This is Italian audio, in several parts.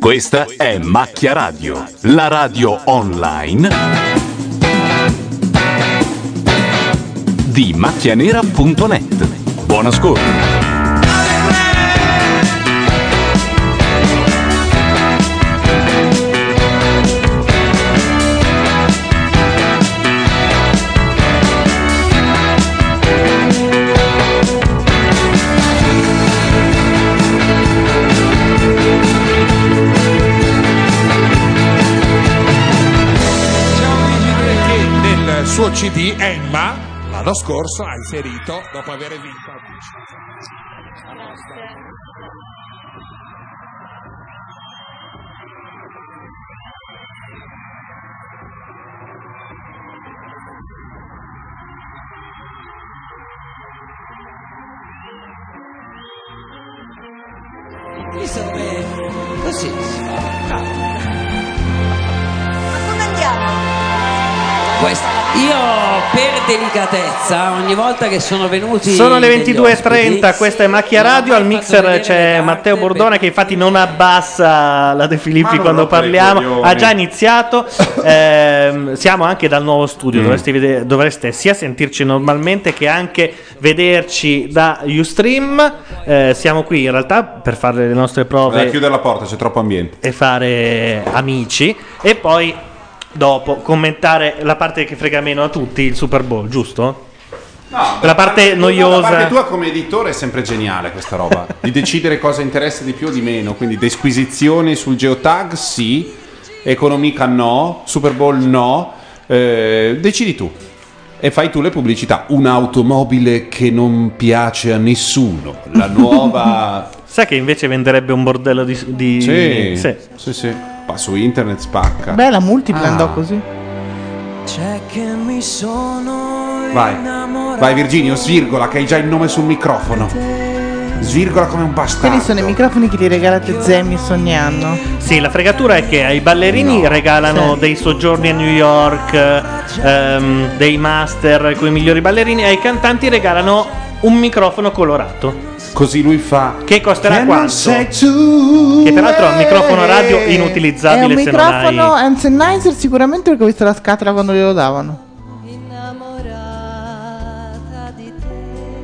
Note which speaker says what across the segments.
Speaker 1: Questa è Macchia Radio, la radio online di macchianera.net. Buon ascolto.
Speaker 2: nel suo CD Emma l'anno scorso ha inserito dopo aver vinto
Speaker 3: Mi sorprende. Così.
Speaker 4: Come andiamo?
Speaker 3: Questa- Io per delicatezza ogni volta che sono venuti
Speaker 5: Sono le
Speaker 3: degli ospiti,
Speaker 5: 22.30, questa è Macchia Radio, al mixer c'è Matteo Bordone che infatti non abbassa la De
Speaker 6: Ma
Speaker 5: Filippi
Speaker 6: non
Speaker 5: quando
Speaker 6: rompere i
Speaker 5: parliamo,
Speaker 6: coglioni.
Speaker 5: ha già iniziato, Ehm, siamo anche dal nuovo studio,
Speaker 6: Mm.
Speaker 5: dovreste, vede- dovreste sia sentirci normalmente che anche vederci da Ustream, Eh, siamo qui in realtà per fare le nostre
Speaker 6: Vado a
Speaker 5: prove
Speaker 6: chiudere Eh, la porta, c'è troppo ambiente.
Speaker 5: e fare amici e poi dopo commentare la parte che frega meno a tutti, il Super Bowl, giusto? la parte noiosa.
Speaker 6: La parte tua come editore è sempre geniale questa roba. di decidere cosa interessa di più o di meno. Quindi desquisizioni sul geotag sì, economica no, Super Bowl no. Eh, decidi tu. E fai tu le pubblicità. Un'automobile che non piace a nessuno. La nuova...
Speaker 5: Sai che invece venderebbe un bordello di... di-
Speaker 6: sì,
Speaker 5: sì.
Speaker 6: sì, sì. Ma su internet spacca.
Speaker 7: Beh, la multipla
Speaker 6: Ah.
Speaker 7: andò così.
Speaker 8: C'è che mi sono
Speaker 6: Vai, vai Virginio, svirgola che hai già il nome sul microfono. Svirgola come un
Speaker 7: Quelli
Speaker 6: bastardo.
Speaker 7: sono i microfoni che ti regalate Zemis ogni anno.
Speaker 5: Sì, la fregatura è che ai ballerini regalano
Speaker 7: Sì.
Speaker 5: dei soggiorni a New York, ehm, dei master con i migliori ballerini, e ai cantanti regalano un microfono
Speaker 6: Mm.
Speaker 5: colorato.
Speaker 6: Così lui fa.
Speaker 5: Che costerà
Speaker 6: Che non
Speaker 5: quanto?
Speaker 6: sei
Speaker 5: Che peraltro è un microfono radio
Speaker 7: Eh, È un
Speaker 5: inutilizzabile se non hai.
Speaker 7: microfono Sennheiser sicuramente perché ho visto la scatola quando glielo davano.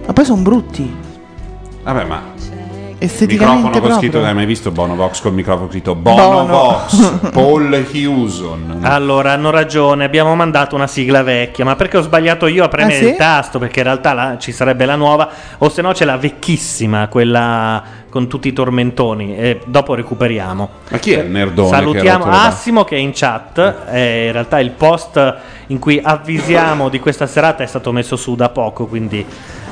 Speaker 7: Ma poi sono brutti.
Speaker 6: Vabbè, ma
Speaker 7: Esteticamente
Speaker 6: microfono con
Speaker 7: proprio.
Speaker 6: scritto, l'hai mai visto Bonovox col microfono scritto
Speaker 7: Bono.
Speaker 6: Bonovox Paul Hewson.
Speaker 5: Allora, hanno ragione, abbiamo mandato una sigla vecchia, ma perché ho sbagliato io a premere
Speaker 7: Ah, sì?
Speaker 5: il tasto? Perché in realtà la- ci sarebbe la nuova, o se no c'è la vecchissima, quella con tutti i tormentoni, e dopo recuperiamo.
Speaker 6: Ma chi è il nerdone?
Speaker 5: Cioè, Salutiamo
Speaker 6: che ha rotto le balle?
Speaker 5: Assimo che è in chat, eh, in realtà il post in cui avvisiamo di questa serata è stato messo su da poco, quindi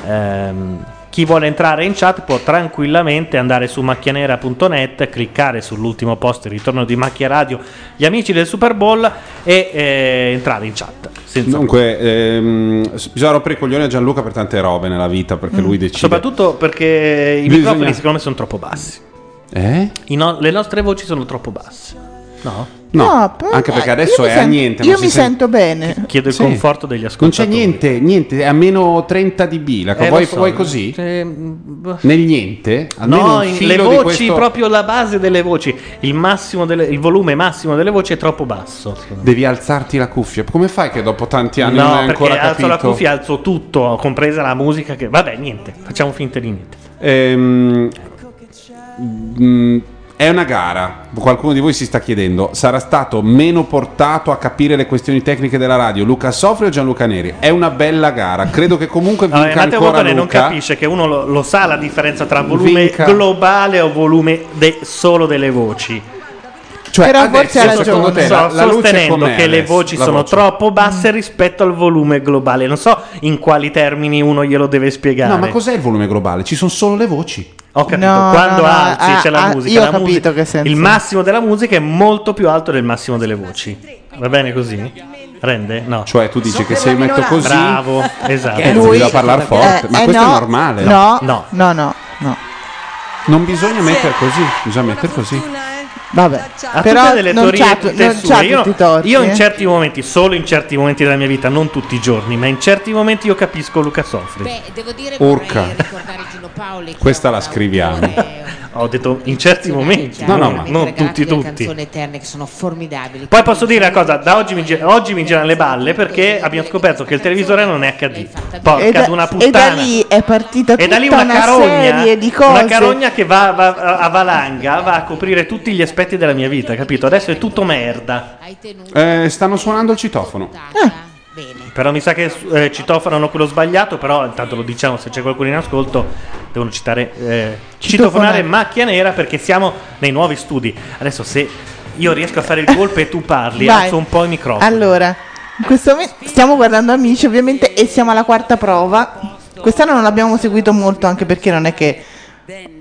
Speaker 5: ehm, chi vuole entrare in chat può tranquillamente andare su macchianera.net, cliccare sull'ultimo post il ritorno di Macchia Radio, gli amici del Super Bowl e eh, entrare in chat. senza-
Speaker 6: Dunque, ehm, s- bisogna rompere i coglioni a Gianluca per tante robe nella vita
Speaker 7: Mm.
Speaker 6: perché lui decide.
Speaker 5: Soprattutto perché i
Speaker 6: Bisogna-
Speaker 5: microfoni secondo me sono troppo bassi,
Speaker 6: Eh?
Speaker 5: I no- le nostre voci sono troppo basse. No?
Speaker 6: No,
Speaker 7: però
Speaker 6: anche perché
Speaker 7: dai,
Speaker 6: adesso
Speaker 7: Eh, io mi
Speaker 6: è a
Speaker 7: sento-
Speaker 6: niente. non
Speaker 7: Io
Speaker 6: si
Speaker 7: mi
Speaker 6: sente-
Speaker 7: sento bene.
Speaker 5: Chiedo il
Speaker 6: Sì.
Speaker 5: conforto degli
Speaker 6: Non c'è
Speaker 5: ascoltatori.
Speaker 6: niente, niente, è a meno 30 dB. La co-
Speaker 5: Eh, lo
Speaker 6: vuoi,
Speaker 5: so.
Speaker 6: vuoi così?
Speaker 5: Eh, mh,
Speaker 6: Nel niente? Almeno
Speaker 5: no,
Speaker 6: un
Speaker 5: in-
Speaker 6: filo
Speaker 5: le
Speaker 6: di
Speaker 5: voci,
Speaker 6: questo-
Speaker 5: proprio la base delle voci, il, massimo delle- il volume massimo delle voci è troppo basso. secondo me.
Speaker 6: Devi alzarti la cuffia. Come fai che dopo tanti anni non
Speaker 5: no,
Speaker 6: hai
Speaker 5: perché
Speaker 6: ancora
Speaker 5: alzo
Speaker 6: capito?
Speaker 5: la cuffia, alzo tutto, compresa la musica. Che... Vabbè, niente, facciamo finta di niente.
Speaker 6: Ehm, mm, è una gara. Qualcuno di voi si sta chiedendo: sarà stato meno portato a capire le questioni tecniche della radio Luca Sofri o Gianluca Neri? È una bella gara. Credo che comunque
Speaker 5: Vabbè,
Speaker 6: vinca
Speaker 5: Matteo
Speaker 6: ancora
Speaker 5: Bordone
Speaker 6: Luca.
Speaker 5: non capisce che uno lo, lo sa la differenza tra volume
Speaker 6: Vinca.
Speaker 5: globale o volume de- solo delle voci.
Speaker 6: Cioè,
Speaker 7: Però
Speaker 6: adesso,
Speaker 7: forse ha
Speaker 6: secondo te,
Speaker 7: ragione.
Speaker 6: la,
Speaker 5: Sto
Speaker 6: la luce
Speaker 5: sostenendo
Speaker 6: com'è
Speaker 5: che le
Speaker 6: adesso?
Speaker 5: voci
Speaker 6: La
Speaker 5: sono
Speaker 6: voce.
Speaker 5: troppo basse rispetto al volume globale. Non so in quali termini uno glielo deve spiegare.
Speaker 6: No, ma cos'è il volume globale? Ci sono solo le voci.
Speaker 5: Ho capito,
Speaker 7: No,
Speaker 5: quando
Speaker 7: no, no,
Speaker 5: alzi
Speaker 7: ah,
Speaker 5: c'è la
Speaker 7: ah,
Speaker 5: musica,
Speaker 7: io ho
Speaker 5: la
Speaker 7: capito
Speaker 5: musica-
Speaker 7: che senso.
Speaker 5: il massimo della musica è molto più alto del massimo delle voci. Va bene così? Rende? No.
Speaker 6: Cioè, tu dici che se io metto così.
Speaker 5: Bravo,
Speaker 6: Eh,
Speaker 5: esatto.
Speaker 6: non
Speaker 7: Lui-
Speaker 6: bisogna parlare forte,
Speaker 7: Eh,
Speaker 6: ma
Speaker 7: eh,
Speaker 6: questo
Speaker 7: no,
Speaker 6: è normale.
Speaker 7: No,
Speaker 5: No.
Speaker 7: no, no. no.
Speaker 6: Non bisogna mettere così, bisogna mettere così.
Speaker 7: Vabbè,
Speaker 5: Ha
Speaker 7: però
Speaker 5: tutte delle
Speaker 7: non
Speaker 5: teorie
Speaker 7: c'ha,
Speaker 5: tutte
Speaker 7: non
Speaker 5: sue.
Speaker 7: c'ha
Speaker 5: io,
Speaker 7: tutti i torti.
Speaker 5: io in
Speaker 7: eh.
Speaker 5: certi momenti, solo in certi momenti della mia vita, non tutti i giorni, ma in certi momenti io capisco Luca Soffri.
Speaker 9: Beh, devo dire
Speaker 6: Urca.
Speaker 9: vorrei ricordare Gino Paoli che
Speaker 6: Questa la scriviamo.
Speaker 5: Ho detto in certi momenti,
Speaker 9: No, no,
Speaker 5: non-
Speaker 9: ma-
Speaker 5: non tutti
Speaker 9: delle
Speaker 5: tutti.
Speaker 9: canzoni eterne che sono formidabili.
Speaker 5: Poi posso dire una cosa, da oggi mi, gi- oggi mi girano le balle perché abbiamo scoperto che il televisore non è HD.
Speaker 7: e
Speaker 5: Porca
Speaker 7: da,
Speaker 5: ad una
Speaker 7: e da
Speaker 5: puttana.
Speaker 7: lì è partita
Speaker 5: E
Speaker 7: tutta
Speaker 5: da lì una, carogna,
Speaker 7: serie di cose.
Speaker 5: una carogna che va, va- a- a valanga, va a coprire tutti gli aspetti della mia vita, capito? Adesso è tutto merda.
Speaker 6: Eh, stanno suonando il citofono.
Speaker 7: Ah.
Speaker 5: Però mi sa che eh, citofonano quello sbagliato, però intanto lo diciamo se c'è qualcuno in ascolto, devono citare eh,
Speaker 7: Citofonare.
Speaker 5: citofonare macchia nera perché siamo nei nuovi studi. Adesso se io riesco a fare il colpo e tu parli,
Speaker 7: Vai.
Speaker 5: alzo un po' il microfono.
Speaker 7: Allora, in questo momento stiamo guardando Amici ovviamente e siamo alla quarta prova. Quest'anno non l'abbiamo seguito molto anche perché non è che...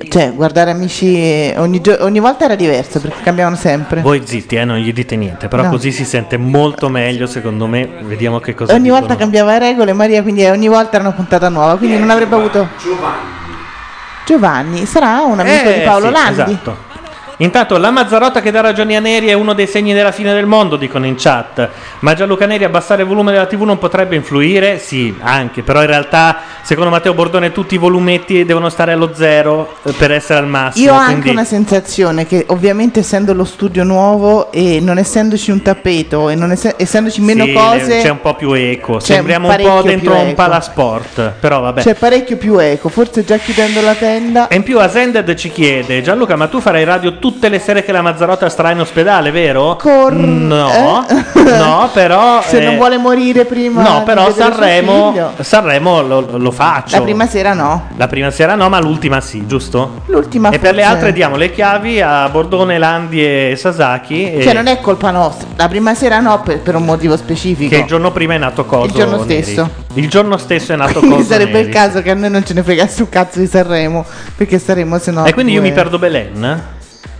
Speaker 7: Cioè, guardare Amici eh, ogni, gio- ogni volta era diverso perché cambiavano sempre.
Speaker 5: Voi zitti, eh, non gli dite niente, però
Speaker 7: No.
Speaker 5: così si sente molto meglio, secondo me. Vediamo che cosa
Speaker 7: ogni volta
Speaker 5: dicono.
Speaker 7: cambiava regole Maria, quindi eh, ogni volta era una puntata nuova, quindi non avrebbe avuto... Giovanni sarà un amico
Speaker 5: Eh,
Speaker 7: di Paolo
Speaker 5: sì,
Speaker 7: Landi.
Speaker 5: esatto. Intanto la Mazzarotta che dà ragioni a Neri è uno dei segni della fine del mondo, dicono in chat. Ma Gianluca Neri abbassare il volume della TV non potrebbe influire? Sì, anche, però in realtà secondo Matteo Bordone tutti i volumetti devono stare allo zero eh, per essere al massimo.
Speaker 7: Io ho anche
Speaker 5: quindi-
Speaker 7: una sensazione che ovviamente essendo lo studio nuovo e non essendoci un tappeto e non esse- essendoci meno
Speaker 5: Sì,
Speaker 7: cose
Speaker 5: c'è un po' più eco.
Speaker 7: c'è
Speaker 5: Sembriamo un po'
Speaker 7: parecchio
Speaker 5: dentro
Speaker 7: più
Speaker 5: un
Speaker 7: eco.
Speaker 5: palasport, però vabbè. Eh,
Speaker 7: c'è Cioè, parecchio più eco, forse già chiudendo la tenda.
Speaker 5: E in più Asended ci chiede Gianluca ma tu farai radio tutte le sere che la Mazzarotta starà in ospedale vero? Mm,
Speaker 7: Cor- eh?
Speaker 5: no, no però
Speaker 7: Se non
Speaker 5: eh,
Speaker 7: vuole morire prima
Speaker 5: No
Speaker 7: di
Speaker 5: però
Speaker 7: vedere suo
Speaker 5: Sanremo,
Speaker 7: figlio.
Speaker 5: Sanremo lo, lo faccio
Speaker 7: la prima sera no.
Speaker 5: La prima sera no ma l'ultima sì giusto?
Speaker 7: L'ultima
Speaker 5: e per le
Speaker 7: forse.
Speaker 5: altre diamo le chiavi a Bordone, Landi e Sasaki e
Speaker 7: Cioè non è colpa nostra, la prima sera no per, per un motivo specifico.
Speaker 5: Che il giorno prima è nato Coso
Speaker 7: Il giorno
Speaker 5: Neri.
Speaker 7: stesso.
Speaker 5: Il giorno stesso è nato
Speaker 7: quindi
Speaker 5: Coso
Speaker 7: sarebbe il
Speaker 5: Neri.
Speaker 7: caso che a noi non ce ne fregasse un cazzo di Sanremo perché saremmo se no
Speaker 5: E quindi io
Speaker 7: due-
Speaker 5: mi perdo Belen?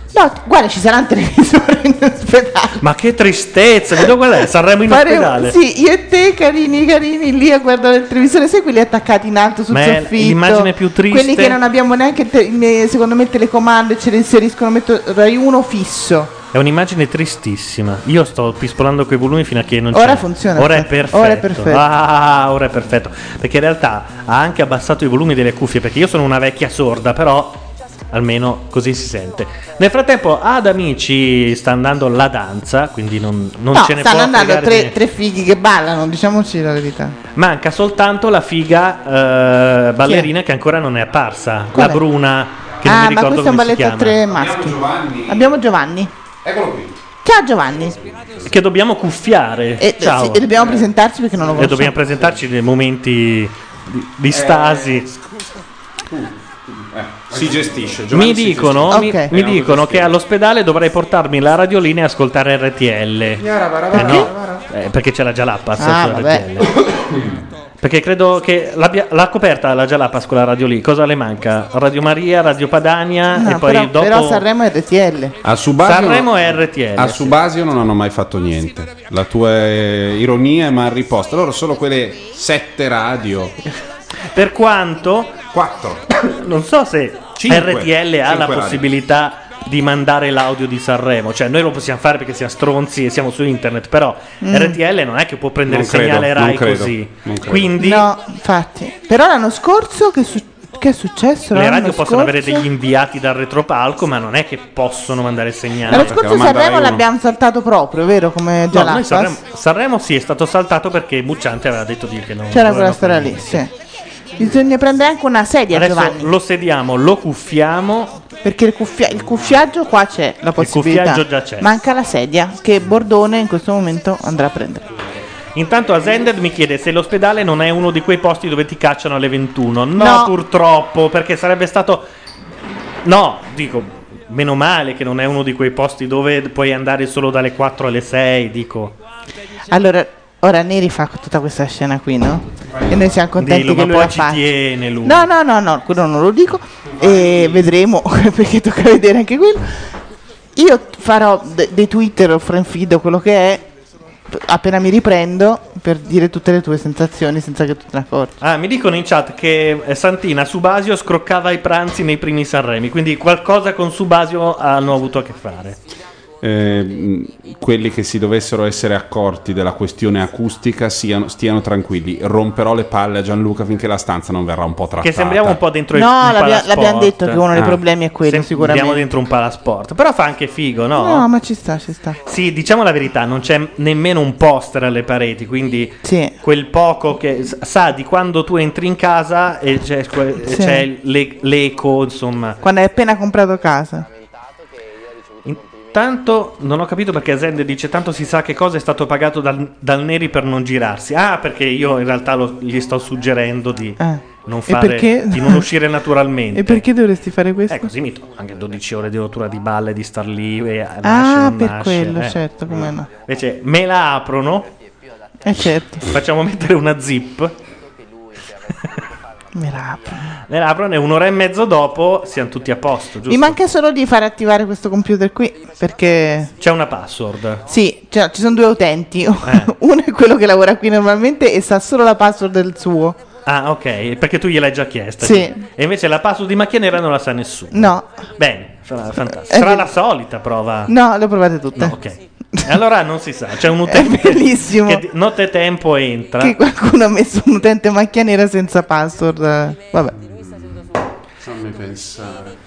Speaker 7: No, guarda, ci sarà un televisore in ospedale.
Speaker 5: Ma che tristezza, mi devo guardare Sanremo in
Speaker 7: Faremo-
Speaker 5: ospedale
Speaker 7: Sì, io e te, carini, carini, lì a guardare il televisore, sai quelli attaccati in alto sul
Speaker 5: Ma è
Speaker 7: soffitto.
Speaker 5: l'immagine più triste.
Speaker 7: Quelli che non abbiamo neanche, il te- il- secondo me, il telecomando e ce li inseriscono, metto Rai 1 fisso.
Speaker 5: È un'immagine tristissima. Io sto pispolando quei volumi fino a che non
Speaker 7: Ora
Speaker 5: c'è.
Speaker 7: funziona,
Speaker 5: Ora è
Speaker 7: infatti.
Speaker 5: perfetto.
Speaker 7: Ora è perfetto.
Speaker 5: Ah, ora è perfetto. Perché in realtà ha anche abbassato i volumi delle cuffie. Perché io sono una vecchia sorda, però almeno così si sente. Nel frattempo, ad amici sta andando la danza. Quindi non, non
Speaker 7: no,
Speaker 5: ce ne
Speaker 7: stanno
Speaker 5: può
Speaker 7: andando
Speaker 5: fregare di
Speaker 7: tre,
Speaker 5: niente.
Speaker 7: tre fighi che ballano, diciamoci la verità.
Speaker 5: Manca soltanto la figa eh, ballerina che ancora non è apparsa.
Speaker 7: Qual
Speaker 5: la
Speaker 7: è?
Speaker 5: bruna, che non
Speaker 7: ah,
Speaker 5: mi
Speaker 7: ma
Speaker 5: ricordo
Speaker 7: questo è un
Speaker 5: come si
Speaker 7: balletto a
Speaker 5: chiama.
Speaker 7: tre maschi. Abbiamo Giovanni.
Speaker 6: Eccolo qui.
Speaker 7: Ciao Giovanni.
Speaker 5: Che dobbiamo cuffiare.
Speaker 7: E,
Speaker 5: Eh, Ciao.
Speaker 7: Eh, sì, e dobbiamo presentarci perché non lo
Speaker 5: E
Speaker 7: voglio.
Speaker 5: dobbiamo presentarci nei momenti di,
Speaker 6: Eh,
Speaker 5: di stasi.
Speaker 6: Si gestisce. Giovanni
Speaker 5: mi
Speaker 6: si
Speaker 5: dicono, mi,
Speaker 7: gestisce. Ok.
Speaker 5: mi dicono che all'ospedale dovrei portarmi la radiolina e ascoltare RTL. Eh no, eh, perché c'è la Jalapas
Speaker 7: Ah,
Speaker 5: su
Speaker 7: vabbè.
Speaker 5: RTL. Perché credo che l'abbia- l'ha coperta la Jalapas con la radio lì. Cosa le manca? Radio Maria, Radio Padania
Speaker 7: No,
Speaker 5: e poi
Speaker 7: però,
Speaker 5: dopo
Speaker 7: però Sanremo è RTL.
Speaker 6: A Subasio,
Speaker 5: Sanremo e RTL.
Speaker 6: a
Speaker 5: sì.
Speaker 6: Subasio non hanno mai fatto niente. La tua eh, ironia è mal riposta. Loro sono quelle sette radio.
Speaker 5: Per quanto
Speaker 6: Quattro.
Speaker 5: Non so se
Speaker 6: Cinque.
Speaker 5: RTL ha
Speaker 6: Cinque
Speaker 5: la
Speaker 6: radio.
Speaker 5: possibilità di mandare l'audio di Sanremo, cioè noi lo possiamo fare perché siamo stronzi e siamo su internet, però
Speaker 7: Mm.
Speaker 5: RTL non è che può prendere il
Speaker 6: Non credo,
Speaker 5: segnale
Speaker 6: non
Speaker 5: Rai
Speaker 6: credo,
Speaker 5: così.
Speaker 6: non credo.
Speaker 5: Quindi
Speaker 7: No, infatti. Però l'anno scorso che, su- che è successo?
Speaker 5: le
Speaker 7: L'anno
Speaker 5: radio possono avere
Speaker 7: scorso?
Speaker 5: degli inviati dal retropalco, ma non è che possono mandare il segnale.
Speaker 7: L'anno
Speaker 6: perché
Speaker 7: scorso
Speaker 6: lo mandava
Speaker 7: Sanremo
Speaker 6: uno.
Speaker 7: l'abbiamo saltato proprio, vero? Come
Speaker 5: No,
Speaker 7: già
Speaker 5: noi Sanremo, Sanremo sì è stato saltato perché Mucciante aveva detto di che non
Speaker 7: C'era
Speaker 5: non erano
Speaker 7: quella storia lì, sì. Bisogna prendere anche una sedia,
Speaker 5: Adesso
Speaker 7: Giovanni.
Speaker 5: lo sediamo, lo cuffiamo.
Speaker 7: Perché il, cuffia- il cuffiaggio qua c'è la possibilità.
Speaker 5: cuffiaggio già c'è.
Speaker 7: Manca la sedia che Bordone in questo momento andrà a prendere.
Speaker 5: Intanto Asended mi chiede se l'ospedale non è uno di quei posti dove ti cacciano alle 21. No,
Speaker 7: No.
Speaker 5: purtroppo, perché sarebbe stato... No, dico, meno male che non è uno di quei posti dove puoi andare solo dalle 4 alle 6, dico.
Speaker 7: Allora, ora Neri fa tutta questa scena qui, no? E noi siamo contenti
Speaker 5: Dillo,
Speaker 7: che
Speaker 5: ma
Speaker 7: lui
Speaker 5: poi
Speaker 7: la
Speaker 5: ci
Speaker 7: faccia.
Speaker 5: tiene lui.
Speaker 7: No, no, no, no, quello non lo dico. E vedremo perché tocca vedere anche quello. Io farò de- dei Twitter o friend feed o quello che è appena mi riprendo per dire tutte le tue sensazioni senza che tu te ne accorgi.
Speaker 5: Ah, mi dicono in chat che eh, Santina Subasio scroccava i pranzi nei primi Sanremi, quindi qualcosa con Subasio hanno avuto a che fare.
Speaker 6: Eh, mh, quelli che si dovessero essere accorti della questione acustica siano- stiano tranquilli. Romperò le palle a Gianluca finché la stanza non verrà un po' trattata.
Speaker 5: Che sembriamo un po' dentro il
Speaker 7: No,
Speaker 5: il
Speaker 7: l'abbia-
Speaker 5: palasport.
Speaker 7: l'abbiamo detto che
Speaker 5: Ah.
Speaker 7: uno dei problemi è quello, sicuramente.
Speaker 5: Siamo dentro un palasport, però fa anche figo, no?
Speaker 7: No, ma ci sta, ci sta.
Speaker 5: Sì, diciamo la verità, non c'è nemmeno un poster alle pareti, quindi quel poco che s- sa di quando tu entri in casa e c'è, que- e
Speaker 7: Sì.
Speaker 5: c'è l'e- l'eco, insomma.
Speaker 7: Quando hai appena comprato casa.
Speaker 5: Tanto non ho capito perché Zend dice tanto si sa che cosa è stato pagato dal, dal Neri per non girarsi. Ah, perché io in realtà lo- gli sto suggerendo di non
Speaker 7: Eh. E
Speaker 5: fare
Speaker 7: perché?
Speaker 5: di non uscire naturalmente.
Speaker 7: E perché dovresti fare questo?
Speaker 5: Eh, così mi tolgo anche 12 ore di rottura di balle, di star lì. E nasce,
Speaker 7: ah,
Speaker 5: non
Speaker 7: per
Speaker 5: nasce,
Speaker 7: quello,
Speaker 5: eh.
Speaker 7: certo, come no.
Speaker 5: Invece me la aprono,
Speaker 7: Eh certo,
Speaker 5: facciamo mettere una zip,
Speaker 7: me la apro.
Speaker 5: me la aprono e un'ora e mezzo dopo siamo tutti a posto, giusto?
Speaker 7: Mi manca solo di fare attivare questo computer qui, perché...
Speaker 5: C'è una password.
Speaker 7: Sì, cioè, ci sono due utenti.
Speaker 5: Eh.
Speaker 7: Uno è quello che lavora qui normalmente e sa solo la password del suo.
Speaker 5: Ah, ok, perché tu gliel'hai già chiesta.
Speaker 7: Sì.
Speaker 5: E invece la password di macchia nera non la sa nessuno.
Speaker 7: No,
Speaker 5: Bene, sarà fantastico.
Speaker 7: Eh,
Speaker 5: Sarà
Speaker 7: beh.
Speaker 5: la solita prova.
Speaker 7: no, le ho provate tutte.
Speaker 5: Ok. E allora non si sa, c'è un utente che di- notte tempo entra.
Speaker 7: Che qualcuno ha messo un utente macchia nera senza password. eh, Vabbè.
Speaker 6: Fammi pensare.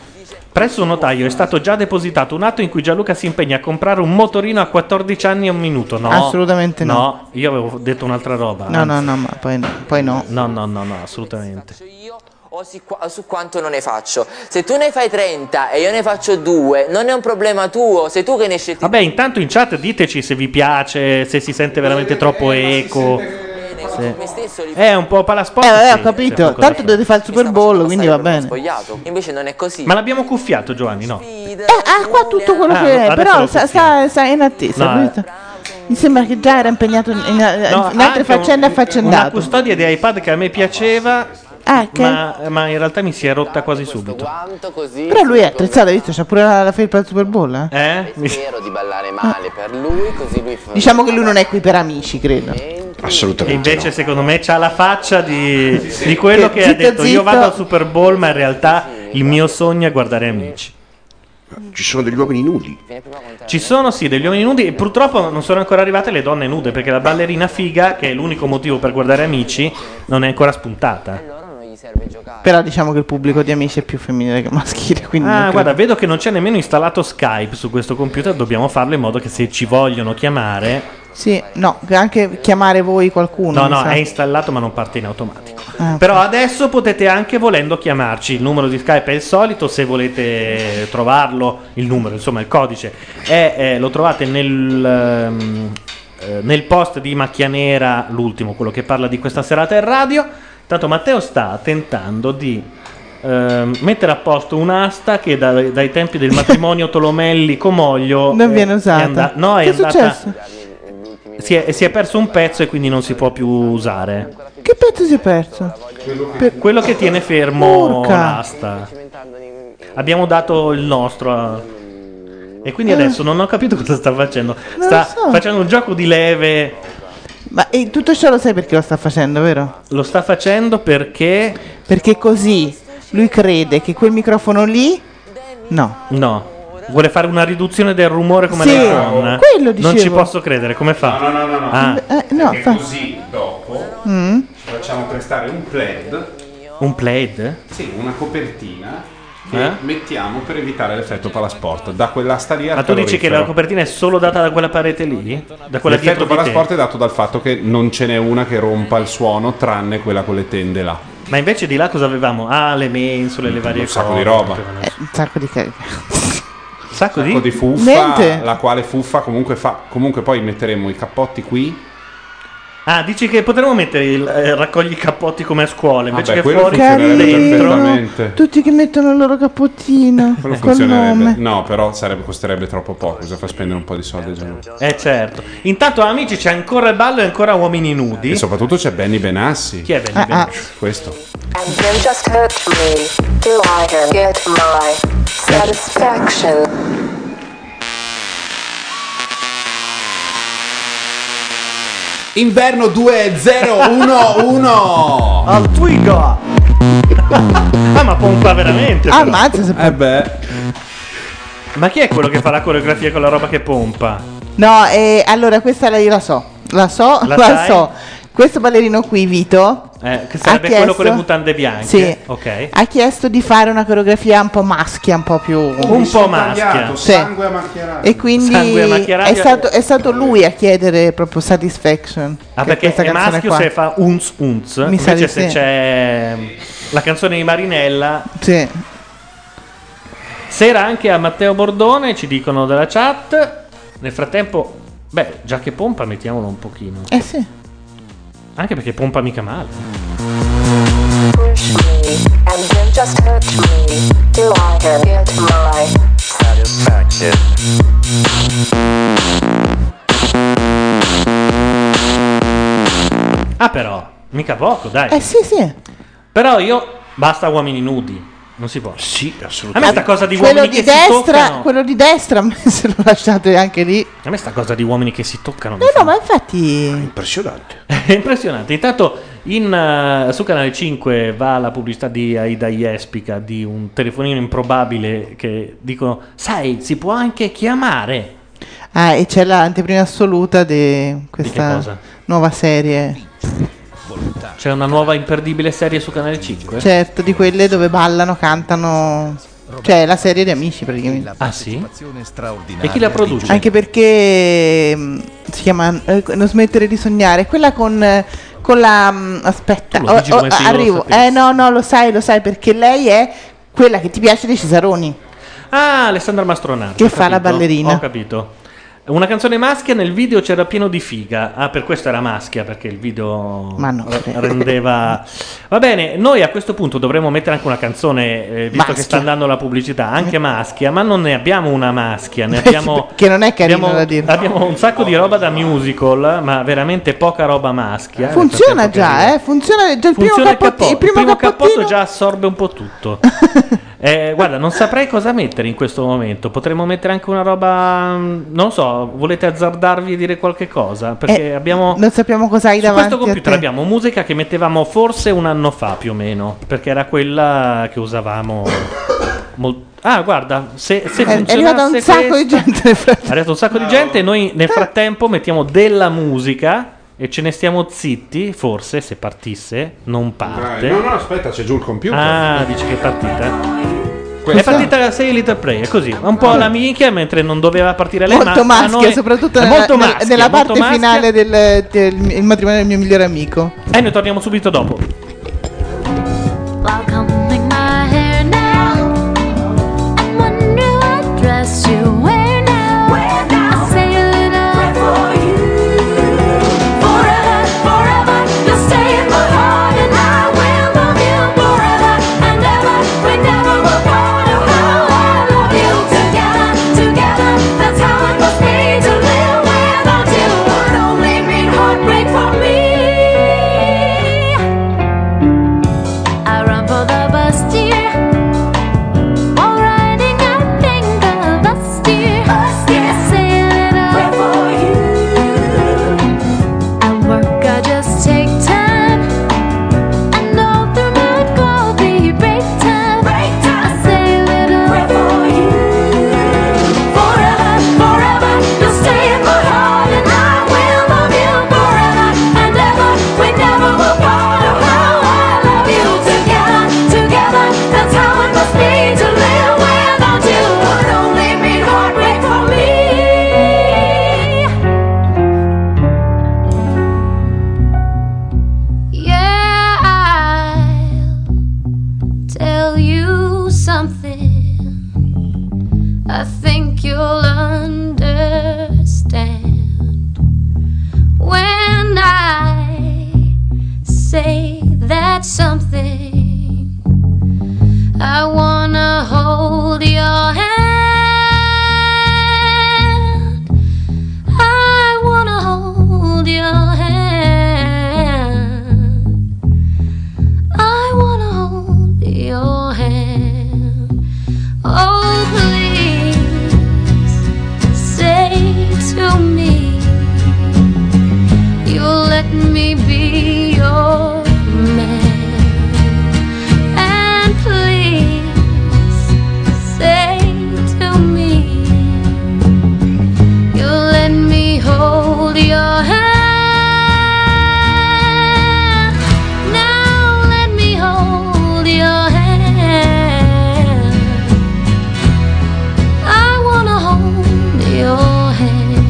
Speaker 5: Presso un notaio è stato già depositato un atto in cui Gianluca si impegna a comprare un motorino a 14 anni e un minuto. No,
Speaker 7: Assolutamente no.
Speaker 5: No, io avevo detto un'altra roba.
Speaker 7: No,
Speaker 5: anzi.
Speaker 7: no, no, ma poi no. Poi no.
Speaker 5: No, no, no, no, assolutamente.
Speaker 10: o si- qua- su quanto non ne faccio. Se tu ne fai 30 e io ne faccio 2, non è un problema tuo, sei tu che ne scelti.
Speaker 5: Vabbè, intanto in chat diteci se vi piace, se si sente veramente troppo eco. Se- È un po' palasport.
Speaker 7: Eh, vabbè,
Speaker 5: sì,
Speaker 7: ho
Speaker 5: c'è
Speaker 7: capito.
Speaker 5: poco da
Speaker 7: Tanto
Speaker 5: fare.
Speaker 7: dovete fare il Super Bowl, quindi va bene.
Speaker 10: Sbagliato. Invece non è così.
Speaker 5: Ma l'abbiamo cuffiato, Giovanni? No.
Speaker 7: Eh, ah, qua tutto quello
Speaker 5: Ah,
Speaker 7: che è,
Speaker 5: adesso
Speaker 7: però
Speaker 5: lo
Speaker 7: sta, sta- sta in attesa.
Speaker 5: No,
Speaker 7: capito? Mi sembra che già era impegnato in, in-
Speaker 5: No,
Speaker 7: in altre
Speaker 5: anche un-
Speaker 7: faccende
Speaker 5: Una
Speaker 7: affaccendato.
Speaker 5: custodia di iPad che a me piaceva,
Speaker 7: Ah, che-
Speaker 5: ma, ma in realtà mi si è rotta quasi subito.
Speaker 7: Però lui è attrezzato, hai visto? C'ha pure la, la felpa del Super Bowl. eh?
Speaker 5: Eh?
Speaker 10: Spero di ballare male per lui, così lui fa-
Speaker 7: Diciamo che lui non è qui per amici, credo.
Speaker 5: Assolutamente. Invece, secondo me, c'ha la faccia di, di quello
Speaker 7: Che
Speaker 5: che ha
Speaker 7: zitto,
Speaker 5: detto: Io
Speaker 7: zitto.
Speaker 5: vado al Super Bowl, ma in realtà il mio sogno è guardare amici.
Speaker 11: Ci sono degli uomini nudi.
Speaker 5: Ci sono sì degli uomini nudi e purtroppo non sono ancora arrivate le donne nude perché la ballerina figa, che è l'unico motivo per guardare amici, non è ancora spuntata.
Speaker 7: Però diciamo che il pubblico di amici è più femminile che maschile. Quindi non
Speaker 5: Ah,
Speaker 7: credo.
Speaker 5: guarda, vedo che non c'è nemmeno installato Skype su questo computer, dobbiamo farlo in modo che se ci vogliono chiamare...
Speaker 7: Sì, no, anche chiamare voi qualcuno.
Speaker 5: No,
Speaker 7: mi
Speaker 5: no,
Speaker 7: sa.
Speaker 5: è installato ma non parte in automatico.
Speaker 7: Ah,
Speaker 5: Però adesso potete anche volendo chiamarci, il numero di Skype è il solito, se volete trovarlo, il numero, insomma il codice, è, eh, lo trovate nel, ehm, eh, nel post di Macchia Nera, l'ultimo, quello che parla di questa serata in radio. Intanto Matteo sta tentando di ehm, mettere a posto un'asta che da- dai tempi del matrimonio Tolomelli-Comoglio...
Speaker 7: Non
Speaker 5: eh,
Speaker 7: viene
Speaker 5: è
Speaker 7: usata.
Speaker 5: anda- no, è
Speaker 7: Che è
Speaker 5: andata-
Speaker 7: successo?
Speaker 5: Si è, si è perso un pezzo e quindi non si può più usare.
Speaker 7: Che pezzo si è perso? Per-
Speaker 5: Quello che tiene fermo
Speaker 7: Porca.
Speaker 5: l'asta. Abbiamo dato il nostro. a- E quindi
Speaker 7: Eh.
Speaker 5: adesso non ho capito cosa sta facendo.
Speaker 7: Non
Speaker 5: Sta
Speaker 7: lo so.
Speaker 5: facendo un gioco di leve.
Speaker 7: Ma e tutto ciò lo sai perché lo sta facendo, vero?
Speaker 5: Lo sta facendo perché.
Speaker 7: Perché così lui crede che quel microfono lì. No.
Speaker 5: No. Vuole fare una riduzione del rumore come
Speaker 7: Sì,
Speaker 5: l'iPhone.
Speaker 7: quello
Speaker 5: Non ci
Speaker 7: dicevo.
Speaker 5: posso credere, come fa? Ah, No, no, no, no.
Speaker 7: Eh, no,
Speaker 6: Perché
Speaker 7: fa-
Speaker 6: così dopo
Speaker 7: Mm.
Speaker 6: ci facciamo prestare un plaid,
Speaker 5: un plaid?
Speaker 6: sì, una copertina che
Speaker 5: Eh?
Speaker 6: mettiamo per evitare l'effetto palasport. Da quell'asta lì al
Speaker 5: Ma tu dici che la
Speaker 6: calorifero.
Speaker 5: copertina è solo data da quella parete lì? Da quella dietro
Speaker 6: L'effetto
Speaker 5: di te?
Speaker 6: palasport è dato dal fatto che non ce n'è una che rompa il suono tranne quella con le tende là.
Speaker 5: Ma invece di là cosa avevamo? Ah, le mensole, le varie
Speaker 6: Un
Speaker 5: cose.
Speaker 6: sacco di roba.
Speaker 7: Eh, Un sacco di carica.
Speaker 5: Sacco,
Speaker 6: di... fuffa,
Speaker 7: Niente.
Speaker 6: la quale fuffa comunque fa. Comunque poi metteremo i cappotti qui.
Speaker 5: Ah, dici che potremmo mettere il eh, raccogli i cappotti come a scuola invece che
Speaker 6: Vabbè, quello
Speaker 5: fuori
Speaker 6: funzionerebbe
Speaker 5: dentro.
Speaker 6: perfettamente.
Speaker 7: Tutti che mettono il loro cappottino
Speaker 6: Quello
Speaker 7: col
Speaker 6: funzionerebbe.
Speaker 7: nome.
Speaker 6: No, però sarebbe- costerebbe troppo poco. Bisogna far spendere un po' di soldi a Gianluca.
Speaker 5: Eh certo. Intanto amici c'è ancora il ballo e ancora uomini nudi.
Speaker 6: E soprattutto c'è Benny Benassi. Chi
Speaker 5: è Benny Ah, Benassi?
Speaker 6: Questo.
Speaker 12: And then just hurt me till I can get my satisfaction.
Speaker 6: Inverno 2011
Speaker 5: Al Twiga Ah ma pompa veramente
Speaker 7: Ah,
Speaker 5: però.
Speaker 7: mazza, se-
Speaker 6: Eh beh
Speaker 5: Ma chi è quello che fa la coreografia con la roba che pompa?
Speaker 7: No, eh, allora questa la, io la so, la so,
Speaker 5: La
Speaker 7: la,
Speaker 5: sai?
Speaker 7: so. Questo ballerino qui, Vito,
Speaker 5: Eh, che sarebbe
Speaker 7: Ha
Speaker 5: quello con le
Speaker 7: chiesto-
Speaker 5: mutande bianche
Speaker 7: Sì.
Speaker 5: Ok
Speaker 7: ha chiesto di fare una coreografia un po' maschia, un po' più...
Speaker 5: Un po' maschia
Speaker 7: Sì. E quindi
Speaker 5: Sangue a macchia
Speaker 7: è
Speaker 5: radio.
Speaker 7: stato, è stato lui a chiedere proprio satisfaction.
Speaker 5: Ah,
Speaker 7: che
Speaker 5: perché
Speaker 7: questa
Speaker 5: è
Speaker 7: canzone
Speaker 5: maschio
Speaker 7: qua.
Speaker 5: se fa unz unz.
Speaker 7: Mi sa
Speaker 5: Invece
Speaker 7: di
Speaker 5: se
Speaker 7: sì.
Speaker 5: c'è ehm, la canzone di Marinella.
Speaker 7: Sì.
Speaker 5: Sera anche a Matteo Bordone, ci dicono dalla chat. Nel frattempo, beh, già che pompa, mettiamolo un pochino.
Speaker 7: Eh sì.
Speaker 5: Anche perché pompa mica male.
Speaker 12: Push me and then just hurt me till I can get my satisfaction.
Speaker 5: Ah, però, mica poco, dai.
Speaker 7: Eh sì, sì.
Speaker 5: Però io basta uomini nudi. Non si può.
Speaker 11: Sì,
Speaker 5: A me sta cosa di
Speaker 7: quello
Speaker 5: uomini che
Speaker 7: di
Speaker 5: si
Speaker 7: destra,
Speaker 5: toccano.
Speaker 7: quello di destra, se lo lasciate anche lì.
Speaker 5: A me sta cosa di uomini che si toccano.
Speaker 7: No, no, ma infatti...
Speaker 11: Impressionante.
Speaker 5: È impressionante. Intanto in, eh, su Canale 5 va la pubblicità di Aida Jespica di un telefonino improbabile che dicono, sai, si può anche chiamare.
Speaker 7: Ah, e c'è l'anteprima assoluta di questa
Speaker 5: cosa?
Speaker 7: nuova serie.
Speaker 5: C'è una nuova imperdibile serie su Canale 5.
Speaker 7: Certo, di quelle dove ballano, cantano. Cioè, la serie di amici praticamente.
Speaker 5: Ah sì?
Speaker 13: straordinaria.
Speaker 5: E chi la produce?
Speaker 7: Anche perché mh, si chiama eh, Non smettere di sognare. Quella con, eh, con la. mh, aspetta, oh,
Speaker 5: Tu lo dici come se io lo
Speaker 7: arrivo.
Speaker 5: sapessi.
Speaker 7: Eh no, no, lo sai, lo sai perché lei è quella che ti piace di Cesaroni.
Speaker 5: Ah, Alessandra Mastronato.
Speaker 7: Che fa la ballerina.
Speaker 5: Ho capito. Una canzone maschia nel video c'era pieno di figa. Ah, per questo era maschia, perché il video
Speaker 7: Ma no,
Speaker 5: r-
Speaker 7: credo.
Speaker 5: rendeva. Va bene, noi a questo punto dovremmo mettere anche una canzone, eh, visto che
Speaker 7: Maschia. Eh.
Speaker 5: sta andando la pubblicità, anche maschia, ma non ne abbiamo una maschia, ne abbiamo.
Speaker 7: che non è Eh, carino
Speaker 5: abbiamo,
Speaker 7: da dire.
Speaker 5: abbiamo un sacco di roba da musical, ma veramente poca roba maschia.
Speaker 7: Funziona
Speaker 5: Nel frattempo che
Speaker 7: già, eh. Funziona già il primo
Speaker 5: Funziona il
Speaker 7: cappotto.
Speaker 5: cappotto.
Speaker 7: il primo
Speaker 5: cappotto
Speaker 7: cappottino-
Speaker 5: già assorbe un po' tutto. Eh, guarda, non saprei cosa mettere in questo momento. Potremmo mettere anche una roba. mm, Non lo so, volete azzardarvi e dire qualche cosa? Perché
Speaker 7: Eh,
Speaker 5: abbiamo.
Speaker 7: Non sappiamo cosa hai
Speaker 5: Su
Speaker 7: davanti.
Speaker 5: questo
Speaker 7: a
Speaker 5: computer
Speaker 7: te.
Speaker 5: abbiamo musica che mettevamo forse un anno fa più o meno. Perché era quella che usavamo. mol- Ah, guarda, se, se
Speaker 7: Eh, È- è arrivata un
Speaker 5: funzionasse
Speaker 7: sacco di
Speaker 5: questa-
Speaker 7: gente nel
Speaker 5: è
Speaker 7: frattempo.
Speaker 5: arrivato un sacco di gente. Noi
Speaker 6: Eh.
Speaker 5: nel frattempo mettiamo della musica e ce ne stiamo zitti. Forse se partisse, non parte.
Speaker 6: No, no, aspetta, c'è giù il computer.
Speaker 5: Ah, dici che è partita.
Speaker 6: Questa?
Speaker 5: È partita la 6 Little Prayer, così, un po' alla minchia, mentre non doveva partire lei.
Speaker 7: molto
Speaker 5: ma a
Speaker 7: maschia,
Speaker 5: noi-
Speaker 7: soprattutto
Speaker 5: è
Speaker 7: nella,
Speaker 5: molto
Speaker 7: nel-
Speaker 5: maschia,
Speaker 7: nella
Speaker 5: molto
Speaker 7: parte
Speaker 5: maschia.
Speaker 7: finale del, del- il matrimonio del mio migliore amico.
Speaker 5: E Eh, noi torniamo subito dopo.
Speaker 14: Welcoming my hair now. And what new dress you wear now? Wear now. I say a little prayer for you. Forever, forever, you'll stay in my heart, and I will love you forever and ever. We never will part. Oh, how I love you. Together, together, that's how it must be to live without you. Would only mean heartbreak for me. Oh, me be your man. And please say to me, you'll let me hold your hand. Now let me hold your hand. I wanna hold your hand.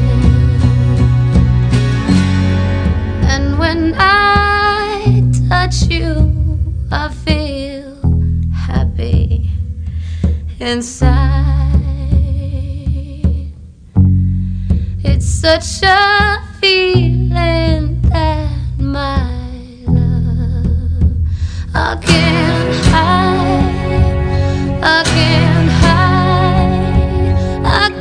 Speaker 14: And when I touch you, I feel happy inside. It's such a feeling that my love I can't hide. I can't hide. I can't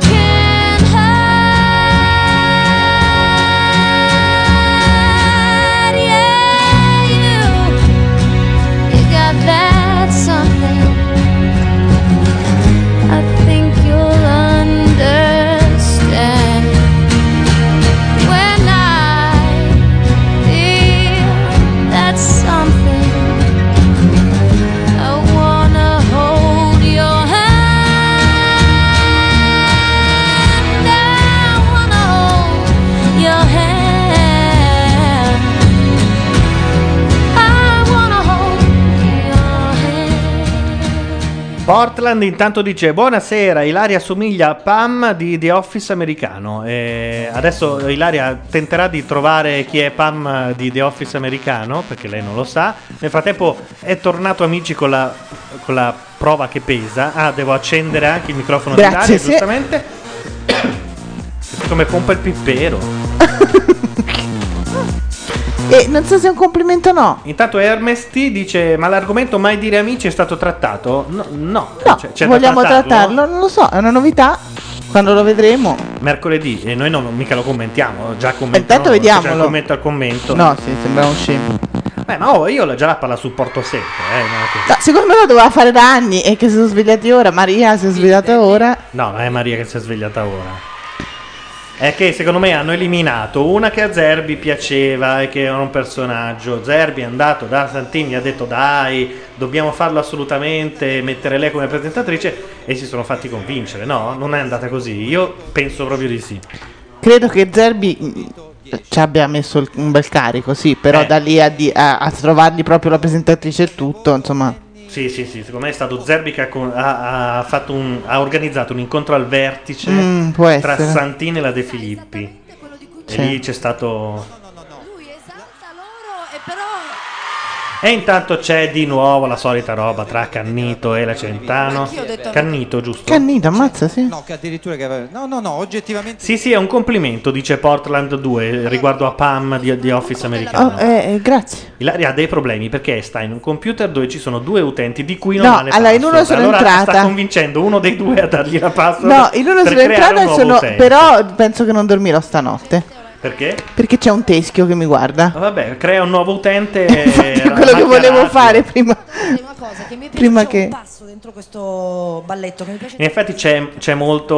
Speaker 14: hide. Yeah, you, you got that something. I think you'll understand when I feel that something. I wanna hold your hand. I wanna hold your hand. I wanna hold your hand.
Speaker 5: Portland intanto dice buonasera, Ilaria somiglia a Pam di The Office americano. E adesso Ilaria tenterà di trovare chi è Pam di The Office americano perché lei non lo sa. Nel frattempo è tornato amici con la, con la prova che pesa. Ah, devo accendere anche il microfono di Ilaria,
Speaker 7: Grazie, sì.
Speaker 5: giustamente. Come pompa il pippero.
Speaker 7: E non so se è un complimento o no.
Speaker 5: Intanto Hermes T dice ma l'argomento mai dire amici è stato trattato? No, no. Cioè, c'è da
Speaker 7: Vogliamo
Speaker 5: trattarlo?
Speaker 7: trattarlo? Non lo so, è una novità. Quando lo vedremo.
Speaker 5: mercoledì e noi non mica lo commentiamo, già commentiamo.
Speaker 7: Intanto vediamolo.
Speaker 5: commento al commento.
Speaker 7: No, sì, sembra un scemo.
Speaker 5: Beh, ma oh, io la- già la palla supporto sempre, eh, non è che-
Speaker 7: No, secondo me lo doveva fare da anni e che si sono svegliati ora. Maria si è svegliata ora.
Speaker 5: No, non è Maria che si è svegliata ora. È che secondo me hanno eliminato una che a Zerbi piaceva e che era un personaggio. Zerbi è andato da Santini, ha detto dai, dobbiamo farlo assolutamente, mettere lei come presentatrice e si sono fatti convincere. No, non è andata così. Io penso proprio di sì.
Speaker 7: Credo che Zerbi mh, ci abbia messo il- un bel carico, sì, però
Speaker 5: Eh.
Speaker 7: da lì a, di- a- a trovargli proprio la presentatrice e tutto, insomma.
Speaker 5: Sì, sì, sì, secondo me è stato Zerbi che ha, con- ha- ha fatto un- ha organizzato un incontro al vertice
Speaker 7: Mm, può
Speaker 5: tra
Speaker 7: essere.
Speaker 5: Santini e la De Filippi. E
Speaker 7: Sì.
Speaker 5: lì c'è stato... E intanto c'è di nuovo la solita roba tra Cannito e la Centano.
Speaker 13: Anch'io ho detto-
Speaker 5: Cannito, giusto?
Speaker 7: Cannito, ammazza, sì.
Speaker 13: No, che addirittura che aveva- No, no, no, oggettivamente
Speaker 5: Sì, sì, è un complimento, dice Portland 2 riguardo a Pam di, di Office
Speaker 7: Oh,
Speaker 5: americano.
Speaker 7: eh, eh, grazie.
Speaker 5: Ilaria ha dei problemi perché sta in un computer dove ci sono due utenti di cui non
Speaker 7: No,
Speaker 5: ha le
Speaker 7: allora in
Speaker 5: password.
Speaker 7: uno sono
Speaker 5: allora sta
Speaker 7: entrata.
Speaker 5: convincendo uno dei due a dargli la password.
Speaker 7: No, in uno
Speaker 5: per
Speaker 7: sono
Speaker 5: creare
Speaker 7: entrata
Speaker 5: un
Speaker 7: e
Speaker 5: nuovo
Speaker 7: sono.
Speaker 5: utente.
Speaker 7: Però penso che non dormirò stanotte.
Speaker 5: Perché?
Speaker 7: Perché c'è un teschio che mi guarda.
Speaker 5: Vabbè, crea un nuovo utente. Infatti,
Speaker 7: È quello che volevo fare prima. prima che.
Speaker 4: passo dentro questo balletto che mi piace
Speaker 5: In effetti c'è, c'è molto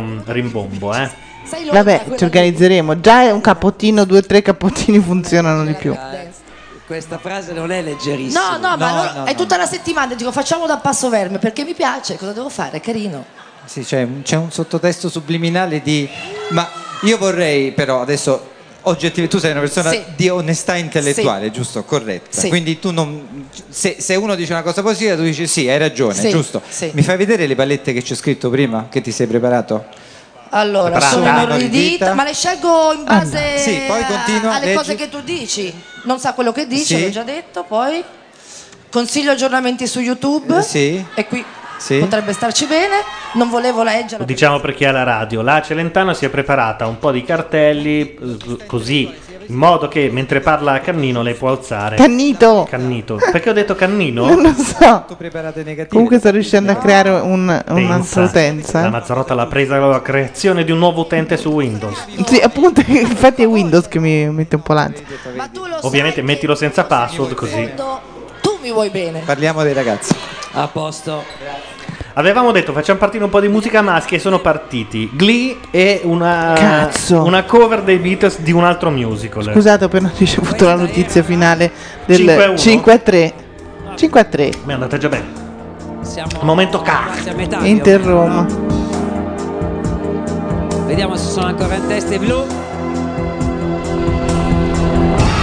Speaker 5: um, rimbombo, eh.
Speaker 4: Sai l'onda,
Speaker 7: Vabbè,
Speaker 4: quella
Speaker 7: ci organizzeremo. Già è un cappottino, due o tre cappottini funzionano di più.
Speaker 13: questa frase non è
Speaker 4: No,
Speaker 13: leggerissima.
Speaker 4: no, ma allora
Speaker 13: no,
Speaker 4: è
Speaker 13: no.
Speaker 4: tutta la settimana. Dico, facciamo da passo verme perché mi piace. Cosa devo fare? È carino.
Speaker 13: Sì, c'è un, c'è un sottotesto subliminale di... Ma io vorrei però adesso... oggettivamente tu sei una persona
Speaker 4: Sì.
Speaker 13: di onestà intellettuale,
Speaker 4: Sì.
Speaker 13: giusto? Corretta.
Speaker 4: Sì.
Speaker 13: Quindi tu non... Se, se uno dice una cosa positiva, tu dici sì, hai ragione,
Speaker 4: Sì,
Speaker 13: giusto?
Speaker 4: sì.
Speaker 13: Mi fai vedere le pallette che c'è scritto prima, che ti sei preparato?
Speaker 4: Allora,
Speaker 13: Brava.
Speaker 4: sono
Speaker 13: Brava.
Speaker 4: inorridita, ma le scelgo in base
Speaker 13: Sì, poi continua,
Speaker 4: a- alle
Speaker 13: leggi.
Speaker 4: cose che tu dici. Non sa quello che dice,
Speaker 13: Sì.
Speaker 4: l'ho già detto. Poi consiglio aggiornamenti su YouTube.
Speaker 13: Eh, sì.
Speaker 4: E qui
Speaker 5: Sì.
Speaker 4: potrebbe starci bene. Non volevo
Speaker 5: Lo
Speaker 4: leggerlo.
Speaker 5: diciamo per chi ha la radio. La Celentano si è preparata un po' di cartelli, eh, c- così, in modo che mentre parla a Cannino lei può alzare.
Speaker 7: Cannito!
Speaker 5: Cannito. Perché ho detto Cannino?
Speaker 7: Non lo so.
Speaker 13: Preparate negative.
Speaker 7: Comunque sto riuscendo a creare un, un'altra
Speaker 5: La
Speaker 7: utenza.
Speaker 5: Mazzarotta l'ha presa con la creazione di un nuovo utente su Windows.
Speaker 7: Sì, appunto, infatti è Windows che mi mette un po' l'ansia.
Speaker 5: Ovviamente mettilo senza password così.
Speaker 4: Tu mi vuoi bene.
Speaker 13: Parliamo dei ragazzi.
Speaker 5: A posto. Avevamo detto facciamo partire un po' di musica maschi e sono partiti Glee e una,
Speaker 7: Cazzo.
Speaker 5: una cover dei Beatles di un altro musical.
Speaker 7: Scusate ho appena ricevuto la notizia finale
Speaker 5: Cinque a
Speaker 7: del
Speaker 5: uno?
Speaker 7: 5 a 3. 5 a 3.
Speaker 5: Mi è andata già bene. Momento cazzo.
Speaker 7: Inter Roma.
Speaker 3: Vediamo se sono ancora in testa i blu.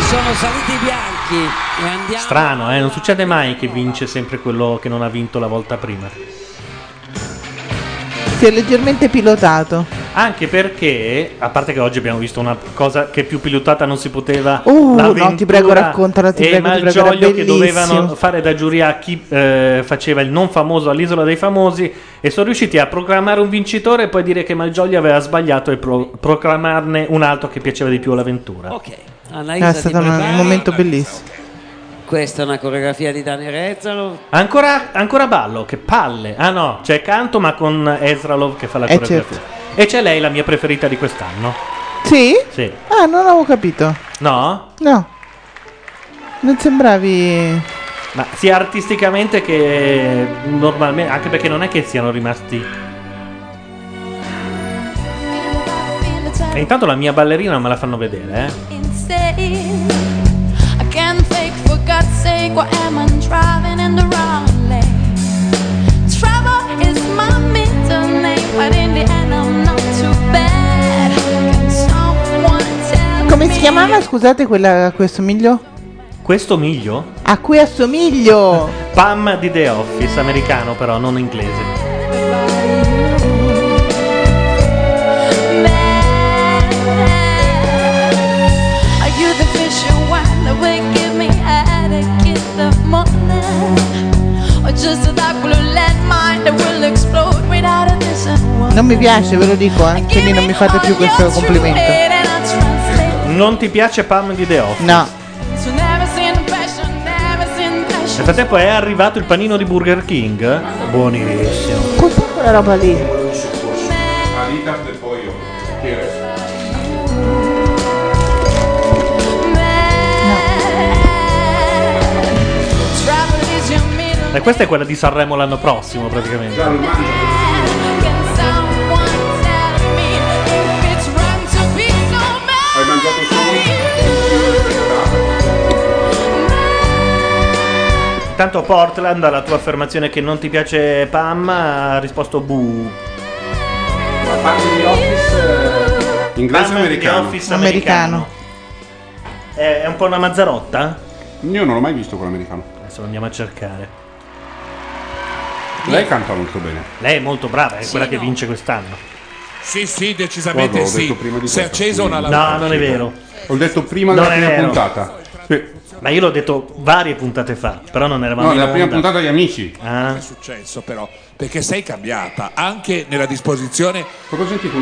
Speaker 3: Sono saliti i bianchi e andiamo.
Speaker 5: Strano, eh? Non succede mai che vince sempre quello che non ha vinto la volta prima.
Speaker 7: Si è leggermente pilotato.
Speaker 5: Anche perché, a parte che oggi abbiamo visto una cosa che più pilotata non si poteva.
Speaker 7: Uh,
Speaker 5: l'avventura
Speaker 7: no, ti prego, raccontala, ti
Speaker 5: e
Speaker 7: prego, ti prego, era
Speaker 5: Malgioglio che
Speaker 7: bellissimo.
Speaker 5: dovevano fare da giuria a chi eh, faceva il non famoso all'isola dei famosi e sono riusciti a proclamare un vincitore e poi dire che Malgioglio aveva sbagliato e pro- proclamarne un altro che piaceva di più all'avventura.
Speaker 3: Ok.
Speaker 7: È
Speaker 3: Annalisa ti
Speaker 7: stato Eh, un,
Speaker 3: prepara.
Speaker 7: un momento bellissimo.
Speaker 3: Questa è una coreografia di Dani Rezzalo.
Speaker 5: Ancora, ancora ballo, che palle. Ah no, c'è canto ma con Ezra Love che fa la
Speaker 7: Eh,
Speaker 5: coreografia. E c'è lei, la mia preferita di quest'anno.
Speaker 7: Sì?
Speaker 5: Sì.
Speaker 7: Ah, non avevo capito.
Speaker 5: No?
Speaker 7: No. Non sembravi
Speaker 5: Ma sia artisticamente che normalmente, anche perché non è che siano rimasti. E intanto la mia ballerina non me la fanno vedere, eh.
Speaker 14: insane. I can't fake for God's sake. Why am I driving in the wrong lane? Trouble is my middle name, but in the end I'm not too bad. Can someone tell
Speaker 7: Come
Speaker 14: me?
Speaker 7: si chiamava, scusate, quella a cui assomiglio?
Speaker 5: Questo miglio?
Speaker 7: A cui assomiglio!
Speaker 5: Pam di The Office, americano però, non inglese.
Speaker 14: Are you the fish you want that will give me headache in the morning? Or just a dark blue lead mine that will explode without a vision?
Speaker 7: Non mi piace, ve lo dico, eh. Quindi non mi fate più questo complimento.
Speaker 14: And I translate
Speaker 5: Non ti piace Pam di The Office?
Speaker 7: No.
Speaker 14: to never seen passion, never seen
Speaker 5: Nel
Speaker 14: passion.
Speaker 5: frattempo è arrivato il panino di Burger King. Buonissimo.
Speaker 7: Cos'è quella roba lì?
Speaker 14: Trouble is your middle
Speaker 5: E questa è quella di Sanremo l'anno prossimo, praticamente.
Speaker 14: It's wrong to be so mad. Hai mangiato
Speaker 5: Intanto Portland alla tua affermazione che non ti piace Pam ha risposto bu. Pam
Speaker 6: Inglese o
Speaker 5: di The
Speaker 6: americano?
Speaker 5: Office americano. Eh, È, è un po' una mazzarotta?
Speaker 6: Io non l'ho mai visto quello americano.
Speaker 5: Adesso lo andiamo a cercare.
Speaker 6: Lei canta molto bene.
Speaker 5: Lei è molto brava, è
Speaker 2: Sì,
Speaker 5: quella che
Speaker 2: no.
Speaker 5: vince quest'anno.
Speaker 2: Sì, sì, decisamente
Speaker 6: Guarda, ho
Speaker 2: sì.
Speaker 6: detto prima di
Speaker 2: Si è
Speaker 6: questo,
Speaker 2: accesa una
Speaker 6: quindi-
Speaker 2: lampada.
Speaker 5: No, non è vero.
Speaker 6: Ho detto prima
Speaker 5: Non
Speaker 6: della
Speaker 5: è
Speaker 6: prima
Speaker 5: vero.
Speaker 6: puntata.
Speaker 5: Ma io l'ho detto varie puntate fa, però non eravamo
Speaker 6: No,
Speaker 5: in
Speaker 6: nella prima
Speaker 5: onda.
Speaker 6: puntata di Amici.
Speaker 5: Ah.
Speaker 2: È successo però, perché sei cambiata anche nella disposizione.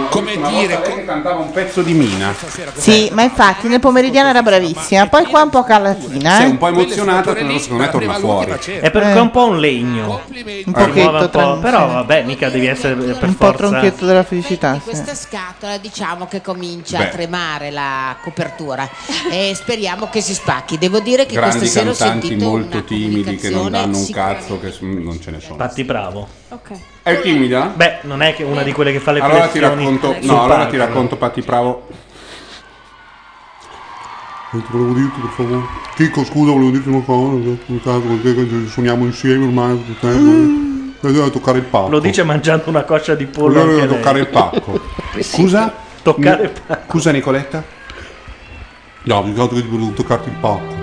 Speaker 2: come
Speaker 6: una
Speaker 2: dire,
Speaker 6: volta
Speaker 2: co-
Speaker 6: Cantava un pezzo di Mina.
Speaker 7: Sì, ma infatti nel pomeridiano era bravissima, poi qua un po' calatina, eh.
Speaker 6: Sei un po' emozionata, però secondo me torna fuori.
Speaker 2: certo.
Speaker 5: È perché è un po' un legno.
Speaker 7: Un
Speaker 5: Si
Speaker 7: pochetto
Speaker 5: muove un po',
Speaker 7: tran-
Speaker 5: Però
Speaker 7: sì.
Speaker 5: vabbè, mica devi essere per
Speaker 7: Un po'
Speaker 5: forza.
Speaker 7: tronchetto della felicità. sì.
Speaker 9: Questa scatola diciamo che comincia
Speaker 5: Beh.
Speaker 9: a tremare la copertura e speriamo che si spacchi. Devo dire che
Speaker 6: Grandi
Speaker 9: questa sera ho
Speaker 6: cantanti
Speaker 9: sentito
Speaker 6: molto timidi che non danno un
Speaker 9: comunicazione
Speaker 6: cazzo, che s- non ce ne sono.
Speaker 5: Infatti, bravo.
Speaker 6: È timida?
Speaker 5: Beh, non è che una di quelle che fa le
Speaker 6: Allora ti
Speaker 5: flessioni
Speaker 6: racconto,
Speaker 5: sul
Speaker 6: no, allora ti
Speaker 5: palco.
Speaker 6: racconto Patti Bravo.
Speaker 15: Eh, ti volevo dirti per favore. Chicco, scusa, volevo dirti una cosa. Scusate, perché suoniamo insieme ormai tutto il tempo. Eh, devo toccare il pacco.
Speaker 5: Mm. Lo dice mangiando una coscia di pollo.
Speaker 15: Allora
Speaker 5: anche
Speaker 15: devo
Speaker 5: lei.
Speaker 15: toccare il pacco.
Speaker 6: Scusa?
Speaker 5: Toccare
Speaker 6: il pacco. Scusa Nicoletta?
Speaker 15: No, mi ricordo che ti volevo toccarti il pacco.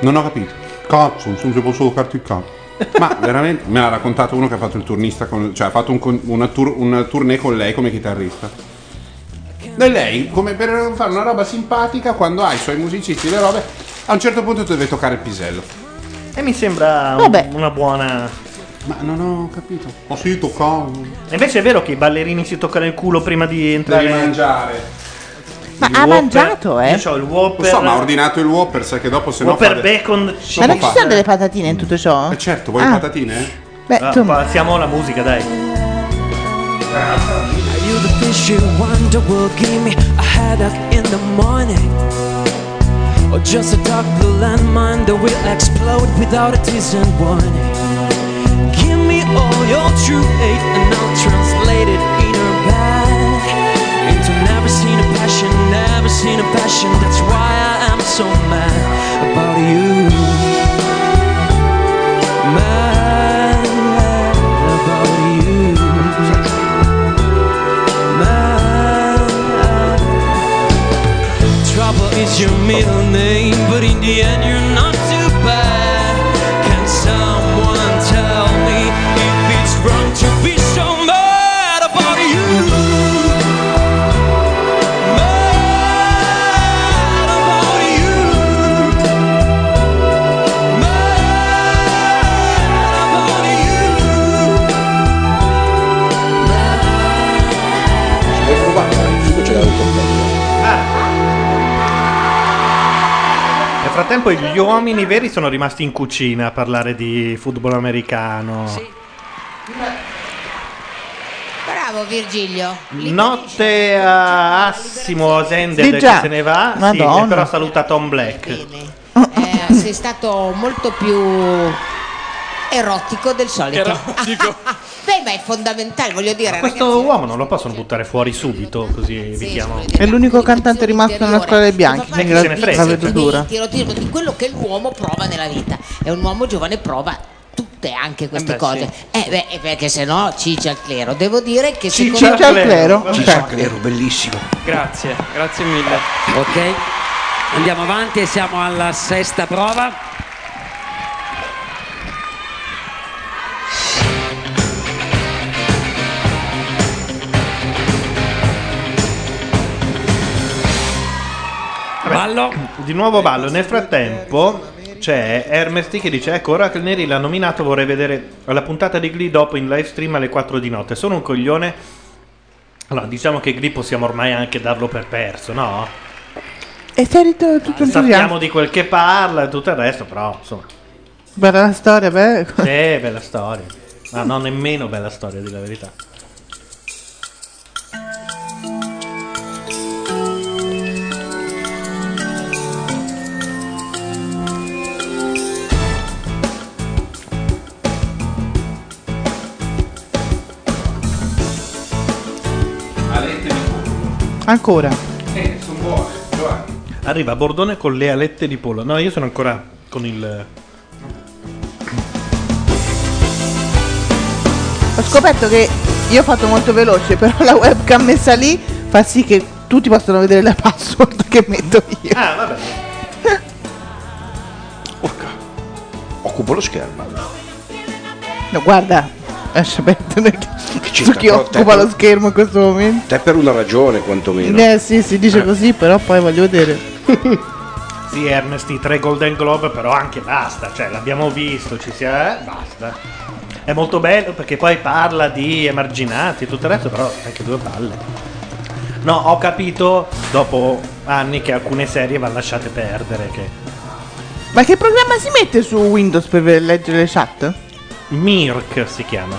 Speaker 6: Non ho capito.
Speaker 15: Cazzo, insomma, se posso toccarti il cazzo.
Speaker 6: Ma veramente me l'ha raccontato uno che ha fatto il turnista con, cioè ha fatto un con- una, tour- una tournée con lei come chitarrista. E lei, come per fare una roba simpatica, quando ha i suoi musicisti e le robe, a un certo punto deve toccare il pisello.
Speaker 5: E mi sembra un-
Speaker 6: Vabbè.
Speaker 5: una buona.
Speaker 6: Ma non ho capito.
Speaker 15: Ma sì, toccavo.
Speaker 5: Invece è vero che i ballerini si toccano il culo prima di entrare.
Speaker 6: Devi mangiare.
Speaker 5: Ma
Speaker 6: ha mangiato, eh?
Speaker 5: Io ho il Whopper.
Speaker 6: Lo so, ma ha ordinato il Whopper, sai che dopo se no.
Speaker 5: Whopper
Speaker 6: fa-
Speaker 5: bacon.
Speaker 7: Ma non ci sono delle patatine in tutto ciò?
Speaker 6: Eh certo, vuoi le
Speaker 7: Ah.
Speaker 6: patatine?
Speaker 7: Beh,
Speaker 5: Ah,
Speaker 7: insomma.
Speaker 5: passiamo alla musica, dai.
Speaker 8: Are you the fish you wonder will give me a headache in the morning? Or just a dark blue landmine that will explode without a decent warning? Give me me all your true hate and I'll translate it in her back into never seen a passion, never seen a passion. That's why I am so mad about you. Mad about you. Mad. Trouble is your middle name, but in the end you're not too bad. Can someone tell me if it's wrong to be so mad about you? Mad about you. Mad about you.
Speaker 5: Ah. Nel frattempo gli uomini veri sono rimasti in cucina a parlare di football americano.
Speaker 9: Bravo Virgilio.
Speaker 5: Notte a Assimo Osende
Speaker 7: Sì,
Speaker 5: che
Speaker 7: già.
Speaker 5: se ne va, sì,
Speaker 7: Madonna.
Speaker 5: e però saluta Tom Black. Oh.
Speaker 9: Eh, sei stato molto più erotico del solito. Beh, ma è fondamentale, voglio dire.
Speaker 5: Questo uomo non lo possono buttare fuori subito, così vi chiamo.
Speaker 7: È l'unico cantante rimasto nella squadra dei bianchi, quindi
Speaker 5: chi se ne
Speaker 7: la,
Speaker 5: frega.
Speaker 7: la vedo dura.
Speaker 9: Ti ero dico di quello che l'uomo prova nella vita. E un uomo giovane prova tutte anche queste
Speaker 7: Eh beh,
Speaker 9: cose. Eh, beh, eh, perché se no ciccia al clero. Devo dire che
Speaker 7: Ciccia
Speaker 9: secondo
Speaker 7: al clero, Ciccia
Speaker 9: Ciccia
Speaker 7: al
Speaker 11: Clero, bellissimo.
Speaker 3: Grazie, grazie mille. Ok, andiamo avanti e siamo alla sesta prova. Ballo.
Speaker 5: Di nuovo ballo. Nel frattempo c'è Ernesti che dice: Ecco, ora che il Neri l'ha nominato, vorrei vedere la puntata di Glee dopo in live stream alle 4 di notte. Sono un coglione. Allora, diciamo che Glee possiamo ormai anche darlo per perso, no?
Speaker 7: E sei ritornato tutto eh? entusiasta.
Speaker 5: Sappiamo di quel che parla e tutto il resto, però insomma.
Speaker 7: Guarda la storia, beh.
Speaker 5: Sì, bella storia. Ma non nemmeno bella storia, di la verità.
Speaker 7: Ancora.
Speaker 6: Eh, sono buone, Giovanni.
Speaker 5: Arriva Bordone con le alette di pollo. No, io sono ancora con il.
Speaker 7: Ho scoperto che io ho fatto molto veloce, però la webcam messa lì fa sì che tutti possano vedere la password che metto io.
Speaker 5: Ah, vabbè.
Speaker 11: Occupo lo schermo.
Speaker 7: No, guarda, lascia perdere
Speaker 11: ci
Speaker 7: tu
Speaker 11: sta,
Speaker 7: chi
Speaker 11: però,
Speaker 7: occupa
Speaker 11: te-
Speaker 7: lo schermo in questo momento.
Speaker 11: Te per una ragione, quantomeno.
Speaker 7: Eh sì, si dice così, però poi voglio vedere.
Speaker 5: Sì, Ernesti, tre Golden Globe, però anche basta, cioè l'abbiamo visto, ci si è, basta. È molto bello perché poi parla di emarginati e tutto il resto, però anche due palle. No, ho capito dopo anni che alcune serie va lasciate perdere. Che...
Speaker 7: Ma che programma si mette su Windows per ve- leggere le chat?
Speaker 5: Mirk si chiama.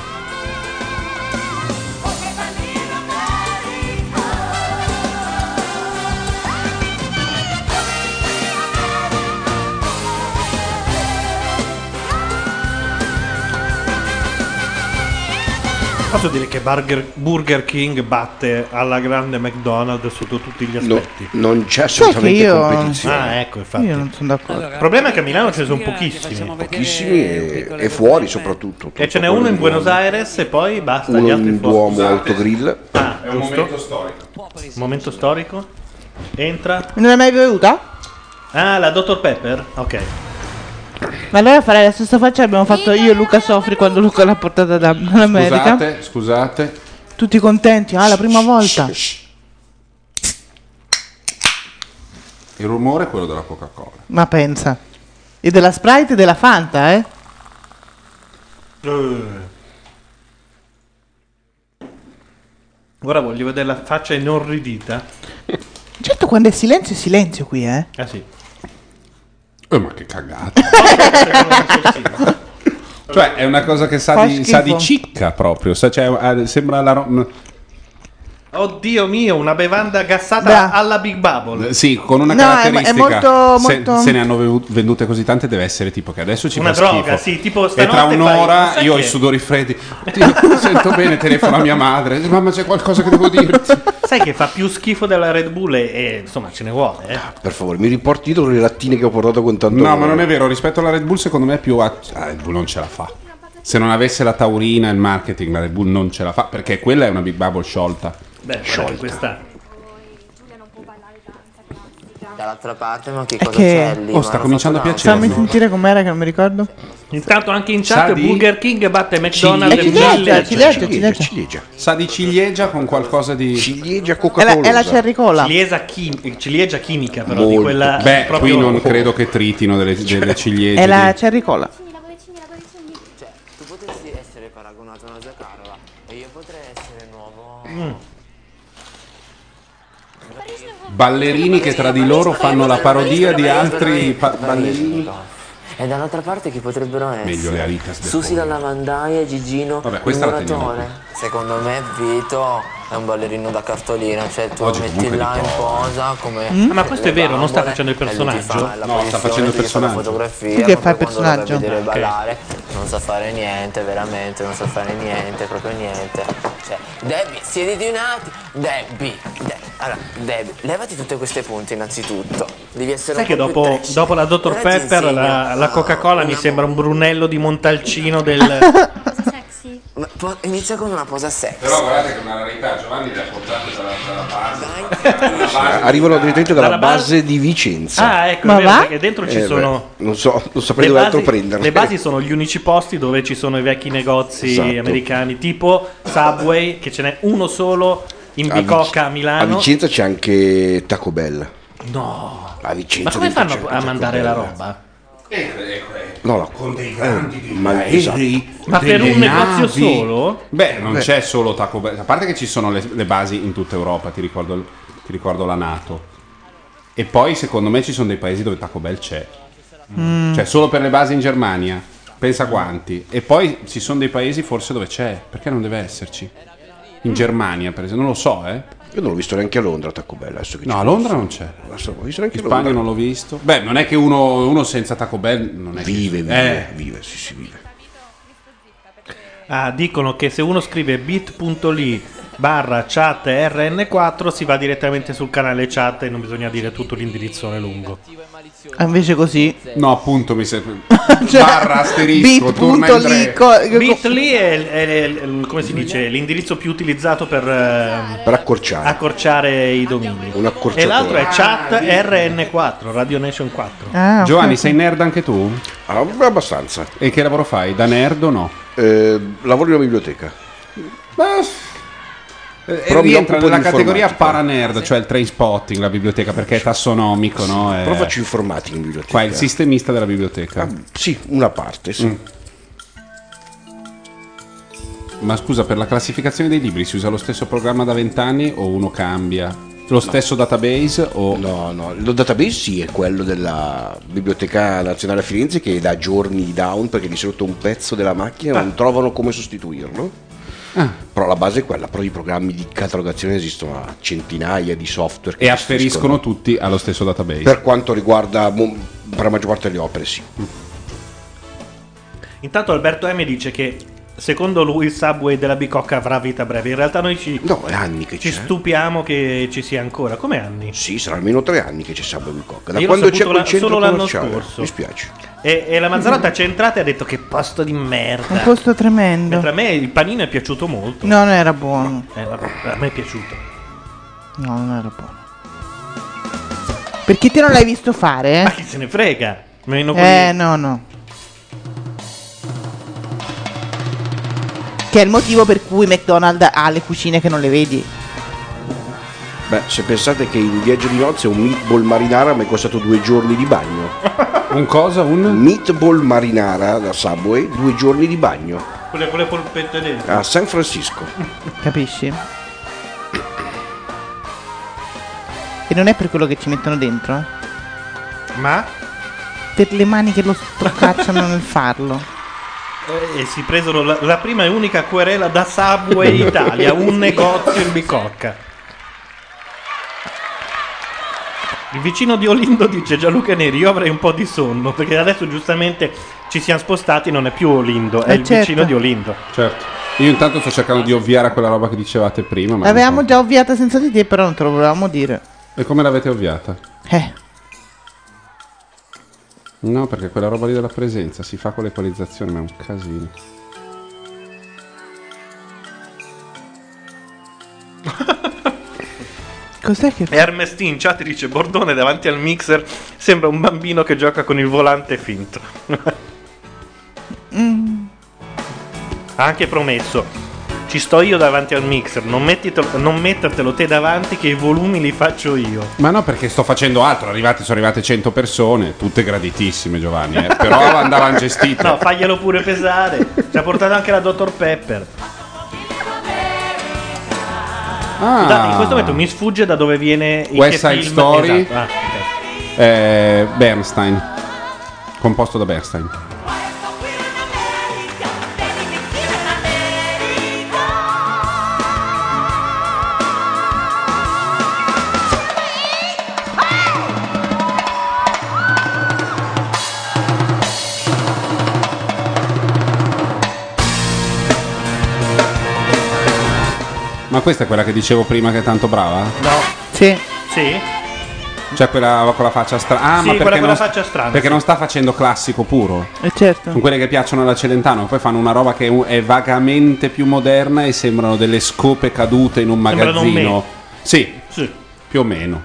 Speaker 5: Posso dire che Burger, Burger King batte alla grande McDonald's sotto tutti gli
Speaker 11: No,
Speaker 5: aspetti?
Speaker 11: non
Speaker 5: Sai
Speaker 11: c'è
Speaker 5: che
Speaker 11: assolutamente
Speaker 5: io-
Speaker 11: competizione.
Speaker 5: Ah, ecco, infatti. Io non
Speaker 7: sono d'accordo.
Speaker 5: Il problema è che a Milano ce ne sono pochissimi.
Speaker 11: Pochissimi e, e fuori soprattutto.
Speaker 5: E ce n'è uno in Buenos Aires e poi basta gli
Speaker 11: Uno
Speaker 5: altri
Speaker 11: in
Speaker 5: fuori.
Speaker 11: Duomo Autogrill.
Speaker 5: Ah,
Speaker 6: È un
Speaker 5: giusto.
Speaker 6: momento storico.
Speaker 5: Momento storico. Entra.
Speaker 7: Non l'hai mai bevuta?
Speaker 5: Ah, la Dr. Pepper? Ok.
Speaker 7: Ma allora farei la stessa faccia che abbiamo fatto io e Luca Sofri quando Luca l'ha portata da- dall'America.
Speaker 6: Scusate, scusate.
Speaker 7: Tutti contenti, ah, la prima volta.
Speaker 6: Il rumore è quello della Coca-Cola.
Speaker 7: Ma pensa. E della Sprite e della Fanta, eh?
Speaker 5: Eh. Ora voglio vedere la faccia inorridita.
Speaker 7: Certo, quando è silenzio è silenzio qui, eh?
Speaker 5: Ah sì.
Speaker 6: Eh, ma che cagata. cioè, è una cosa che sa,
Speaker 7: Fa
Speaker 6: di, sa
Speaker 7: schifo.
Speaker 6: di cicca proprio. sa- cioè, eh, sembra la. ro-
Speaker 5: Oddio mio, una bevanda gassata
Speaker 7: Bra-
Speaker 5: alla Big Bubble.
Speaker 6: Sì, con una
Speaker 7: No, è- è
Speaker 6: caratteristica.
Speaker 7: molto-
Speaker 6: se,
Speaker 7: molto-
Speaker 6: se ne hanno vevu- vendute così tante, deve essere tipo che adesso ci
Speaker 5: Una
Speaker 6: fa
Speaker 5: droga,
Speaker 6: schifo.
Speaker 5: sì, tipo
Speaker 6: e
Speaker 5: stanotte
Speaker 6: tra
Speaker 5: fai-
Speaker 6: un'ora
Speaker 5: sai
Speaker 6: io ho
Speaker 5: che-
Speaker 6: i sudori freddi. Oddio, sento bene, telefono a mia madre. Mamma, c'è qualcosa che devo dire.
Speaker 5: Sai che fa più schifo della Red Bull e, e, insomma ce ne vuole. eh.
Speaker 11: Per favore, mi riporti dietro le lattine che ho portato con tanto
Speaker 6: No,
Speaker 11: amore.
Speaker 6: ma non è vero. Rispetto alla Red Bull, secondo me è più. a- La Red Bull non ce la fa. Se non avesse la taurina e il marketing, la Red Bull non ce la fa. Perché quella è una Big Bubble sciolta.
Speaker 5: Beh,
Speaker 6: Sciolta.
Speaker 5: questa.
Speaker 10: Dall'altra parte, ma che
Speaker 6: È
Speaker 10: cosa
Speaker 6: che-
Speaker 10: c'è lì?
Speaker 6: Oh, sta
Speaker 10: Ma hanno
Speaker 6: cominciando
Speaker 10: fatto
Speaker 6: a
Speaker 10: una-
Speaker 7: Fammi sentire com'era che non mi ricordo.
Speaker 5: Intanto anche in chat
Speaker 6: Sa di-
Speaker 5: certo Burger King batte McDonald's e
Speaker 7: Ciliegia,
Speaker 5: Burger King.
Speaker 7: ciliegia, ciliegia.
Speaker 6: Sa di ciliegia con qualcosa di.
Speaker 11: Ciliegia
Speaker 7: È la- è la cherry cola.
Speaker 5: Ciliegia, chi- ciliegia chimica, però di
Speaker 6: Molto.
Speaker 5: quella.
Speaker 6: Beh,
Speaker 5: proprio- Cioè,
Speaker 6: qui non credo che tritino delle, delle ciliegie.
Speaker 7: È
Speaker 6: di-
Speaker 7: la cherry cola.
Speaker 10: Cioè, tu potresti essere paragonato a una Zakharova e io potrei essere nuovo.
Speaker 6: ballerini che tra di loro fanno la parodia di altri pa- ballerini.
Speaker 10: E dall'altra parte chi potrebbero essere?
Speaker 6: Meglio le alitas del
Speaker 10: Susi la lavandaia, Gigino,
Speaker 6: Vabbè,
Speaker 10: il
Speaker 6: questa la teniamo
Speaker 10: muratore. Secondo me Vito è un ballerino da cartolina, cioè tu lo metti
Speaker 5: comunque
Speaker 10: là
Speaker 5: di
Speaker 10: in
Speaker 5: poco.
Speaker 10: posa come... Eh,
Speaker 5: Mm? Ah, ma questo è
Speaker 10: le
Speaker 5: vero, non sta
Speaker 10: bambole,
Speaker 5: facendo il
Speaker 10: e lui ti
Speaker 5: personaggio?
Speaker 10: fa la
Speaker 5: No, sta
Speaker 10: posizione,
Speaker 5: facendo il
Speaker 10: ti fa la
Speaker 5: personaggio.
Speaker 10: fotografia,
Speaker 7: Tu che
Speaker 10: ma
Speaker 7: fai il
Speaker 10: poi quando lo vai a
Speaker 7: personaggio?
Speaker 10: vedere
Speaker 7: Ah, ok.
Speaker 10: ballare, non sa fare niente, veramente, non sa fare niente, proprio niente. Cioè, Debbie, siediti un attimo. Debbie, De- allora, Debbie, levati tutte queste punte innanzitutto. Devi essere
Speaker 5: Sai
Speaker 10: un po'
Speaker 5: che
Speaker 10: più
Speaker 5: dopo,
Speaker 10: trash.
Speaker 5: dopo la Dr.
Speaker 10: Ora ti
Speaker 5: Pepper
Speaker 10: insegno.
Speaker 5: la, la Coca-Cola mi sembra un brunello di Montalcino del...
Speaker 10: Ma po- inizia con una posa sexy.
Speaker 6: Però guardate che è una rarità, Giovanni le ha portate dalla, dalla base.
Speaker 11: Ah, Arrivano direttamente dalla
Speaker 6: Dalla base-
Speaker 11: base di Vicenza.
Speaker 5: Ah, ecco, è vero, perché dentro ci
Speaker 11: Eh,
Speaker 5: sono...
Speaker 11: beh, non so, non saprei
Speaker 5: Le
Speaker 11: dove altro
Speaker 5: basi,
Speaker 11: prendere.
Speaker 5: le basi sono gli unici posti dove ci sono i vecchi negozi
Speaker 11: Esatto.
Speaker 5: americani, tipo Subway, che ce n'è uno solo in
Speaker 11: A Vic-
Speaker 5: Bicocca a
Speaker 11: A
Speaker 5: Milano.
Speaker 11: Vicenza c'è anche Taco Bell.
Speaker 5: No,
Speaker 11: A Vicenza
Speaker 5: ma come
Speaker 11: dentro
Speaker 5: fanno
Speaker 11: c'è
Speaker 5: a
Speaker 11: Taco
Speaker 5: mandare la
Speaker 11: Bell.
Speaker 5: roba?
Speaker 11: No, esatto. no.
Speaker 6: Con dei
Speaker 11: grandi, dei aerei,
Speaker 5: Ma per
Speaker 6: Eh, esatto. delle
Speaker 5: un negozio
Speaker 6: navi.
Speaker 5: solo?
Speaker 6: Beh, non
Speaker 5: Beh.
Speaker 6: c'è solo Taco Bell. A parte che ci sono le, le basi in tutta Europa, ti ricordo, il- ti ricordo la Nato. E poi secondo me ci sono dei paesi dove Taco Bell c'è.
Speaker 7: Mm.
Speaker 6: Cioè solo per le basi in Germania. Pensa quanti. E poi ci sono dei paesi forse dove c'è. Perché non deve esserci? In Germania, per esempio. Non lo so, eh.
Speaker 11: Io non l'ho visto neanche a Londra Taco Bell. Adesso che
Speaker 6: No,
Speaker 11: ci
Speaker 6: a
Speaker 11: penso.
Speaker 6: Londra non c'è.
Speaker 11: Adesso l'ho visto neanche
Speaker 6: In
Speaker 11: a Londra.
Speaker 6: Spagna non l'ho visto. Beh, non è che uno, uno senza Taco Bell non è vive, Eh.
Speaker 11: vive,
Speaker 6: vive, sì, sì, vive.
Speaker 5: Ah, dicono che se uno scrive bit.ly barra chat rn4 si va direttamente sul canale chat e non bisogna dire tutto l'indirizzone lungo.
Speaker 7: Ah, Invece così. Cioè
Speaker 6: No, appunto, mi serve. Barra asterisco, torna in tre.
Speaker 5: Bit.ly è, è- è- come si dice, l'indirizzo più utilizzato per, ehm,
Speaker 11: accorciare.
Speaker 5: i domini.
Speaker 11: accorciatore.
Speaker 5: E l'altro è chat
Speaker 11: Ah, vedi.
Speaker 5: rn4, Radio Nation 4.
Speaker 7: Ah,
Speaker 6: Giovanni, sei nerd anche tu?
Speaker 11: Ah, abbastanza. Eh,
Speaker 6: E che lavoro fai? Da nerd o no?
Speaker 11: lavoro in una biblioteca.
Speaker 6: Eh,
Speaker 11: Però mi
Speaker 6: rientra
Speaker 11: occupo di
Speaker 6: nella categoria
Speaker 11: informatica.
Speaker 6: paranerd, cioè il train spotting, la biblioteca, perché è tassonomico, no? È...
Speaker 11: Però faccio informatica in biblioteca. Ah,
Speaker 6: Qua è il sistemista della biblioteca. Mm.
Speaker 11: sì, una parte, sì.
Speaker 6: Ma scusa, per la classificazione dei libri si usa lo stesso programma da vent'anni o uno cambia? Lo stesso database o...
Speaker 11: No, no, lo database sì è quello della Biblioteca Nazionale a Firenze che da giorni down perché di solito un pezzo della macchina
Speaker 6: Ah.
Speaker 11: non trovano come sostituirlo. Però la base è quella, però i programmi di catalogazione esistono a centinaia di software.
Speaker 6: E afferiscono tutti allo stesso database.
Speaker 11: Per quanto riguarda mo- per la maggior parte delle opere, sì.
Speaker 6: Mm.
Speaker 5: Intanto Alberto M dice che secondo lui il subway della Bicocca avrà vita breve. In realtà noi ci, ci stupiamo che ci sia ancora. Come anni?
Speaker 11: Sì, sarà almeno tre anni che c'è Subway Bicocca. Da
Speaker 5: Io l'ho
Speaker 11: quando c'è
Speaker 5: saputo
Speaker 11: quel
Speaker 5: la-
Speaker 11: centro
Speaker 5: solo l'anno
Speaker 11: commerciale.
Speaker 5: scorso.
Speaker 11: Mi spiace.
Speaker 5: E, e la Mazzarotta c'è entrata e ha detto che posto di merda.
Speaker 7: Un posto tremendo.
Speaker 5: Mentre a me il panino è piaciuto molto.
Speaker 7: No, non era buono.
Speaker 5: Eh, vabbè, a me è piaciuto.
Speaker 7: No, non era buono. Perché te non l'hai visto fare?
Speaker 5: Ma chi se ne frega? Meno
Speaker 7: Eh,
Speaker 5: quelli-
Speaker 7: no, no. Che è il motivo per cui McDonald's ha le cucine che non le vedi.
Speaker 11: Beh, se pensate che in viaggio di nozze un meatball marinara mi è costato due giorni di bagno.
Speaker 6: un cosa? Un
Speaker 11: meatball marinara da Subway, due giorni di bagno
Speaker 5: Quelle con le polpette dentro.
Speaker 11: a San Francisco.
Speaker 7: Capisci? E non è per quello che ci mettono dentro, eh?
Speaker 5: Ma?
Speaker 7: Per le mani che lo straccacciano nel farlo.
Speaker 5: Eh, e si presero la, la prima e unica querela da Subway Italia, un negozio in bicocca. Il vicino di Olindo dice Gianluca Neri, io avrei un po' di sonno perché adesso giustamente ci siamo spostati, non è più Olindo, è
Speaker 7: Eh,
Speaker 5: il
Speaker 7: certo.
Speaker 5: vicino di Olindo.
Speaker 6: Certo. Io intanto sto cercando di ovviare a quella roba che dicevate prima. Ma
Speaker 7: L'avevamo già ovviata senza di te, però non te lo volevamo dire.
Speaker 6: E come l'avete ovviata?
Speaker 7: Eh.
Speaker 6: No, perché quella roba lì della presenza si fa con l'equalizzazione, ma è un casino.
Speaker 7: Cos'è che
Speaker 5: Ernestine in chat dice Bordone davanti al mixer sembra un bambino che gioca con il volante finto.
Speaker 7: Mm.
Speaker 5: Ha anche promesso. Ci sto io davanti al mixer, non, mettito- non mettertelo te davanti che i volumi li faccio io.
Speaker 6: Ma no, perché sto facendo altro. Arrivate, sono arrivate 100 persone, tutte graditissime, Giovanni. eh. Però andavano gestite.
Speaker 5: No, faglielo pure pesare. Ci ha portato anche la Dr. Pepper. Scusate, in questo momento mi sfugge da dove viene il
Speaker 6: Ah. West Side Story.
Speaker 5: Esatto, ah, ok.
Speaker 6: Eh, Bernstein, composto da Bernstein. Ma questa è quella che dicevo prima che è tanto brava?
Speaker 7: Sì.
Speaker 5: Ah, Sì.
Speaker 6: Cioè quella con la faccia strana. Ah,
Speaker 5: Sì,
Speaker 6: ma
Speaker 5: quella
Speaker 6: perché,
Speaker 5: con
Speaker 6: non,
Speaker 5: la faccia strana,
Speaker 6: perché
Speaker 5: sì.
Speaker 6: non sta facendo classico puro.
Speaker 7: Eh, certo.
Speaker 6: Sono quelle che piacciono alla Celentano, poi fanno una roba che è vagamente più moderna e sembrano delle scope cadute in un
Speaker 5: Sembrano un
Speaker 6: magazzino.
Speaker 5: me.
Speaker 6: Sì,
Speaker 5: Sì.
Speaker 6: più o meno.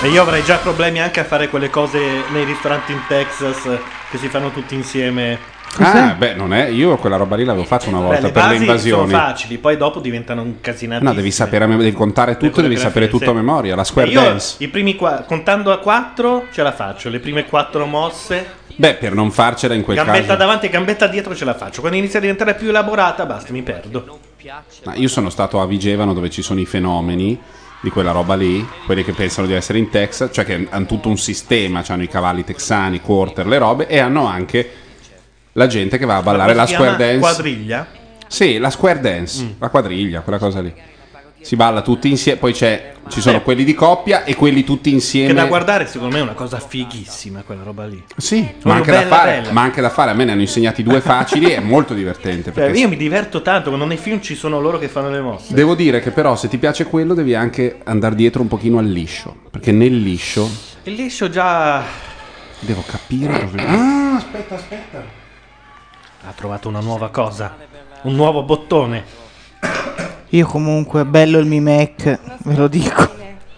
Speaker 5: E io avrei già problemi anche a fare quelle cose nei ristoranti in Texas eh, che si fanno tutti insieme.
Speaker 6: Ah, beh, non è. Io quella roba lì l'avevo fatta una
Speaker 5: Beh,
Speaker 6: volta
Speaker 5: le
Speaker 6: per le
Speaker 5: basi sono
Speaker 6: invasioni.
Speaker 5: facili, poi dopo diventano un casinatissimo.
Speaker 6: No, devi sapere a mem- devi contare tutto, devi sapere tutto a memoria. La square
Speaker 5: io
Speaker 6: dance.
Speaker 5: i primi qua- contando a quattro ce la faccio, le prime quattro mosse,
Speaker 6: Beh, per non farcela in quel
Speaker 5: gambetta
Speaker 6: caso.
Speaker 5: davanti e gambetta dietro ce la faccio. Quando inizia a diventare più elaborata, basta, mi perdo.
Speaker 6: Ma io sono stato a Vigevano dove ci sono i fenomeni di quella roba lì, quelli che pensano di essere in Texas, cioè che hanno tutto un sistema, hanno i cavalli texani, i quarter, le robe e hanno anche la gente che va a ballare
Speaker 5: Come
Speaker 6: la
Speaker 5: si
Speaker 6: square
Speaker 5: chiama?
Speaker 6: dance.
Speaker 5: Quadriglia? Mm.
Speaker 6: Sì, la square dance, la quadriglia, quella cosa lì. Si balla tutti insieme, poi c'è, ci sono
Speaker 5: Beh.
Speaker 6: quelli di coppia e quelli tutti insieme.
Speaker 5: Che da guardare, secondo me, è una cosa fighissima quella roba lì.
Speaker 6: Sì, ma
Speaker 5: Proprio
Speaker 6: anche,
Speaker 5: bella,
Speaker 6: da fare,
Speaker 5: bella.
Speaker 6: ma anche da fare, a me ne hanno insegnati due facili, è molto divertente.
Speaker 5: Cioè,
Speaker 6: perché
Speaker 5: io mi diverto tanto quando nei film ci sono loro che fanno le mosse.
Speaker 6: Devo dire che però se ti piace quello devi anche andare dietro un pochino al liscio, perché nel liscio
Speaker 5: Il liscio già.
Speaker 6: devo capire proprio... Ah, aspetta, aspetta.
Speaker 5: Ha trovato una nuova cosa. Un nuovo bottone.
Speaker 7: Io comunque, bello il Mimec, ve lo dico.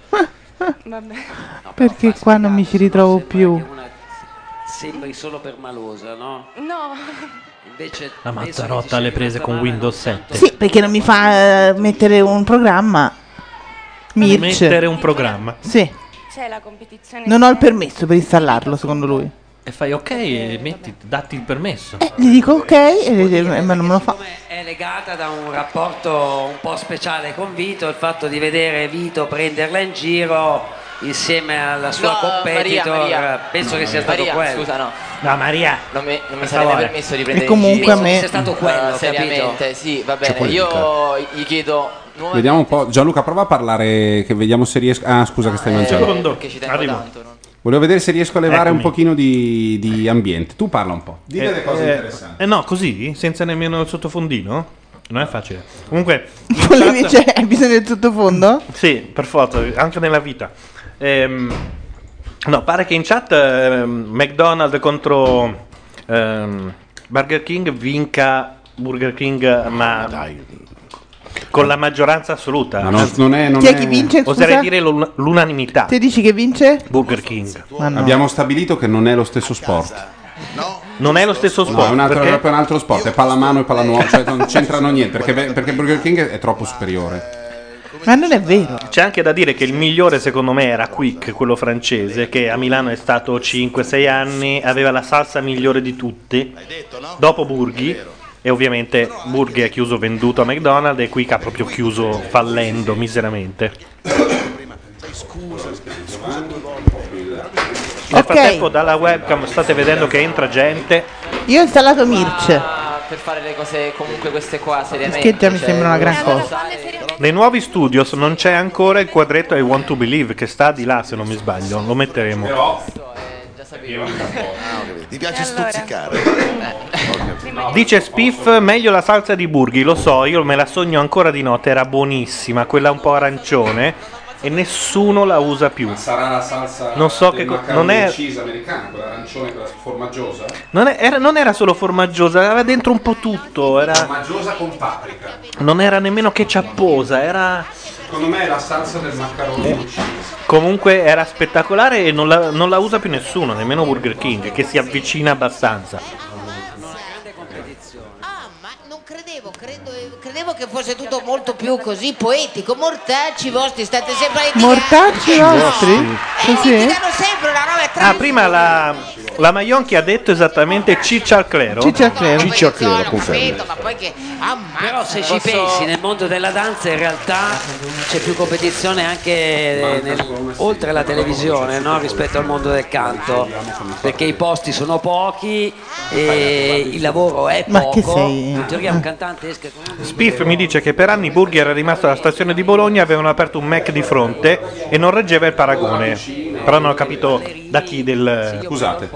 Speaker 7: Perché qua non mi ci ritrovo più.
Speaker 16: Sembri solo per malosa, no? No. Invece
Speaker 5: La Mazzarotta alle prese con Windows 7.
Speaker 7: Sì, perché non mi fa eh, mettere un programma. Mirce.
Speaker 5: Mettere un programma.
Speaker 7: Sì.
Speaker 17: C'è la competizione.
Speaker 7: Non ho il permesso per installarlo, secondo lui.
Speaker 5: E fai ok
Speaker 16: Eh,
Speaker 5: e metti, datti il permesso.
Speaker 7: Gli dico ok, e, e- ma non me lo fa.
Speaker 16: è legata da un rapporto un po' speciale con Vito, il fatto di vedere Vito prenderla in giro insieme alla sua
Speaker 10: No,
Speaker 16: competitor,
Speaker 10: Maria, Maria.
Speaker 16: penso che sia stato
Speaker 10: Maria,
Speaker 16: quello.
Speaker 10: scusa, no.
Speaker 5: No, Maria.
Speaker 10: Non mi, non mi
Speaker 16: Per
Speaker 10: sarebbe
Speaker 16: favore.
Speaker 10: permesso di prendere
Speaker 7: E comunque
Speaker 10: in giro.
Speaker 7: a me-
Speaker 10: Penso sia stato quello,
Speaker 16: Ah,
Speaker 10: seriamente,
Speaker 16: capito?
Speaker 10: sì, va
Speaker 6: C'è
Speaker 10: bene.
Speaker 6: quello
Speaker 10: Io gli chiedo nuovamente
Speaker 6: Vediamo un po'. Gianluca prova a parlare che vediamo se riesco... Ah scusa che
Speaker 5: Eh,
Speaker 6: stai mangiando.
Speaker 10: perché ci tengo
Speaker 5: Arrivo.
Speaker 10: tanto. non-
Speaker 6: Volevo vedere se riesco a levare
Speaker 5: Eccomi.
Speaker 6: un pochino di, di ambiente. Tu parla un po'. Dite
Speaker 5: Eh,
Speaker 6: le cose
Speaker 5: eh,
Speaker 6: interessanti.
Speaker 5: Eh no, così? Senza nemmeno il sottofondino? Non è facile. Comunque.
Speaker 7: Volevi- cioè, hai bisogno del sottofondo?
Speaker 5: Sì, per forza, anche nella vita. Ehm, no, pare che in chat ehm, McDonald's contro ehm, Burger King vinca Burger King, ma con la maggioranza assoluta.
Speaker 6: Ah, Ma non- non è- non
Speaker 7: Chi è è- chi vince,
Speaker 5: Oserei
Speaker 7: scusa?
Speaker 5: dire l'un- l'unanimità.
Speaker 7: Te dici che vince?
Speaker 5: Burger King.
Speaker 7: Ma no.
Speaker 6: Abbiamo stabilito che non è lo stesso sport.
Speaker 5: Non è lo stesso sport.
Speaker 6: No, è un altro, è
Speaker 5: perché-
Speaker 6: proprio un altro sport, è pallamano e pallanuoto, cioè non c'entrano niente, perché, perché Burger King è troppo superiore.
Speaker 7: Ma non è vero.
Speaker 5: C'è anche da dire che il migliore secondo me era Quick, quello francese, che a Milano è stato 5-6 anni, aveva la salsa migliore di tutti, dopo Burghi, e ovviamente Burghi è chiuso venduto a McDonald's e Quick ha proprio chiuso fallendo miseramente. Nel
Speaker 7: Ok.
Speaker 5: frattempo dalla webcam state vedendo che entra gente.
Speaker 7: Io ho installato Mirce.
Speaker 10: Per fare le cose comunque queste qua seriamente. cioè,
Speaker 7: Che già mi sembra una gran cosa.
Speaker 11: Eh,
Speaker 5: Nei nuovi studios non c'è ancora il quadretto I want to believe che sta di là se non mi sbaglio, lo metteremo.
Speaker 17: eh, Mi Ah, piace stuzzicare.
Speaker 5: Dice Spiff, meglio la salsa di Burghi, lo so, io me la sogno ancora di notte, era buonissima, quella un po' arancione e nessuno la usa più.
Speaker 6: Sarà la salsa
Speaker 5: Non so
Speaker 6: del
Speaker 5: che co-
Speaker 6: macaroni
Speaker 5: non è-
Speaker 6: uccisa americana, quella arancione, quella formaggiosa?
Speaker 5: Non, è- era, non era solo formaggiosa, aveva dentro un po' tutto, era-
Speaker 6: Formaggiosa con paprika.
Speaker 5: non era nemmeno ketchuposa, era...
Speaker 6: Secondo me è la salsa del macaroni ucciso.
Speaker 5: Comunque era spettacolare e non la, non la usa più nessuno, nemmeno Burger King, che si avvicina abbastanza.
Speaker 9: Credevo, credo- credevo che fosse tutto molto più così poetico. Mortacci vostri, state sempre a litigare.
Speaker 7: Mortacci vostri? Così?
Speaker 9: Litigano sempre una roba tra
Speaker 5: Ah, prima la, la Maionchi ha detto esattamente ciccia al clero.
Speaker 7: Ciccia al clero.
Speaker 5: Ciccia al
Speaker 9: clero, capito, ma poi che
Speaker 16: Però se ci
Speaker 9: Posso-
Speaker 16: pensi nel mondo della danza in realtà c'è più competizione anche eh, nel- oltre la televisione no? rispetto al mondo del canto perché i posti sono pochi e il lavoro è
Speaker 7: Ma che
Speaker 16: poco.
Speaker 7: sei? Ah.
Speaker 16: In teoria un cantante esca con un
Speaker 5: Spiff mi dice che per anni Burghi era rimasto alla stazione di Bologna, avevano aperto un Mac di fronte e non reggeva il paragone. Però non ho capito da chi del...
Speaker 6: Scusate.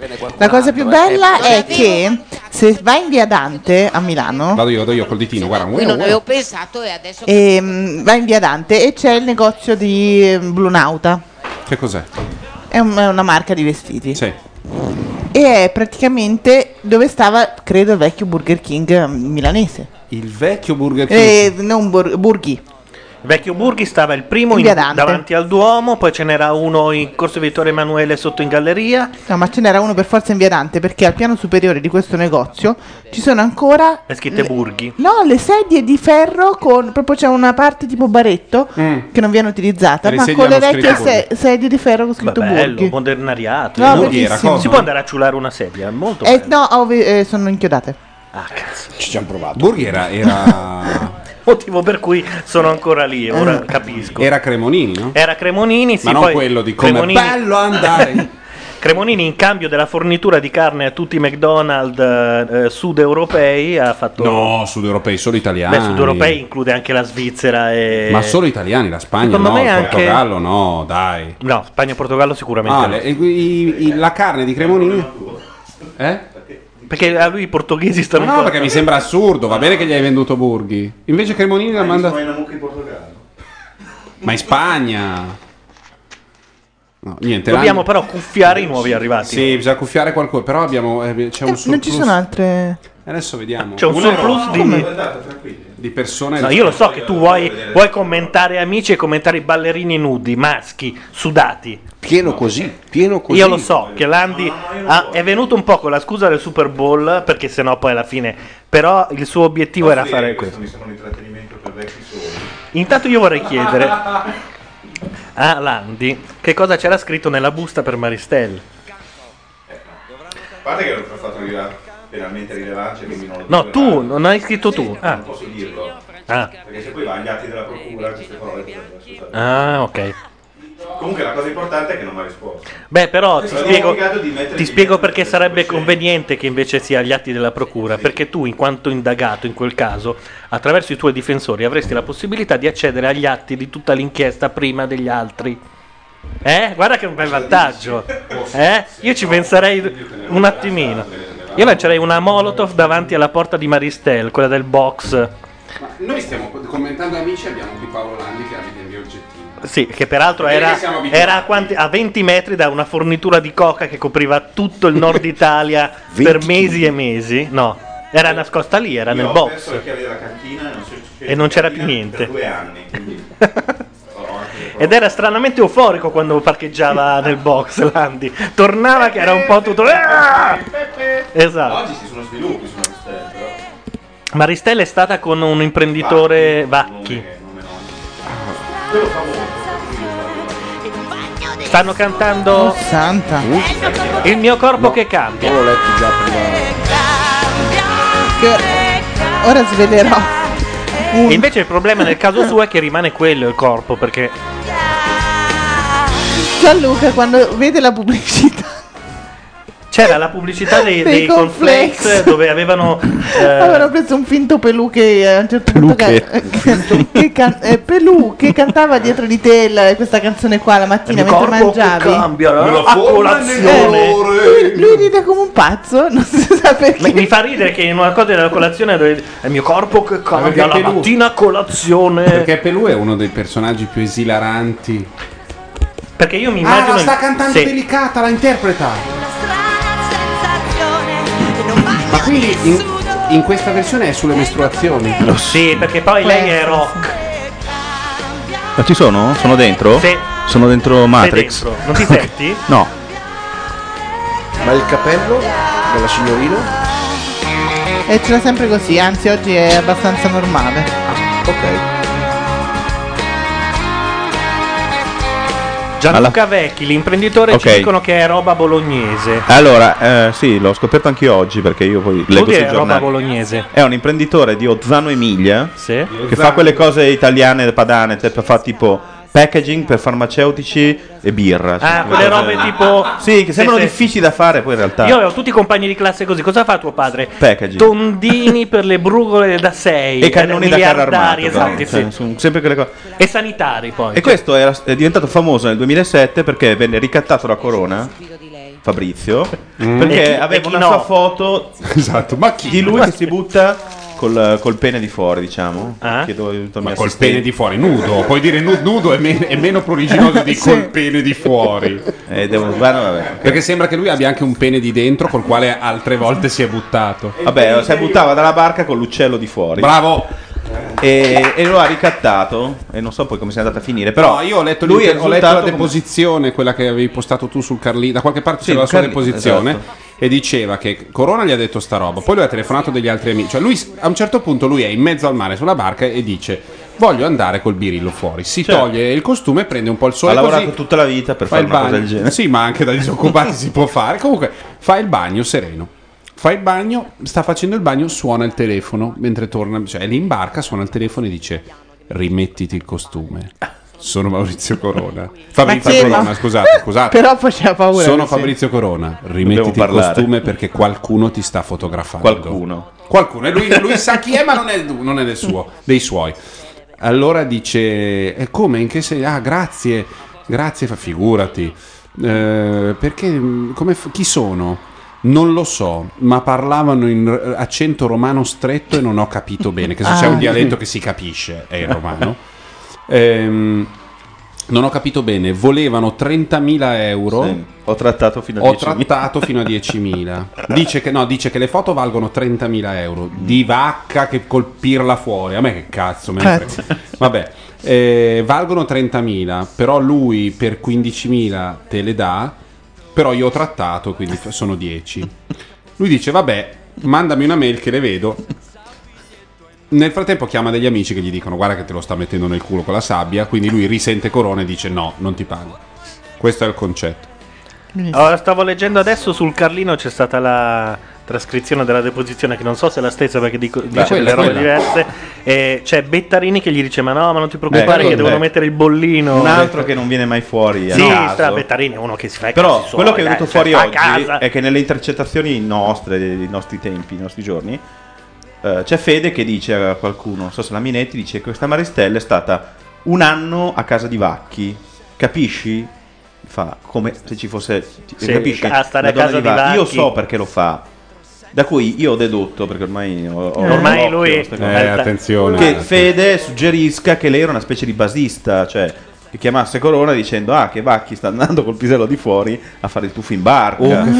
Speaker 6: Eh,
Speaker 7: La cosa più bella è che se vai in via Dante a Milano,
Speaker 6: Vado io, vado io col ditino, guarda.
Speaker 9: Qui non
Speaker 6: uè, uè.
Speaker 9: avevo pensato e adesso
Speaker 7: e, mm, vai in via Dante e c'è il negozio di eh, Blunauta,
Speaker 6: Che cos'è?
Speaker 7: è, un- è una marca di vestiti.
Speaker 6: Sì.
Speaker 7: E è praticamente dove stava, credo, il vecchio Burger King mm, milanese.
Speaker 6: Il vecchio Burger King.
Speaker 7: Eh, non Bur- Burghi.
Speaker 5: Vecchio Burghi stava il primo in-
Speaker 7: Via Dante.
Speaker 5: davanti al Duomo, poi ce n'era uno in corso Vittorio Emanuele sotto in galleria.
Speaker 7: No, ma ce n'era uno per forza in via Dante perché al piano superiore di questo negozio ci sono ancora
Speaker 5: È scritto Burghi.
Speaker 7: No, le sedie di ferro con proprio c'è una parte tipo baretto
Speaker 5: Mm.
Speaker 7: che non viene utilizzata,
Speaker 5: E le
Speaker 7: ma
Speaker 5: sedie
Speaker 7: con le
Speaker 5: hanno
Speaker 7: vecchie
Speaker 5: scritto
Speaker 7: se- sedie di ferro con
Speaker 5: Ma
Speaker 7: scritto
Speaker 5: bello,
Speaker 7: Burghi.
Speaker 5: modernariato.
Speaker 7: No, Burghi era bellissimo. cosa?
Speaker 5: si può andare a ciulare una sedia, è molto
Speaker 7: Eh,
Speaker 5: bello.
Speaker 7: no, ho vi- eh, sono inchiodate.
Speaker 5: Ci siamo provati.
Speaker 6: Burghi era, era,
Speaker 5: Motivo per cui sono ancora lì, ora
Speaker 7: Eh.
Speaker 5: capisco.
Speaker 6: Ecco. era Cremonini, no?
Speaker 5: Era Cremonini, sì,
Speaker 6: Ma non
Speaker 5: poi
Speaker 6: quello di come è bello andare.
Speaker 5: Cremonini in cambio della fornitura di carne a tutti i McDonald's eh, sud-europei ha fatto...
Speaker 6: No, sudeuropei, solo italiani.
Speaker 5: Beh, sud-europei include anche la Svizzera e...
Speaker 6: Ma solo italiani, la Spagna
Speaker 5: Secondo
Speaker 6: no,
Speaker 5: me
Speaker 6: il
Speaker 5: anche-
Speaker 6: Portogallo no, dai.
Speaker 5: No, Spagna e Portogallo sicuramente
Speaker 6: Ah,
Speaker 5: no.
Speaker 6: le- i- i- la carne di Cremonini? Eh?
Speaker 5: Perché a lui i portoghesi stanno...
Speaker 6: No, perché mi sembra assurdo, va bene che gli hai venduto Burghi. Invece Cremonini l'ha mandato...
Speaker 17: in Portogallo.
Speaker 6: Ma in Spagna! No, niente.
Speaker 5: Dobbiamo
Speaker 6: l'hanno-
Speaker 5: però cuffiare i nuovi arrivati.
Speaker 6: Sì, bisogna cuffiare qualcuno, però abbiamo... eh, c'è un surplus...
Speaker 7: Non ci sono altre
Speaker 6: Adesso vediamo.
Speaker 5: C'è un
Speaker 6: Una
Speaker 5: surplus
Speaker 6: roba-
Speaker 5: di-
Speaker 6: Come? Guardate, tranquilli. Di persone...
Speaker 5: No, io lo so che tu vuoi, vuoi commentare amici e commentare i ballerini nudi, maschi, sudati.
Speaker 11: Pieno così, pieno così.
Speaker 5: Io lo so che Landi ha- è venuto un po' con la scusa del Super Bowl, perché sennò poi alla fine. Però il suo obiettivo era
Speaker 6: eh,
Speaker 5: fare questo.
Speaker 17: Mi sono un intrattenimento per vecchi soli.
Speaker 5: Intanto io vorrei chiedere a Landi che cosa c'era scritto nella busta per Maristelle.
Speaker 17: A parte che l'ho fatto arrivare veramente rilevante, quindi non lo
Speaker 5: No, tu, non hai scritto tu. Ah,
Speaker 17: Non posso dirlo.
Speaker 5: Ah.
Speaker 17: Perché se poi va agli atti della procura, queste parole... scusate.
Speaker 5: ah, ok.
Speaker 17: Comunque la cosa importante è che non mi ha risposto.
Speaker 5: Beh, però ti
Speaker 17: Sono
Speaker 5: spiego,
Speaker 17: obbligato di mettere
Speaker 5: ti
Speaker 17: il
Speaker 5: spiego perché sarebbe conveniente che invece sia agli atti della procura, perché tu, in quanto indagato in quel caso, attraverso i tuoi difensori avresti la possibilità di accedere agli atti di tutta l'inchiesta prima degli altri. Eh? Guarda che un bel vantaggio. Eh? Io ci penserei un attimino. Io lancerei una Molotov davanti alla porta di Maristel, quella del box.
Speaker 6: Noi stiamo commentando amici e abbiamo qui Paolo Landi che ha dei miei oggettivi.
Speaker 5: Sì, che peraltro
Speaker 6: Direi
Speaker 5: era,
Speaker 6: che siamo abituati.
Speaker 5: era a, quanti- a 20 metri da una fornitura di coca che copriva tutto il nord Italia per mesi e mesi. No, era nascosta lì, era
Speaker 17: Io
Speaker 5: nel
Speaker 17: ho
Speaker 5: box.
Speaker 17: perso le chiavi della cantina e non, so se-
Speaker 5: E non c'era più
Speaker 17: Per
Speaker 5: niente.
Speaker 17: due anni, quindi...
Speaker 5: Ed era stranamente euforico quando parcheggiava nel box Landi. Tornava che era un po'
Speaker 17: Eh,
Speaker 5: tutto... Ah! Esatto.
Speaker 17: Oggi ci sono sviluppi su Maristella, però...
Speaker 5: Maristella è stata con un imprenditore Vacchi.
Speaker 17: Quello fa molto.
Speaker 5: Stanno cantando...
Speaker 7: Santa.
Speaker 5: Il mio corpo che cambia.
Speaker 11: L'ho letto già prima.
Speaker 7: che ora svelerò.
Speaker 5: E invece il problema nel caso suo è che rimane quello il corpo perché
Speaker 7: Gianluca quando vede la pubblicità
Speaker 5: C'era la pubblicità dei,
Speaker 7: Dei
Speaker 5: dei
Speaker 7: cornflakes.
Speaker 5: cornflakes dove avevano. eh,
Speaker 7: avevano preso un finto Pelù che eh, a un certo punto
Speaker 5: Peluche.
Speaker 7: ca- che, can- eh, Pelù che cantava dietro di te la- questa canzone qua la mattina
Speaker 5: Il
Speaker 7: mentre
Speaker 5: corpo che
Speaker 7: mangiavi
Speaker 5: cambia, la-
Speaker 7: Nella
Speaker 5: a
Speaker 7: forma
Speaker 5: colazione.
Speaker 7: e nel colore. lui, lui ride come un pazzo non si sa Eh, perché
Speaker 5: Ma mi fa ridere che in una cosa della colazione dove è il mio corpo che cambia la
Speaker 6: Perché Pelù-
Speaker 5: mattina a colazione.
Speaker 6: Perché Pelù è uno dei personaggi più esilaranti.
Speaker 5: Perché io mi
Speaker 6: Ah,
Speaker 5: immagino.
Speaker 6: la sta cantando
Speaker 5: Sì.
Speaker 6: delicata, la interpreta. Ma quindi in, in questa versione è sulle mestruazioni.
Speaker 5: Lo sì, perché poi lei è rock.
Speaker 18: Ma ci sono? Sono dentro?
Speaker 5: Sì.
Speaker 18: Sono dentro Matrix.
Speaker 5: dentro. Non ti senti?
Speaker 18: no.
Speaker 11: Ma il capello della signorina?
Speaker 7: e ce l'ha sempre così anzi oggi è abbastanza normale
Speaker 11: ok
Speaker 5: Gianluca Vecchi, l'imprenditore,
Speaker 18: Ok.
Speaker 5: ci dicono che è roba bolognese.
Speaker 18: Allora, eh, sì, l'ho scoperto anch'io oggi perché io poi
Speaker 5: Vuol
Speaker 18: leggo sui
Speaker 5: dire roba
Speaker 18: giornali.
Speaker 5: bolognese.
Speaker 18: È un imprenditore di Ozzano Emilia che
Speaker 5: Ozzano.
Speaker 18: fa quelle cose italiane padane, te- fa tipo packaging per farmaceutici e birra.
Speaker 5: Ah,
Speaker 18: Cioè,
Speaker 5: quelle
Speaker 18: cose-
Speaker 5: robe tipo.
Speaker 18: Sì, che sembrano
Speaker 5: Sì, sì.
Speaker 18: difficili da fare poi in realtà.
Speaker 5: Io avevo tutti i compagni di classe così. Cosa fa tuo padre?
Speaker 18: Packaging.
Speaker 5: Tondini per le brugole da 6
Speaker 18: e cannoni da carro armato.
Speaker 5: esatto,
Speaker 18: però, cioè,
Speaker 5: sì.
Speaker 18: sono sempre quelle cose.
Speaker 5: E sanitari poi.
Speaker 18: E questo era- è diventato famoso nel 2007 perché venne ricattato da Corona, Fabrizio,
Speaker 5: E chi-
Speaker 18: perché
Speaker 5: e
Speaker 18: aveva
Speaker 5: chi
Speaker 18: una
Speaker 5: no?
Speaker 18: sua foto Esatto. di lui che si butta col, col pene di fuori, diciamo.
Speaker 5: Ah?
Speaker 18: Chiedo aiuto al
Speaker 6: Ma
Speaker 18: mio
Speaker 6: col
Speaker 18: assistente.
Speaker 6: pene di fuori, nudo. Puoi dire nu- nudo è, me- è meno prodigioso di
Speaker 18: Sì.
Speaker 6: col pene di fuori.
Speaker 18: Eh,
Speaker 6: Perché sembra che lui abbia anche un pene di dentro col quale altre volte si è buttato.
Speaker 18: Vabbè, si buttava dalla barca con l'uccello di fuori.
Speaker 6: Bravo!
Speaker 18: E, e lo ha ricattato e non so poi come sia andata a finire, però
Speaker 6: No, io ho letto,
Speaker 18: lui
Speaker 6: lui
Speaker 18: è
Speaker 6: ho letto la
Speaker 18: risultato come-
Speaker 6: deposizione, quella che avevi postato tu sul Carlino, da qualche parte
Speaker 18: Sì,
Speaker 6: c'era la
Speaker 18: il
Speaker 6: sua
Speaker 18: Carlino,
Speaker 6: deposizione.
Speaker 18: esatto.
Speaker 6: E diceva che Corona gli ha detto sta roba, poi lui ha telefonato degli altri amici. Cioè, lui s- a un certo punto lui è in mezzo al mare sulla barca e dice: Voglio andare col birillo fuori. Si toglie il costume, prende un po' il sole.
Speaker 18: Certo. Ha
Speaker 6: così
Speaker 18: lavorato tutta la vita per
Speaker 6: fa
Speaker 18: fare
Speaker 6: il
Speaker 18: una cosa
Speaker 6: bagno.
Speaker 18: del genere.
Speaker 6: Sì, ma anche da disoccupati si può fare. Comunque, fa il bagno sereno. Fa il bagno, sta facendo il bagno, suona il telefono mentre torna, cioè è lì in barca, suona il telefono e dice: Rimettiti il costume. Sono Maurizio Corona. Fabrizio
Speaker 7: Ma che-
Speaker 6: Corona, scusate, scusate.
Speaker 7: però faceva paura
Speaker 6: Sono
Speaker 7: sì.
Speaker 6: Fabrizio Corona.
Speaker 18: Dobbiamo
Speaker 6: Rimettiti il
Speaker 18: parlare.
Speaker 6: costume perché qualcuno ti sta fotografando.
Speaker 18: Qualcuno.
Speaker 6: Qualcuno. E lui, lui sa chi è, ma non è, non è del suo, dei suoi. Allora dice: E come? In che senso? Ah, grazie, grazie, fa figurati. Eh, perché mh, come f- chi sono? Non lo so, ma parlavano in r- accento romano stretto e non ho capito bene. Che se c'è
Speaker 18: Ah.
Speaker 6: un dialetto che si capisce, è il romano. Ehm, non ho capito bene, volevano 30.000 euro.
Speaker 18: Sì, Ho trattato fino a
Speaker 6: Ho
Speaker 18: 10.000.
Speaker 6: trattato fino a 10.000. Dice che, no, dice che le foto valgono 30.000 euro. Di vacca che colpirla fuori. A me che cazzo me ne
Speaker 18: Cazzo.
Speaker 6: frega. Vabbè, eh, valgono 30.000, però lui per 15.000 te le dà. Però io ho trattato, quindi f- sono 10. Lui dice, vabbè, mandami una mail che le vedo. Nel frattempo chiama degli amici che gli dicono guarda che te lo sta mettendo nel culo con la sabbia, quindi lui risente Corona e dice no, non ti pago. Questo è il concetto.
Speaker 5: Allora, stavo leggendo adesso sul Carlino c'è stata la trascrizione della deposizione che non so se è la stessa perché dico- dice
Speaker 18: quella,
Speaker 5: delle robe
Speaker 18: quella.
Speaker 5: diverse e c'è Bettarini che gli dice ma no ma non ti preoccupare
Speaker 18: Ecco,
Speaker 5: che devono
Speaker 18: ecco.
Speaker 5: mettere il bollino
Speaker 18: Un altro che non viene mai fuori. a
Speaker 5: sì
Speaker 18: caso.
Speaker 5: sta Bettarini è uno Cioè, che si fa i
Speaker 18: Però
Speaker 5: cazzi suoi,
Speaker 18: quello che è
Speaker 5: dai,
Speaker 18: venuto
Speaker 5: cioè,
Speaker 18: fuori
Speaker 5: sta a
Speaker 18: oggi
Speaker 5: casa.
Speaker 18: è che nelle intercettazioni nostre, dei nostri tempi, dei nostri giorni, eh, c'è Fede che dice a qualcuno, non so se la Minetti, dice che questa Maristella è stata un anno a casa di Vacchi, capisci? Fa come se ci fosse... ti-
Speaker 5: Sì,
Speaker 18: capisci?
Speaker 5: a stare
Speaker 18: La
Speaker 5: a
Speaker 18: donna
Speaker 5: casa di
Speaker 18: Io
Speaker 5: Vacchi.
Speaker 18: so perché lo fa. Da cui io ho dedotto, perché ormai ho, ho
Speaker 5: Ormai
Speaker 18: l'occhio,
Speaker 5: lui-
Speaker 18: questa cosa.
Speaker 6: Eh, attenzione.
Speaker 18: Che Fede suggerisca che lei era una specie di basista, cioè che chiamasse Corona dicendo ah che Vacchi sta andando col pisello di fuori a fare il tuffo in barca.
Speaker 6: Oh, che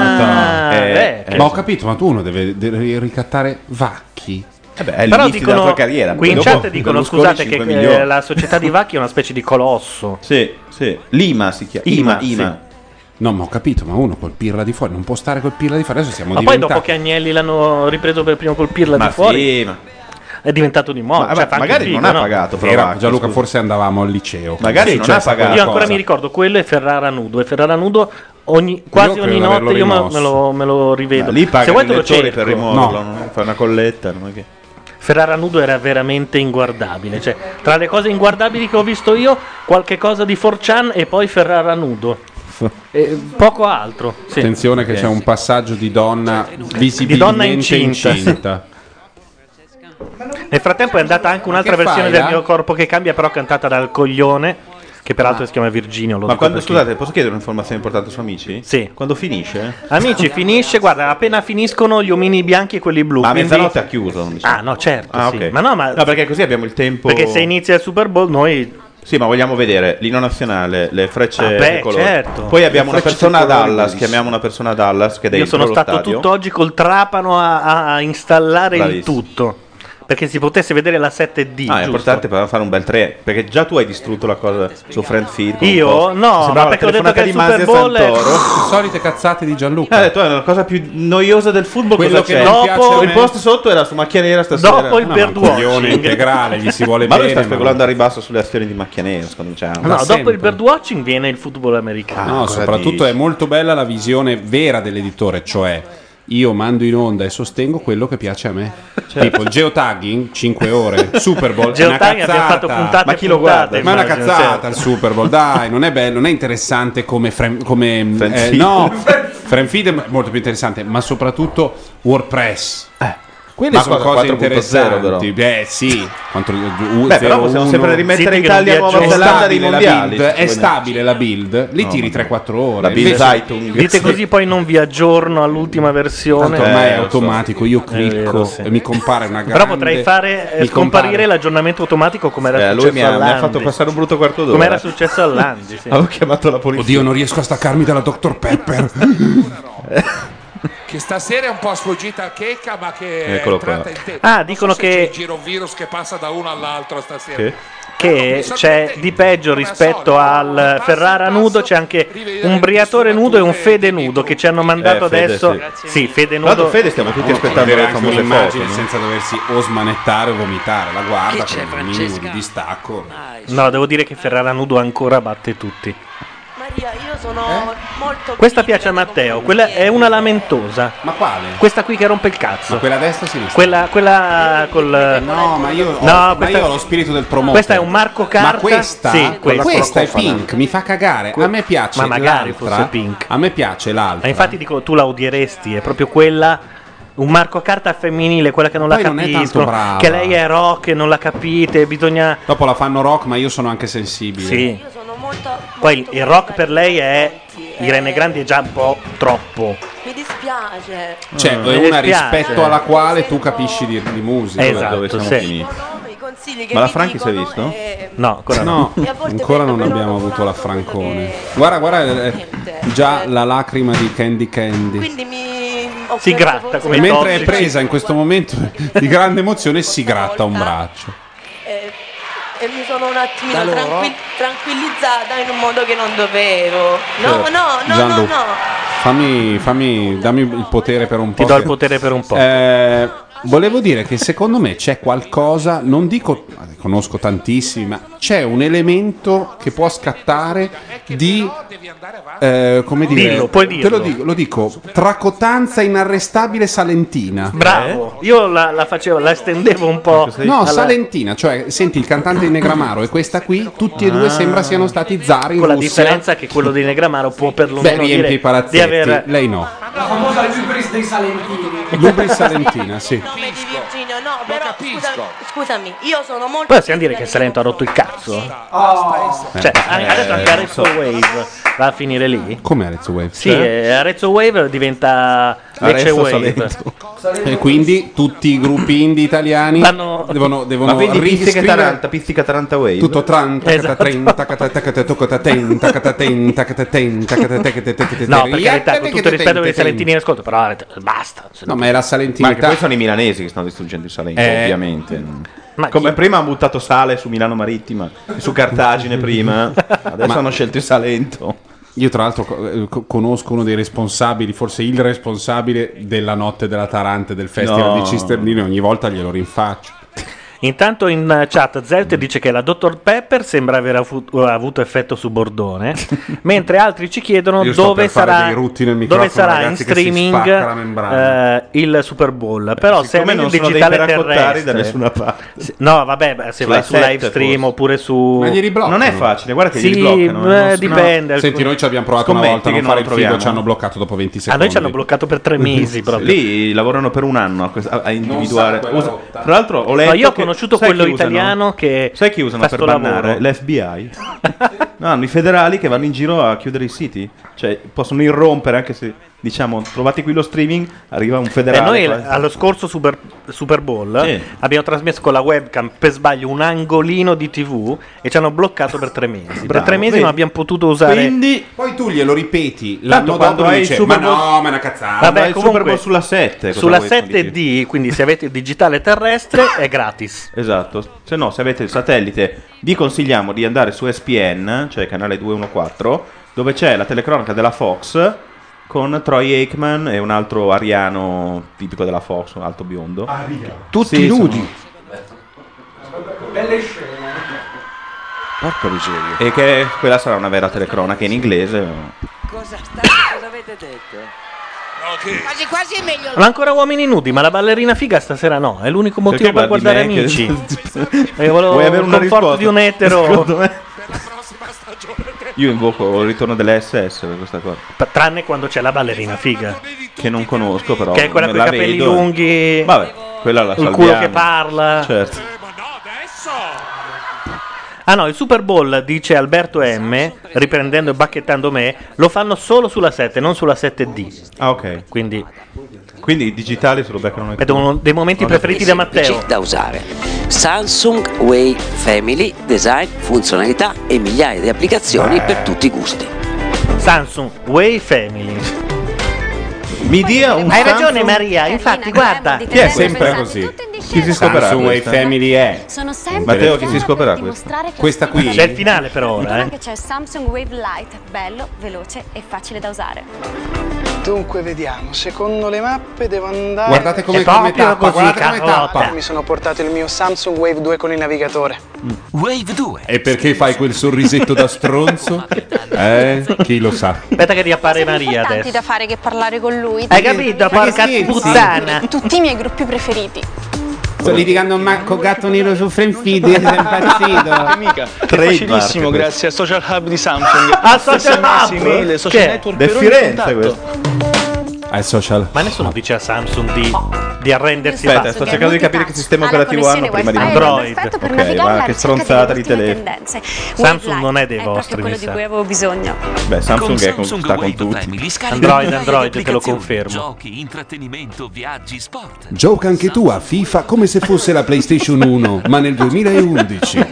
Speaker 6: figata!
Speaker 18: Eh, eh,
Speaker 6: ma ho capito, ma tu uno deve, deve ricattare Vacchi.
Speaker 18: Eh beh, è Però l'inizio della dicono- tua carriera,
Speaker 5: qui in
Speaker 18: dopo
Speaker 5: chat dicono
Speaker 18: Berlusconi
Speaker 5: scusate che
Speaker 18: 5
Speaker 5: eh,
Speaker 18: milioni.
Speaker 5: la società di Vacchi è una specie di colosso
Speaker 18: Sì, sì. Lima si chiama. Ima,
Speaker 5: Ima,
Speaker 18: Ima.
Speaker 6: No, ma ho capito, ma uno col pirla di fuori non può stare col pirla di fuori. Adesso siamo
Speaker 5: ma poi
Speaker 6: diventati.
Speaker 5: dopo che Agnelli l'hanno ripreso per primo colpirla
Speaker 6: Ma
Speaker 5: di fuori
Speaker 6: sì, ma-
Speaker 5: è diventato di moda
Speaker 6: Ma-
Speaker 5: cioè,
Speaker 6: ma
Speaker 5: fa anche
Speaker 6: magari
Speaker 5: figo,
Speaker 6: non ha
Speaker 5: no? cioè,
Speaker 6: pagato, però, Era- Vacchi, Gianluca, scusa. forse andavamo al liceo. Magari non ha pagato.
Speaker 5: Io ancora
Speaker 6: cosa.
Speaker 5: mi ricordo quello e Ferrara nudo. E Ferrara nudo ogni- quasi
Speaker 18: credo
Speaker 5: ogni
Speaker 18: di averlo
Speaker 5: notte io me-
Speaker 18: rimosso.
Speaker 5: me lo, me lo rivedo.
Speaker 18: Ma lì
Speaker 5: Se
Speaker 18: pagano
Speaker 5: vuoi
Speaker 18: i
Speaker 5: te lo
Speaker 18: lettori
Speaker 5: cerco.
Speaker 18: per rimuoverlo, no? fai una colletta. non è che-
Speaker 5: Ferrara nudo era veramente inguardabile. Cioè, tra le cose inguardabili che ho visto io, qualche cosa di Forchan e poi Ferrara nudo. E poco altro. sì. Cioè,
Speaker 6: Attenzione che c'è un passaggio di donna visibilmente
Speaker 5: Di donna incinta, sì. Nel frattempo è andata anche un'altra
Speaker 6: Che fai,
Speaker 5: versione
Speaker 18: eh?
Speaker 5: del
Speaker 6: là?
Speaker 5: mio corpo che cambia, però cantata dal coglione, che peraltro si chiama Virginio. Lo
Speaker 18: Ma
Speaker 5: dico
Speaker 18: quando,
Speaker 5: perché-
Speaker 18: scusate, posso chiedere un'informazione importante su Amici?
Speaker 5: Sì.
Speaker 18: Quando finisce?
Speaker 5: Amici, finisce, guarda, appena finiscono gli omini bianchi e quelli blu.
Speaker 18: Ma a
Speaker 5: quindi-
Speaker 18: mezzanotte ha chiuso. non dice.
Speaker 5: Ah, no, certo.
Speaker 18: Ah,
Speaker 5: sì.
Speaker 18: ok.
Speaker 5: Ma no, ma
Speaker 18: No, perché così abbiamo il tempo.
Speaker 5: Perché se inizia il Super Bowl noi.
Speaker 18: Sì, ma vogliamo vedere l'inno nazionale, le frecce
Speaker 5: Vabbè,
Speaker 18: tricolori.
Speaker 5: certo.
Speaker 18: Poi abbiamo
Speaker 5: Le
Speaker 18: una
Speaker 5: frecce
Speaker 18: persona a
Speaker 5: tricolori,
Speaker 18: Dallas,
Speaker 5: bellissimo.
Speaker 18: chiamiamo una persona a Dallas che è
Speaker 5: io
Speaker 18: dentro
Speaker 5: sono stato
Speaker 18: l'ottadio.
Speaker 5: tutt'oggi col trapano a, a- a installare il
Speaker 18: Bravissimo.
Speaker 5: tutto. Perché si potesse vedere la 7D.
Speaker 18: Ah, è
Speaker 5: giusto?
Speaker 18: importante per fare un bel 3, perché già tu hai distrutto la cosa su Friend Feed. con un
Speaker 5: Io?
Speaker 18: post.
Speaker 5: No,
Speaker 18: Sembrava
Speaker 5: ma perché ho
Speaker 18: la
Speaker 5: detto
Speaker 18: telefonata
Speaker 5: che il
Speaker 18: di Maser
Speaker 5: Super Bowl è-
Speaker 18: Santoro. Eh,
Speaker 6: Le Oh. solite cazzate di Gianluca.
Speaker 18: Ha detto, è la cosa più noiosa del football.
Speaker 6: Quello
Speaker 18: cosa
Speaker 6: che
Speaker 18: c'è?
Speaker 6: non piace a
Speaker 18: dopo
Speaker 6: me.
Speaker 18: il post sotto era su macchia nera stasera.
Speaker 5: Dopo il No, ma bird un coglione watching. integrale,
Speaker 6: gli si vuole
Speaker 18: ma
Speaker 6: bene,
Speaker 18: lui
Speaker 6: ma-
Speaker 18: sta speculando a ribasso sulle azioni di macchia nera, secondo me.
Speaker 5: No, dopo il birdwatching viene il football americano.
Speaker 6: No, soprattutto è molto bella la visione vera dell'editore, cioè io mando in onda e sostengo quello che piace a me.
Speaker 5: Certo.
Speaker 6: Tipo il geotagging, 5 ore, Super Bowl, è una
Speaker 5: Geotagging, abbiamo
Speaker 6: cazzata.
Speaker 5: fatto puntate
Speaker 6: Ma chi lo
Speaker 5: e puntate,
Speaker 6: guarda? Ma è una
Speaker 5: immagino,
Speaker 6: cazzata
Speaker 5: certo.
Speaker 6: il Super Bowl, dai, non è bello, non è interessante come... frem- come
Speaker 18: Friend
Speaker 6: eh,
Speaker 18: feed.
Speaker 6: no, Friend feed è molto più interessante, ma soprattutto WordPress.
Speaker 5: Eh.
Speaker 6: Quelle
Speaker 18: Ma
Speaker 6: sono
Speaker 18: cosa,
Speaker 6: cose
Speaker 18: 4.0 però.
Speaker 6: interessanti. Eh sì, contro, u-
Speaker 18: Beh, però possiamo
Speaker 6: 01.
Speaker 18: sempre rimettere Zitti che Italia, non Nuova
Speaker 6: È
Speaker 18: viaggia. Zelanda
Speaker 6: stabile
Speaker 18: nei
Speaker 6: la
Speaker 18: mondiali,
Speaker 6: build,
Speaker 18: se
Speaker 6: È
Speaker 18: vogliamo.
Speaker 6: stabile la build, li
Speaker 18: No,
Speaker 6: tiri
Speaker 18: ma-
Speaker 6: 3-4 ore.
Speaker 18: La build
Speaker 6: Invece-
Speaker 18: Zeitung.
Speaker 5: Dite così poi non vi aggiorno all'ultima versione. Eh,
Speaker 6: Tanto ormai è automatico, io clicco e mi compare una grande
Speaker 5: Però potrei fare eh,
Speaker 6: mi
Speaker 5: scomparire
Speaker 6: compare-
Speaker 5: l'aggiornamento automatico come era
Speaker 18: Eh, lui
Speaker 5: successo
Speaker 18: mi ha- mi ha
Speaker 5: all'Andy.
Speaker 18: fatto passare un brutto quarto d'ora.
Speaker 5: Come era successo all'Andy. sì.
Speaker 18: Avevo chiamato la polizia.
Speaker 6: Oddio, non riesco a staccarmi dalla Dr. Pepper.
Speaker 2: Che stasera è un po' sfuggita a Checca, ma che
Speaker 5: Eccolo
Speaker 2: è entrata
Speaker 5: qua.
Speaker 2: in te.
Speaker 5: Ah,
Speaker 2: Non
Speaker 5: dicono
Speaker 2: so se
Speaker 5: che-
Speaker 2: c'è in giro un virus che passa da uno all'altro stasera.
Speaker 5: Che? Che c'è di peggio rispetto al Ferrara nudo, c'è anche un Briatore nudo e un Fede nudo che ci hanno mandato
Speaker 18: Eh, Fede,
Speaker 5: adesso.
Speaker 18: sì.
Speaker 5: Sì, Fede
Speaker 18: Tra l'altro
Speaker 5: nudo.
Speaker 18: Fede stiamo tutti
Speaker 6: Uno
Speaker 18: aspettando
Speaker 6: prendere
Speaker 18: le
Speaker 6: anche
Speaker 18: famose
Speaker 6: un'immagine
Speaker 18: foto, no?
Speaker 6: senza doversi o smanettare o vomitare. La guarda
Speaker 5: Chi
Speaker 6: con
Speaker 5: c'è,
Speaker 6: un minimo di
Speaker 5: Francesca?
Speaker 6: distacco.
Speaker 5: No, devo dire che Ferrara nudo ancora batte tutti.
Speaker 19: Maria, io sono molto
Speaker 5: Questa piace a Matteo, quella è una lamentosa. Ma
Speaker 6: quale?
Speaker 5: Questa qui che rompe il cazzo.
Speaker 6: Ma quella a destra o a sinistra? Eh,
Speaker 5: Quella, quella col.
Speaker 6: No, ma io ho,
Speaker 5: No,
Speaker 6: ma
Speaker 5: questa-
Speaker 6: io ho lo spirito del promoter.
Speaker 5: Questa è un Marco Carta.
Speaker 6: Ma questa,
Speaker 5: Sì, questa.
Speaker 6: questa è
Speaker 5: Cofana.
Speaker 6: pink, mi fa cagare. A me piace
Speaker 5: Ma magari
Speaker 6: l'altra,
Speaker 5: fosse pink.
Speaker 6: A me piace l'altra.
Speaker 5: Ma infatti dico, tu la odieresti, è proprio quella. Un Marco Carta femminile, quella che non la
Speaker 6: Poi non è tanto
Speaker 5: capiscono.
Speaker 6: brava.
Speaker 5: Che lei è rock, non la capite, bisogna.
Speaker 6: Dopo la fanno rock, ma io sono anche sensibile.
Speaker 5: Sì. Poi il- il rock per lei è. Irene Grandi è già un po' troppo.
Speaker 19: Mi dispiace.
Speaker 6: Cioè, è
Speaker 5: Mi
Speaker 6: una
Speaker 5: dispiace.
Speaker 6: rispetto alla quale tu capisci di, di musica.
Speaker 5: Esatto,
Speaker 6: dove siamo
Speaker 5: sì.
Speaker 6: finiti.
Speaker 19: I consigli che
Speaker 6: Ma la
Speaker 19: vi
Speaker 6: Franchi
Speaker 19: dicono
Speaker 6: si è visto?
Speaker 19: e-
Speaker 5: No, ancora
Speaker 6: no.
Speaker 19: E a volte
Speaker 6: Ancora non
Speaker 19: vedo però
Speaker 6: abbiamo
Speaker 19: dopo
Speaker 6: avuto
Speaker 19: un
Speaker 6: la
Speaker 19: altro
Speaker 6: Francone. Guarda, guarda, eh, già la lacrima di Candy Candy.
Speaker 19: Quindi mi ho
Speaker 5: Si
Speaker 19: perso
Speaker 5: gratta
Speaker 19: forse
Speaker 5: come
Speaker 19: la
Speaker 6: Mentre è
Speaker 19: forza.
Speaker 6: presa in questo momento di grande emozione, si gratta un braccio.
Speaker 19: e, eh, e mi sono un attimino
Speaker 6: Da loro?
Speaker 19: tranquill- tranquillizzata in un modo che non dovevo. No,
Speaker 6: Cioè,
Speaker 19: no, no,
Speaker 6: Gianluca,
Speaker 19: no, no.
Speaker 6: Fammi, fammi, dammi il potere per un po'.
Speaker 5: Ti do il potere per un po'.
Speaker 6: Eh, volevo dire che secondo me c'è qualcosa, non dico, ne conosco tantissimi, ma c'è un elemento che può scattare di, eh, come dire,
Speaker 5: Dillo, puoi
Speaker 6: te
Speaker 5: dirlo.
Speaker 6: lo dico, lo dico, tracotanza inarrestabile salentina.
Speaker 5: Bravo, io la, la facevo, la estendevo un po'.
Speaker 6: No,
Speaker 5: alla-
Speaker 6: Salentina, cioè senti il cantante di Negramaro e questa qui, tutti e due
Speaker 5: Ah.
Speaker 6: sembra siano stati zar in
Speaker 5: Con la
Speaker 6: Russia.
Speaker 5: differenza che quello di Negramaro può
Speaker 6: Beh,
Speaker 5: perlomeno
Speaker 6: riempie
Speaker 5: dire
Speaker 6: i palazzetti,
Speaker 5: di aver
Speaker 6: lei no.
Speaker 19: La famosa Lubris dei Salentini.
Speaker 6: Lubris Salentina, sì.
Speaker 19: nome di Virginio, no, però scusami, scusami, io sono molto
Speaker 5: Poi possiamo dire che Salento ha rotto il cazzo.
Speaker 6: Oh.
Speaker 5: Cioè, anche- adesso
Speaker 6: Eh,
Speaker 5: anche Arezzo Wave va a finire lì.
Speaker 6: Come Arezzo Wave?
Speaker 5: Sì, eh, Arezzo Wave diventa Lecce
Speaker 6: Arezzo
Speaker 5: Wave.
Speaker 6: E quindi tutti i gruppi indie italiani
Speaker 5: Vanno-
Speaker 6: devono, devono
Speaker 18: Ma vedi pizzica
Speaker 6: riscrivere
Speaker 18: Taranta, pizzica Taranta Wave.
Speaker 6: tutto tran
Speaker 18: Esatto.
Speaker 5: No, per carità, con tutto il rispetto per i salentini in ascolto, però Are- basta.
Speaker 6: No, ma è la
Speaker 18: Ma anche
Speaker 6: salentinità.
Speaker 18: poi sono i milanesi che stanno distruggendo il Salento,
Speaker 6: Eh.
Speaker 18: ovviamente.
Speaker 5: Ma
Speaker 18: Come prima hanno buttato sale su Milano Marittima, e su Cartagine prima, adesso
Speaker 6: Ma-
Speaker 18: hanno scelto il Salento.
Speaker 6: Io tra l'altro co- eh, co- conosco uno dei responsabili, forse il responsabile della notte della Tarante del Festival
Speaker 18: No.
Speaker 6: di Cisternino e ogni volta glielo rinfaccio.
Speaker 5: Intanto in eh, chat Zelt dice che la Dr. Pepper sembra aver avu- avuto effetto su Bordone, mentre altri ci chiedono
Speaker 6: Io sto
Speaker 5: dove
Speaker 6: per fare
Speaker 5: sarà,
Speaker 6: dei rutti nel
Speaker 5: dove
Speaker 6: microfono,
Speaker 5: sarà in
Speaker 6: ragazzi, che si
Speaker 5: streaming
Speaker 6: spacca la membrana.
Speaker 5: eh, il Super Bowl. Però se è
Speaker 18: Siccome
Speaker 5: nel
Speaker 18: non sono dei
Speaker 5: digitale
Speaker 18: peracottari
Speaker 5: terrestre,
Speaker 18: da nessuna parte.
Speaker 5: Se- no, vabbè, beh, se
Speaker 18: Sulla
Speaker 5: vai su
Speaker 18: sette,
Speaker 5: live stream
Speaker 18: forse.
Speaker 5: oppure su.
Speaker 18: Ma glieli bloccano. Non è facile, guarda che
Speaker 5: sì,
Speaker 18: glieli bloccano,
Speaker 5: eh,
Speaker 18: non so-
Speaker 5: dipende.
Speaker 6: No.
Speaker 5: alcuni-
Speaker 6: Senti, noi ci abbiamo provato una
Speaker 18: Scommetti
Speaker 6: volta a
Speaker 18: che
Speaker 6: non
Speaker 18: non
Speaker 6: fare il
Speaker 18: lo
Speaker 6: figo,
Speaker 18: proviamo.
Speaker 6: ci hanno bloccato dopo 20
Speaker 5: A
Speaker 6: secondi.
Speaker 5: Ah, noi ci hanno bloccato per tre mesi proprio.
Speaker 18: Lì lavorano per un anno a, quest- a- a individuare.
Speaker 5: quella
Speaker 18: Usa-
Speaker 5: rotta.
Speaker 18: tra l'altro, ho
Speaker 5: No,
Speaker 18: letto.
Speaker 5: io ho
Speaker 18: che-
Speaker 5: conosciuto
Speaker 18: sai
Speaker 5: quello
Speaker 18: chi usano?
Speaker 5: italiano che
Speaker 18: Sai chi usano
Speaker 5: fa
Speaker 18: per
Speaker 5: sto
Speaker 18: bannare?
Speaker 5: lavoro?
Speaker 18: L'FBI. no, hanno i federali che vanno in giro a chiudere i siti. Cioè, possono irrompere anche se, diciamo, trovate qui lo streaming, arriva un
Speaker 5: E
Speaker 18: federale.
Speaker 5: noi
Speaker 18: fa-
Speaker 5: allo scorso Super, Super Bowl
Speaker 18: Sì.
Speaker 5: abbiamo trasmesso con la webcam per sbaglio un angolino di TV e ci hanno bloccato per tre mesi. per
Speaker 6: Bravo,
Speaker 5: tre mesi
Speaker 6: vedi?
Speaker 5: non abbiamo potuto usare.
Speaker 6: Quindi, poi tu glielo ripeti
Speaker 5: Tanto
Speaker 6: l'anno
Speaker 5: quando
Speaker 6: dopo lui
Speaker 5: hai il
Speaker 6: dice, ma
Speaker 5: Super Bowl-
Speaker 6: no, ma è una cazzata.
Speaker 5: Vabbè,
Speaker 6: Ma il
Speaker 5: comunque,
Speaker 6: Super Bowl sulla 7. cosa
Speaker 5: Sulla
Speaker 6: vuoi che mi dici?
Speaker 5: 7D, quindi se avete il digitale terrestre è gratis.
Speaker 18: Esatto, se no se avete il satellite vi consigliamo di andare su SPN, cioè canale 214, dove c'è la telecronaca della Fox con Troy Aikman e un altro ariano tipico della Fox, un alto biondo.
Speaker 11: Tutti
Speaker 18: Sì,
Speaker 11: nudi.
Speaker 18: sono-
Speaker 2: Belle scene.
Speaker 11: Porca miseria.
Speaker 18: E che quella sarà una vera telecronaca in inglese.
Speaker 16: Cosa, sta, cosa avete detto?
Speaker 9: Quasi quasi è meglio
Speaker 5: Ma ancora uomini nudi, ma la ballerina figa stasera no, è l'unico motivo per
Speaker 18: guardi
Speaker 5: guardare
Speaker 18: me che-
Speaker 5: amici. Perché volevo
Speaker 18: Vuoi avere
Speaker 5: il
Speaker 18: una
Speaker 5: conforto
Speaker 18: risposta?
Speaker 5: di un etero.
Speaker 18: Secondo me- Io invoco il ritorno delle SS per questa cosa.
Speaker 5: P- Tranne quando c'è la ballerina figa.
Speaker 18: Che non conosco però.
Speaker 5: Che è quella
Speaker 18: me
Speaker 5: coi
Speaker 18: la
Speaker 5: capelli
Speaker 18: vedo.
Speaker 5: lunghi.
Speaker 18: Vabbè, quella la
Speaker 5: Il culo
Speaker 18: salviamo.
Speaker 5: che parla.
Speaker 18: Certo.
Speaker 5: Ah no, il Super Bowl, dice Alberto M, riprendendo e bacchettando me, lo fanno solo sulla 7, non sulla 7D.
Speaker 18: Ah ok.
Speaker 5: Quindi,
Speaker 18: Quindi i digitali se lo beccano noi.
Speaker 5: Ed è uno dei momenti preferiti da Matteo.
Speaker 16: da usare. Samsung Way Family, design, funzionalità e migliaia di applicazioni per tutti i gusti.
Speaker 5: Samsung Way Family.
Speaker 18: Mi dia un
Speaker 5: Hai ragione
Speaker 18: Samsung-
Speaker 5: Maria, infatti guarda.
Speaker 18: Chi è sempre così? Chi si scoperà?
Speaker 6: Samsung Way
Speaker 18: questa?
Speaker 6: Family eh. è.
Speaker 14: Sono sempre
Speaker 18: Matteo,
Speaker 14: in
Speaker 18: chi si
Speaker 14: zona
Speaker 18: scoperà
Speaker 14: per
Speaker 18: questa?
Speaker 14: dimostrare che-
Speaker 6: Questa qui.
Speaker 5: C'è il finale per ora,
Speaker 14: Guarda
Speaker 5: eh.
Speaker 14: che c'è il Samsung Wave Lite, bello, veloce e facile da usare.
Speaker 20: Dunque vediamo, secondo le mappe devo andare...
Speaker 6: Guardate come- È come proprio tappa, così, guardate come Carlotta. tappa.
Speaker 20: Mi sono portato il mio Samsung Wave 2 con il navigatore.
Speaker 16: Wave 2.
Speaker 6: E perché fai quel sorrisetto da stronzo? Eh, chi lo sa.
Speaker 5: Aspetta che riappare Maria
Speaker 21: Tanti
Speaker 5: adesso.
Speaker 21: da fare che parlare con lui.
Speaker 5: Hai capito, porca puttana?
Speaker 21: Tutti i miei gruppi preferiti.
Speaker 22: Sto litigando Marco Gatto Nero su Frame Feed, è impazzito.
Speaker 23: Amica, è
Speaker 22: Trademark,
Speaker 23: facilissimo
Speaker 22: questo.
Speaker 23: grazie al social hub di Samsung.
Speaker 5: Al social
Speaker 23: SMS,
Speaker 5: hub?
Speaker 23: mail, social
Speaker 5: Che?
Speaker 23: network
Speaker 5: De
Speaker 23: per ogni
Speaker 5: Firenze
Speaker 23: contatto.
Speaker 6: Ai social.
Speaker 5: Ma nessuno dice a Samsung di, di arrendersi
Speaker 18: Aspetta,
Speaker 5: basta.
Speaker 18: sto cercando di capire che sistema operativo hanno prima di
Speaker 5: Android.
Speaker 18: Ok, ma che stronzata di telefono.
Speaker 5: Samsung non è dei vostri, mi sa.
Speaker 21: avevo bisogno.
Speaker 18: Beh, Samsung,
Speaker 5: Con
Speaker 18: è con, sta con tutti.
Speaker 5: Android, Android, te lo confermo.
Speaker 24: Giochi, intrattenimento, viaggi, sport.
Speaker 17: Gioca anche tu a FIFA come se fosse la PlayStation 1, ma nel 2011.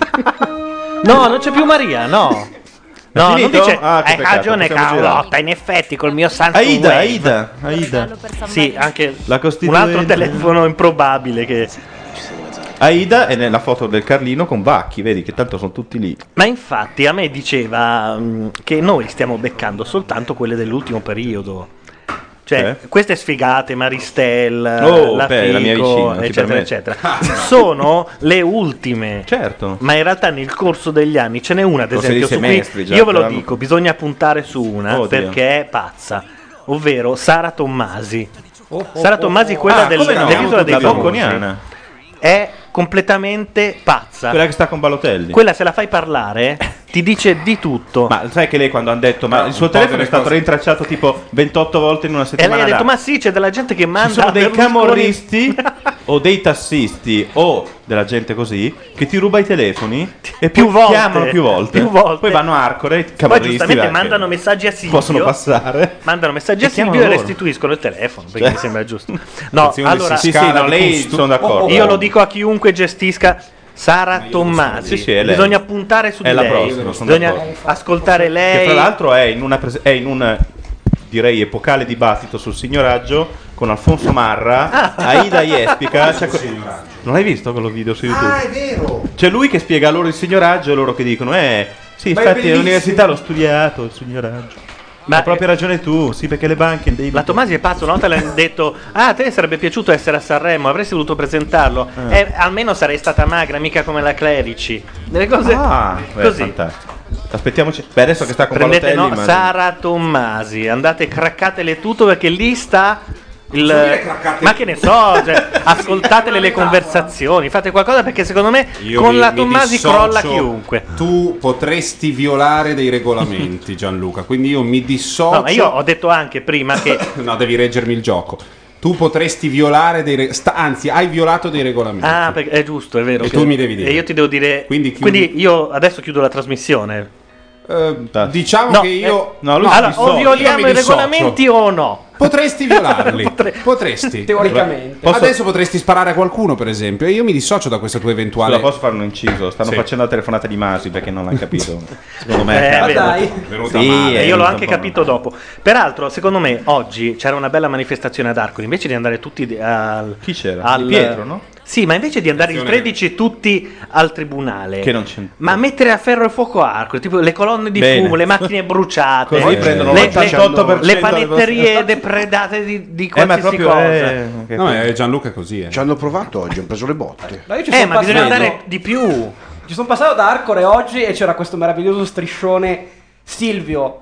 Speaker 5: No, non c'è più Maria, no. No, non
Speaker 18: finito?
Speaker 5: dice.
Speaker 18: Ah, che
Speaker 5: hai
Speaker 18: peccato,
Speaker 5: ragione,
Speaker 18: possiamo
Speaker 5: Carlotta. In effetti, col mio Samsung.
Speaker 18: Aida,
Speaker 5: Wave.
Speaker 18: Aida, Aida.
Speaker 5: Sì, anche
Speaker 18: La
Speaker 5: un altro
Speaker 18: costituente.
Speaker 5: telefono improbabile. Che...
Speaker 18: Aida è nella foto del Carlino con Vacchi, vedi che tanto sono tutti lì.
Speaker 5: Ma infatti, a me diceva mm, che noi stiamo beccando soltanto quelle dell'ultimo periodo. Cioè, queste sfigate, Maristel,
Speaker 18: Oh,
Speaker 5: la,
Speaker 18: beh, la mia
Speaker 5: Fico,
Speaker 18: vicina, ti
Speaker 5: eccetera,
Speaker 18: permetti.
Speaker 5: eccetera, sono le ultime.
Speaker 18: Certo.
Speaker 5: Ma in realtà nel corso degli anni ce n'è una, ad
Speaker 18: Corso dei
Speaker 5: esempio, su
Speaker 18: semestri,
Speaker 5: cui
Speaker 18: già,
Speaker 5: io ve lo
Speaker 18: però-
Speaker 5: dico, bisogna puntare su una
Speaker 18: Oddio.
Speaker 5: perché è pazza, ovvero Sara Tommasi.
Speaker 18: oh,
Speaker 5: Sara
Speaker 18: oh.
Speaker 5: Tommasi, quella
Speaker 18: Ah,
Speaker 5: del,
Speaker 18: come no?
Speaker 5: dell'isola dei
Speaker 18: La
Speaker 5: famosi,
Speaker 18: Bocconiana.
Speaker 5: è completamente pazza.
Speaker 18: Quella che sta con Balotelli.
Speaker 5: Quella se la fai parlare ti dice di tutto.
Speaker 18: Ma sai che lei quando hanno detto, ma il suo
Speaker 5: un po'
Speaker 18: telefono
Speaker 5: delle
Speaker 18: è stato
Speaker 5: cose-
Speaker 18: rintracciato tipo 28 volte in una
Speaker 5: E lei
Speaker 18: settimana.
Speaker 5: ha detto:
Speaker 18: là.
Speaker 5: Ma sì, c'è della gente che manda.
Speaker 18: Ci sono
Speaker 5: a
Speaker 18: dei
Speaker 5: Berlusconi-
Speaker 18: camorristi o dei tassisti o della gente così che ti ruba i telefoni e
Speaker 5: Più
Speaker 18: poi
Speaker 5: volte.
Speaker 18: chiamano più volte.
Speaker 5: Più volte.
Speaker 18: Poi vanno a Arcore e i
Speaker 5: Poi
Speaker 18: camorristi
Speaker 5: giustamente
Speaker 18: vai, che
Speaker 5: mandano messaggi a Silvio.
Speaker 18: possono passare.
Speaker 5: Mandano messaggi a
Speaker 18: E chiamano
Speaker 5: Silvio e
Speaker 18: loro.
Speaker 5: restituiscono il telefono. Perché
Speaker 18: Cioè.
Speaker 5: mi sembra giusto. No,
Speaker 18: Attenzione,
Speaker 5: allora.
Speaker 18: si Sì, sì, scala no, di lei gusto. sono d'accordo. Oh,
Speaker 5: Io lo dico a chiunque gestisca. Sara Tommasi,
Speaker 18: Sì, sì, è lei.
Speaker 5: bisogna puntare su
Speaker 18: È
Speaker 5: di
Speaker 18: la
Speaker 5: lei,
Speaker 18: prossima, sono
Speaker 5: bisogna
Speaker 18: d'accordo.
Speaker 5: ascoltare lei.
Speaker 18: Che tra l'altro è in, una pres- è in un direi epocale dibattito sul signoraggio con Alfonso
Speaker 5: Ah.
Speaker 18: Marra, Aida Jespica. c'è que- non hai visto quello video su YouTube?
Speaker 25: Ah, è vero!
Speaker 18: C'è lui che spiega loro il signoraggio e loro che dicono: Eh, sì,
Speaker 25: Ma è
Speaker 18: infatti
Speaker 25: bellissimo."
Speaker 18: all'università l'ho studiato il signoraggio.
Speaker 5: Ma
Speaker 18: hai proprio ragione tu, sì, perché le banche dei
Speaker 5: La Tomasi è pazzo, una volta le hanno detto Ah, a te sarebbe piaciuto essere a Sanremo, avresti voluto presentarlo
Speaker 18: Eh.
Speaker 5: Eh, Almeno sarei stata magra, mica come la Clerici Delle cose
Speaker 18: Ah, beh,
Speaker 5: così
Speaker 18: fantastico. Aspettiamoci. Beh, adesso che sta con
Speaker 5: Prendete
Speaker 18: Balotelli,
Speaker 5: no,
Speaker 18: ma-
Speaker 5: Sara Tommasi, andate craccatele tutto perché lì sta
Speaker 18: Cosa vuol
Speaker 5: il...
Speaker 18: dire craccatele?
Speaker 5: Ma che ne so, cioè, ascoltatele le conversazioni, fate qualcosa perché secondo me
Speaker 6: Io
Speaker 5: con
Speaker 6: mi-
Speaker 5: la
Speaker 6: mi
Speaker 5: Tommasi
Speaker 6: dissocio.
Speaker 5: crolla chiunque.
Speaker 6: Tu potresti violare dei regolamenti, Gianluca. Quindi io mi dissocio.
Speaker 5: No, ma io ho detto anche prima che.
Speaker 6: no, devi reggermi il gioco. Tu potresti violare dei. re- sta- anzi, hai violato dei regolamenti.
Speaker 5: Ah, perché è giusto, è vero.
Speaker 6: E
Speaker 5: che-
Speaker 6: tu mi devi dire.
Speaker 5: E io ti devo dire. Quindi, io adesso chiudo la trasmissione. eh,
Speaker 6: diciamo che io- no, lui si
Speaker 5: allora,
Speaker 6: dissocia.
Speaker 5: o
Speaker 6: Io mi
Speaker 5: violiamo i
Speaker 6: dissocio.
Speaker 5: regolamenti o no?
Speaker 6: Potresti violarli. Potresti.
Speaker 5: Teoricamente.
Speaker 6: Posso- Adesso
Speaker 18: Adesso
Speaker 6: potresti sparare a qualcuno, per esempio, e io mi dissocio da questa tua eventuale.
Speaker 18: Scusa, posso fare un inciso? Stanno
Speaker 6: Sì.
Speaker 18: facendo la telefonata di Masi perché non l'hanno capito. Secondo me,
Speaker 5: Eh,
Speaker 18: è
Speaker 5: vero.
Speaker 18: venuta
Speaker 5: Sì,
Speaker 18: male.
Speaker 5: eh, io l'ho anche
Speaker 18: Insomma.
Speaker 5: capito dopo. Peraltro, secondo me, oggi c'era una bella manifestazione ad Arcoli. Invece di andare tutti de- al. Chi c'era? Al...
Speaker 18: Di Pietro, no?
Speaker 5: Sì, ma invece di andare il
Speaker 18: Attenzione.
Speaker 5: 13 tutti al tribunale.
Speaker 18: Che non c'entra.
Speaker 5: Ma mettere a ferro e fuoco arco, tipo le colonne di
Speaker 18: Bene.
Speaker 5: fumo, le macchine bruciate,
Speaker 18: Così Eh,
Speaker 5: le,
Speaker 18: prendono
Speaker 5: le- le,
Speaker 18: 88%
Speaker 5: le
Speaker 18: delle Eh,
Speaker 5: panetterie depredate di, di qualsiasi cosa.
Speaker 6: No, è Gianluca è così. Eh.
Speaker 11: Ci hanno provato oggi, hanno preso le botte.
Speaker 1: No, io ci
Speaker 5: Eh,
Speaker 1: sono
Speaker 5: ma bisogna
Speaker 1: passato-
Speaker 5: andare di più.
Speaker 1: Ci sono passato da Arcore oggi e c'era questo meraviglioso striscione Silvio.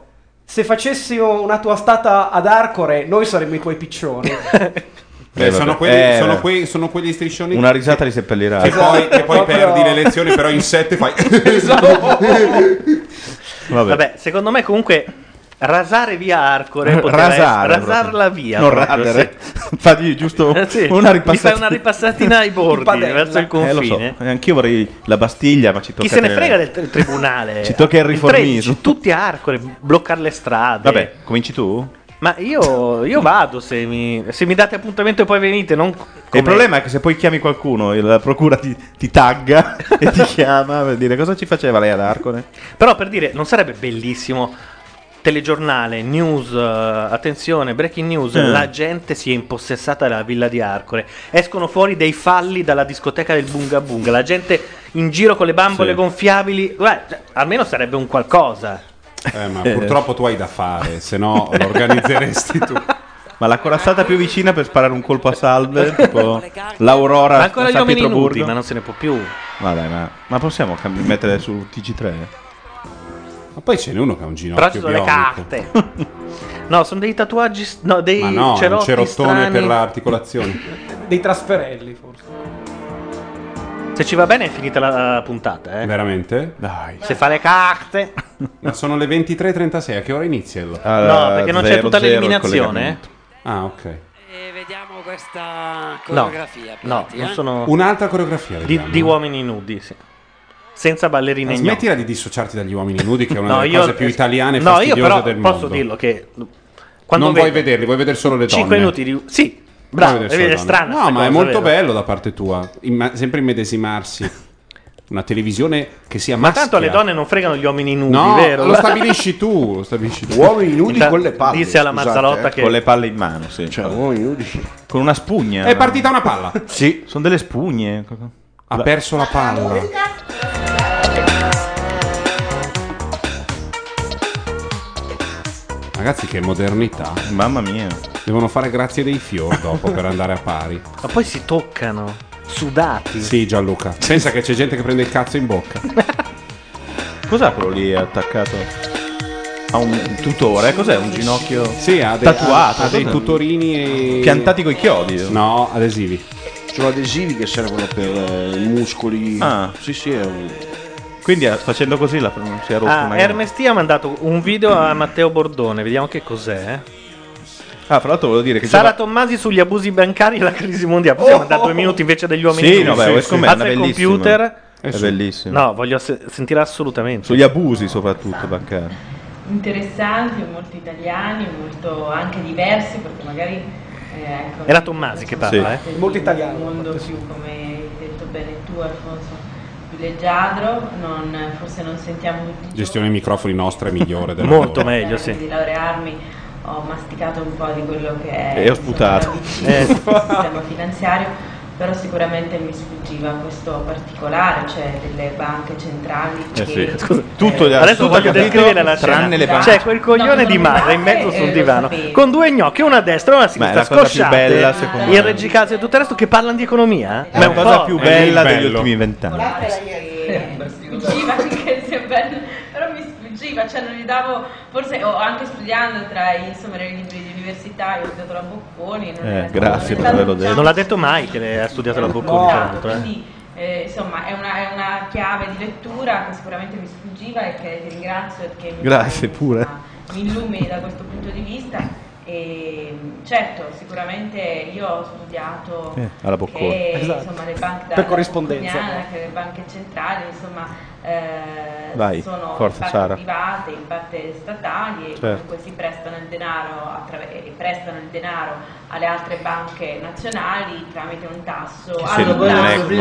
Speaker 1: Se facessimo una tua stata ad Arcore, noi saremmo i tuoi piccioni.
Speaker 6: Eh,
Speaker 18: Eh,
Speaker 6: sono,
Speaker 18: vabbè.
Speaker 6: quelli,
Speaker 18: Eh,
Speaker 6: sono,
Speaker 18: vabbè.
Speaker 6: quei- sono quegli striscioni
Speaker 18: Una risata li seppellirà.
Speaker 6: che poi, che poi perdi le lezioni, però in sette fai. Esatto. Eh,
Speaker 5: Vabbè. secondo me comunque rasare via Arcore
Speaker 18: Eh,
Speaker 5: poteva
Speaker 18: rasare,
Speaker 5: essere- rasarla
Speaker 18: proprio.
Speaker 5: via.
Speaker 18: Non
Speaker 5: proprio,
Speaker 18: radere.
Speaker 5: sì.
Speaker 18: Fagli giusto
Speaker 5: Eh, sì. Mi fai
Speaker 18: una
Speaker 5: una
Speaker 18: ripassatina.
Speaker 5: ripassatina ai bordi,
Speaker 18: Padella.
Speaker 5: verso il
Speaker 18: Eh, lo so.
Speaker 5: confine.
Speaker 18: Eh, Anch'io vorrei la Bastiglia, ma ci tocca
Speaker 5: Chi se ne
Speaker 18: tenere-
Speaker 5: frega del tri- tribunale?
Speaker 18: Ci tocca il riformismo.
Speaker 5: 13, tutti a Arcore, bloccare le strade.
Speaker 18: Vabbè, cominci tu?
Speaker 5: Ma io, io vado se mi, se mi date appuntamento e poi venite. Non
Speaker 18: Il problema è che se poi chiami qualcuno, la procura ti, ti tagga e ti chiama per dire cosa ci faceva lei ad Arcone.
Speaker 5: Però per dire, non sarebbe bellissimo telegiornale, news, eh, attenzione, breaking news,
Speaker 18: Eh.
Speaker 5: la gente si è impossessata della villa di Arcore, escono fuori dei falli dalla discoteca del Bunga Bunga, la gente in giro con le bambole
Speaker 6: Sì.
Speaker 5: gonfiabili, Guarda, cioè, almeno sarebbe un qualcosa.
Speaker 6: Eh, ma purtroppo tu hai da fare, Ah, eh, se no lo organizzeresti tu.
Speaker 18: Ma la corazzata più vicina per sparare un colpo a salve, tipo l'Aurora
Speaker 5: Ma ancora
Speaker 18: a
Speaker 5: gli
Speaker 18: San
Speaker 5: uomini nudi,
Speaker 18: Pietroburgo.
Speaker 5: ma non se ne può più.
Speaker 18: Ma dai, ma, ma possiamo cambi- mettere su TG3?
Speaker 6: Ma poi ce n'è uno che ha un ginocchio.
Speaker 5: Però ci sono le carte. No, sono dei tatuaggi, s- no, dei
Speaker 6: Ma no, è un
Speaker 5: cerotti
Speaker 6: cerottone
Speaker 5: strani.
Speaker 6: per l'articolazione.
Speaker 1: Dei trasferelli, forse.
Speaker 5: Se ci va bene è finita la, la puntata, eh.
Speaker 6: Veramente?
Speaker 18: Dai.
Speaker 5: Se fa le carte.
Speaker 6: Ma sono le 23.36, a che ora inizia? il-
Speaker 18: Ah,
Speaker 5: No, perché non c'è tutta l'eliminazione. eh.
Speaker 6: Ah, ok.
Speaker 16: E vediamo questa
Speaker 5: No,
Speaker 16: coreografia.
Speaker 5: no,
Speaker 16: Piatti,
Speaker 5: non
Speaker 16: eh.
Speaker 5: sono...
Speaker 6: Un'altra coreografia,
Speaker 5: Di,
Speaker 6: vediamo.
Speaker 5: di uomini nudi, sì. Senza ballerine ignote.
Speaker 6: Smettila di dissociarti dagli uomini nudi, che è
Speaker 5: No,
Speaker 6: una delle
Speaker 5: io- eh,
Speaker 6: cose più italiane e
Speaker 5: no, io
Speaker 6: fastidiose
Speaker 5: però
Speaker 6: del mondo.
Speaker 5: posso dirlo che quando
Speaker 6: non
Speaker 5: vedo-
Speaker 6: vuoi vederli, vuoi vedere solo le donne.
Speaker 5: 5 minuti di... Sì, bravo,
Speaker 6: Vuoi
Speaker 5: è,
Speaker 6: vedere solo le
Speaker 5: è
Speaker 6: donne.
Speaker 5: strano.
Speaker 6: No, ma è molto bello da parte tua. imma- sempre immedesimarsi. Una televisione che sia
Speaker 5: Ma
Speaker 6: maschia.
Speaker 5: tanto alle donne non fregano gli uomini nudi,
Speaker 6: No,
Speaker 5: vero?
Speaker 6: lo stabilisci tu, lo Uh, stabilisci tu.
Speaker 5: Uomini nudi Intanto con le palle, disse alla scusate, Mazzalotta eh. che-
Speaker 18: Con le palle in mano, sì. Cioè, Con una spugna.
Speaker 6: È partita una palla.
Speaker 18: sì. Sono delle spugne.
Speaker 6: Ha perso la palla. Ragazzi, che modernità.
Speaker 18: Mamma mia.
Speaker 6: Devono fare grazie dei fior dopo per andare a pari.
Speaker 5: Ma poi si toccano, sudati.
Speaker 6: Sì, Gianluca. Pensa che c'è gente che prende il cazzo in bocca.
Speaker 18: Cos'ha quello lì attaccato? A un tutore? Cos'è? Un ginocchio
Speaker 6: Sì, ha dei,
Speaker 18: tatuato?
Speaker 6: ha- ha dei
Speaker 18: Cos'è?
Speaker 6: tutorini e...
Speaker 18: Piantati coi chiodi?
Speaker 6: No, adesivi.
Speaker 11: Sono adesivi che servono per eh, i muscoli.
Speaker 18: Ah.
Speaker 11: Sì, sì, è un...
Speaker 18: Quindi eh, facendo così la, si è rotto
Speaker 5: Ah,
Speaker 18: magari.
Speaker 5: Hermes T ha mandato un video a Matteo Bordone, vediamo che cos'è. eh.
Speaker 18: Ah, fra l'altro volevo dire che
Speaker 5: Sara
Speaker 18: già-
Speaker 5: Tommasi sugli abusi bancari e la crisi mondiale.
Speaker 6: Oh,
Speaker 5: Possiamo andare due minuti invece degli uomini
Speaker 18: Sì,
Speaker 5: nudi?
Speaker 18: no, beh,
Speaker 5: Alza
Speaker 18: secondo me è una
Speaker 5: il
Speaker 18: bellissima.
Speaker 5: computer.
Speaker 18: È bellissima.
Speaker 5: No, voglio se- sentire assolutamente.
Speaker 18: Sugli abusi soprattutto bancari.
Speaker 4: interessanti, molto italiani, molto anche diversi, perché magari eh, ecco,
Speaker 5: È la Tommasi che parla,
Speaker 4: parte
Speaker 5: eh.
Speaker 4: di
Speaker 1: Molto italiano,
Speaker 4: Un mondo più, come hai detto bene tu, Alfonso, più leggiadro, non- forse non sentiamo tutti
Speaker 6: Gestione microfoni nostra è migliore della
Speaker 5: Molto
Speaker 6: loro.
Speaker 5: meglio,
Speaker 4: di
Speaker 5: sì.
Speaker 4: laurearmi, ho masticato un po' di quello che è
Speaker 6: E ho sputato.
Speaker 5: Eh.
Speaker 4: insomma, la vicina del sistema finanziario, però sicuramente mi sfuggiva questo particolare, cioè delle banche centrali
Speaker 18: Eh
Speaker 4: che- eh,
Speaker 18: sì. Scusa, tutto gli-
Speaker 5: Adesso
Speaker 18: tutto
Speaker 5: voglio
Speaker 18: capito,
Speaker 5: descrivere la scena.
Speaker 18: tranne le banche.
Speaker 5: C'è quel coglione
Speaker 4: No,
Speaker 5: di
Speaker 4: no,
Speaker 5: Marra
Speaker 4: no,
Speaker 5: in mezzo
Speaker 4: eh,
Speaker 5: sul
Speaker 4: lo
Speaker 5: divano
Speaker 4: sapevo.
Speaker 5: con due gnocchi, una a destra e una a
Speaker 18: Ma è
Speaker 5: sinistra,
Speaker 18: la cosa più
Speaker 5: scosciate.
Speaker 18: bella, secondo me.
Speaker 5: Il reggicazzo e tutto il resto che parlano di economia. eh?
Speaker 18: È la cosa più bella degli ultimi vent'anni.
Speaker 4: Eh, mi sfuggiva anche se è bello, però mi sfuggiva, cioè non gli davo, forse o anche studiando tra i insomma, i libri di università, io ho studiato la Bocconi, non
Speaker 5: Eh,
Speaker 4: era-
Speaker 18: Eh, grazie
Speaker 4: per averlo detto.
Speaker 5: Non l'ha detto mai che le ha studiato la Bocconi, tra l'altro. eh.
Speaker 4: quindi eh, insomma è una, è una chiave di lettura che sicuramente mi sfuggiva e che ti ringrazio e che mi-
Speaker 18: Grazie pure.
Speaker 4: mi illumini da questo punto di vista. E, certo, sicuramente io ho studiato
Speaker 18: Eh, alla Bocconi.
Speaker 4: che,
Speaker 18: Esatto.
Speaker 4: insomma, le banche da-
Speaker 1: Per corrispondenza. eh.
Speaker 4: bocconiana, che le banche centrali insomma, eh,
Speaker 18: Vai,
Speaker 4: sono
Speaker 18: forza,
Speaker 4: in parte
Speaker 18: Sara.
Speaker 4: private, in parte statali e
Speaker 18: Certo.
Speaker 4: comunque si prestano il, denaro attraver- e prestano il denaro alle altre banche nazionali tramite un tasso
Speaker 18: Che se non è- non è così.
Speaker 4: se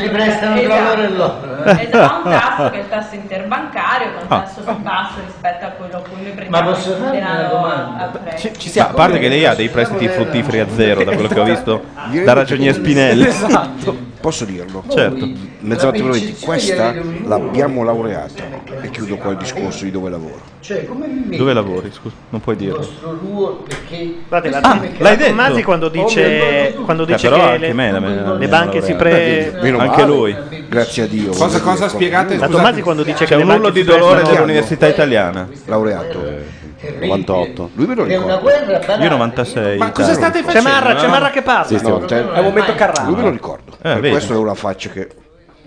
Speaker 8: li prestano tra loro e loro, eh.
Speaker 4: esatto, ha un tasso che è il tasso interbancario che è un
Speaker 18: Ah.
Speaker 4: tasso più basso rispetto a quello a cui noi prendiamo
Speaker 8: posso
Speaker 4: il
Speaker 8: farvi una
Speaker 4: denaro
Speaker 8: domanda? Diciamo
Speaker 4: a prezzo
Speaker 18: Ma a parte che lei ha dei prestiti fruttiferi a zero, da quello che ho visto,
Speaker 11: Direi
Speaker 18: da
Speaker 11: che-
Speaker 18: ragionier Spinelli.
Speaker 11: Esatto. Posso dirlo?
Speaker 18: Certo.
Speaker 11: Mezzanotte
Speaker 8: La
Speaker 11: e venti,
Speaker 8: percezione
Speaker 11: questa
Speaker 8: delle luminose.
Speaker 11: l'abbiamo laureata. E chiudo qua il discorso di dove lavoro.
Speaker 8: Cioè, come vi mettete
Speaker 18: Dove lavori? Scusa, non puoi
Speaker 8: il
Speaker 18: dirlo.
Speaker 8: vostro ruolo perché...
Speaker 5: Guardate, la,
Speaker 18: Ah, l'hai detto?
Speaker 5: Tomasi quando dice, quando
Speaker 18: Eh,
Speaker 5: dice
Speaker 18: però
Speaker 5: che
Speaker 18: anche
Speaker 5: le,
Speaker 18: me la- la-
Speaker 5: le
Speaker 18: la-
Speaker 5: banche
Speaker 18: la-
Speaker 5: si
Speaker 18: la-
Speaker 5: pre...
Speaker 18: la- la- Anche lui.
Speaker 11: Grazie a Dio.
Speaker 18: Cosa-
Speaker 11: voglio
Speaker 18: cosa
Speaker 11: dire,
Speaker 18: spiegate?
Speaker 5: La
Speaker 11: proprio.
Speaker 5: Tomasi quando dice
Speaker 18: C'è
Speaker 5: che le
Speaker 18: un
Speaker 5: banche
Speaker 18: urlo
Speaker 5: si
Speaker 18: di
Speaker 5: prestano-
Speaker 18: dolore dell'università italiana.
Speaker 11: Laureato.
Speaker 18: 98. Lui me lo
Speaker 8: È una guerra banale.
Speaker 18: Io 96.
Speaker 8: Ma cosa state
Speaker 18: Italia.
Speaker 5: C'è Marra, c'è Marra che parla.
Speaker 11: No, te-
Speaker 5: È un momento Carrara.
Speaker 11: Lui me lo ricordo.
Speaker 18: Eh,
Speaker 11: per
Speaker 18: vedi.
Speaker 11: questo è una faccia che.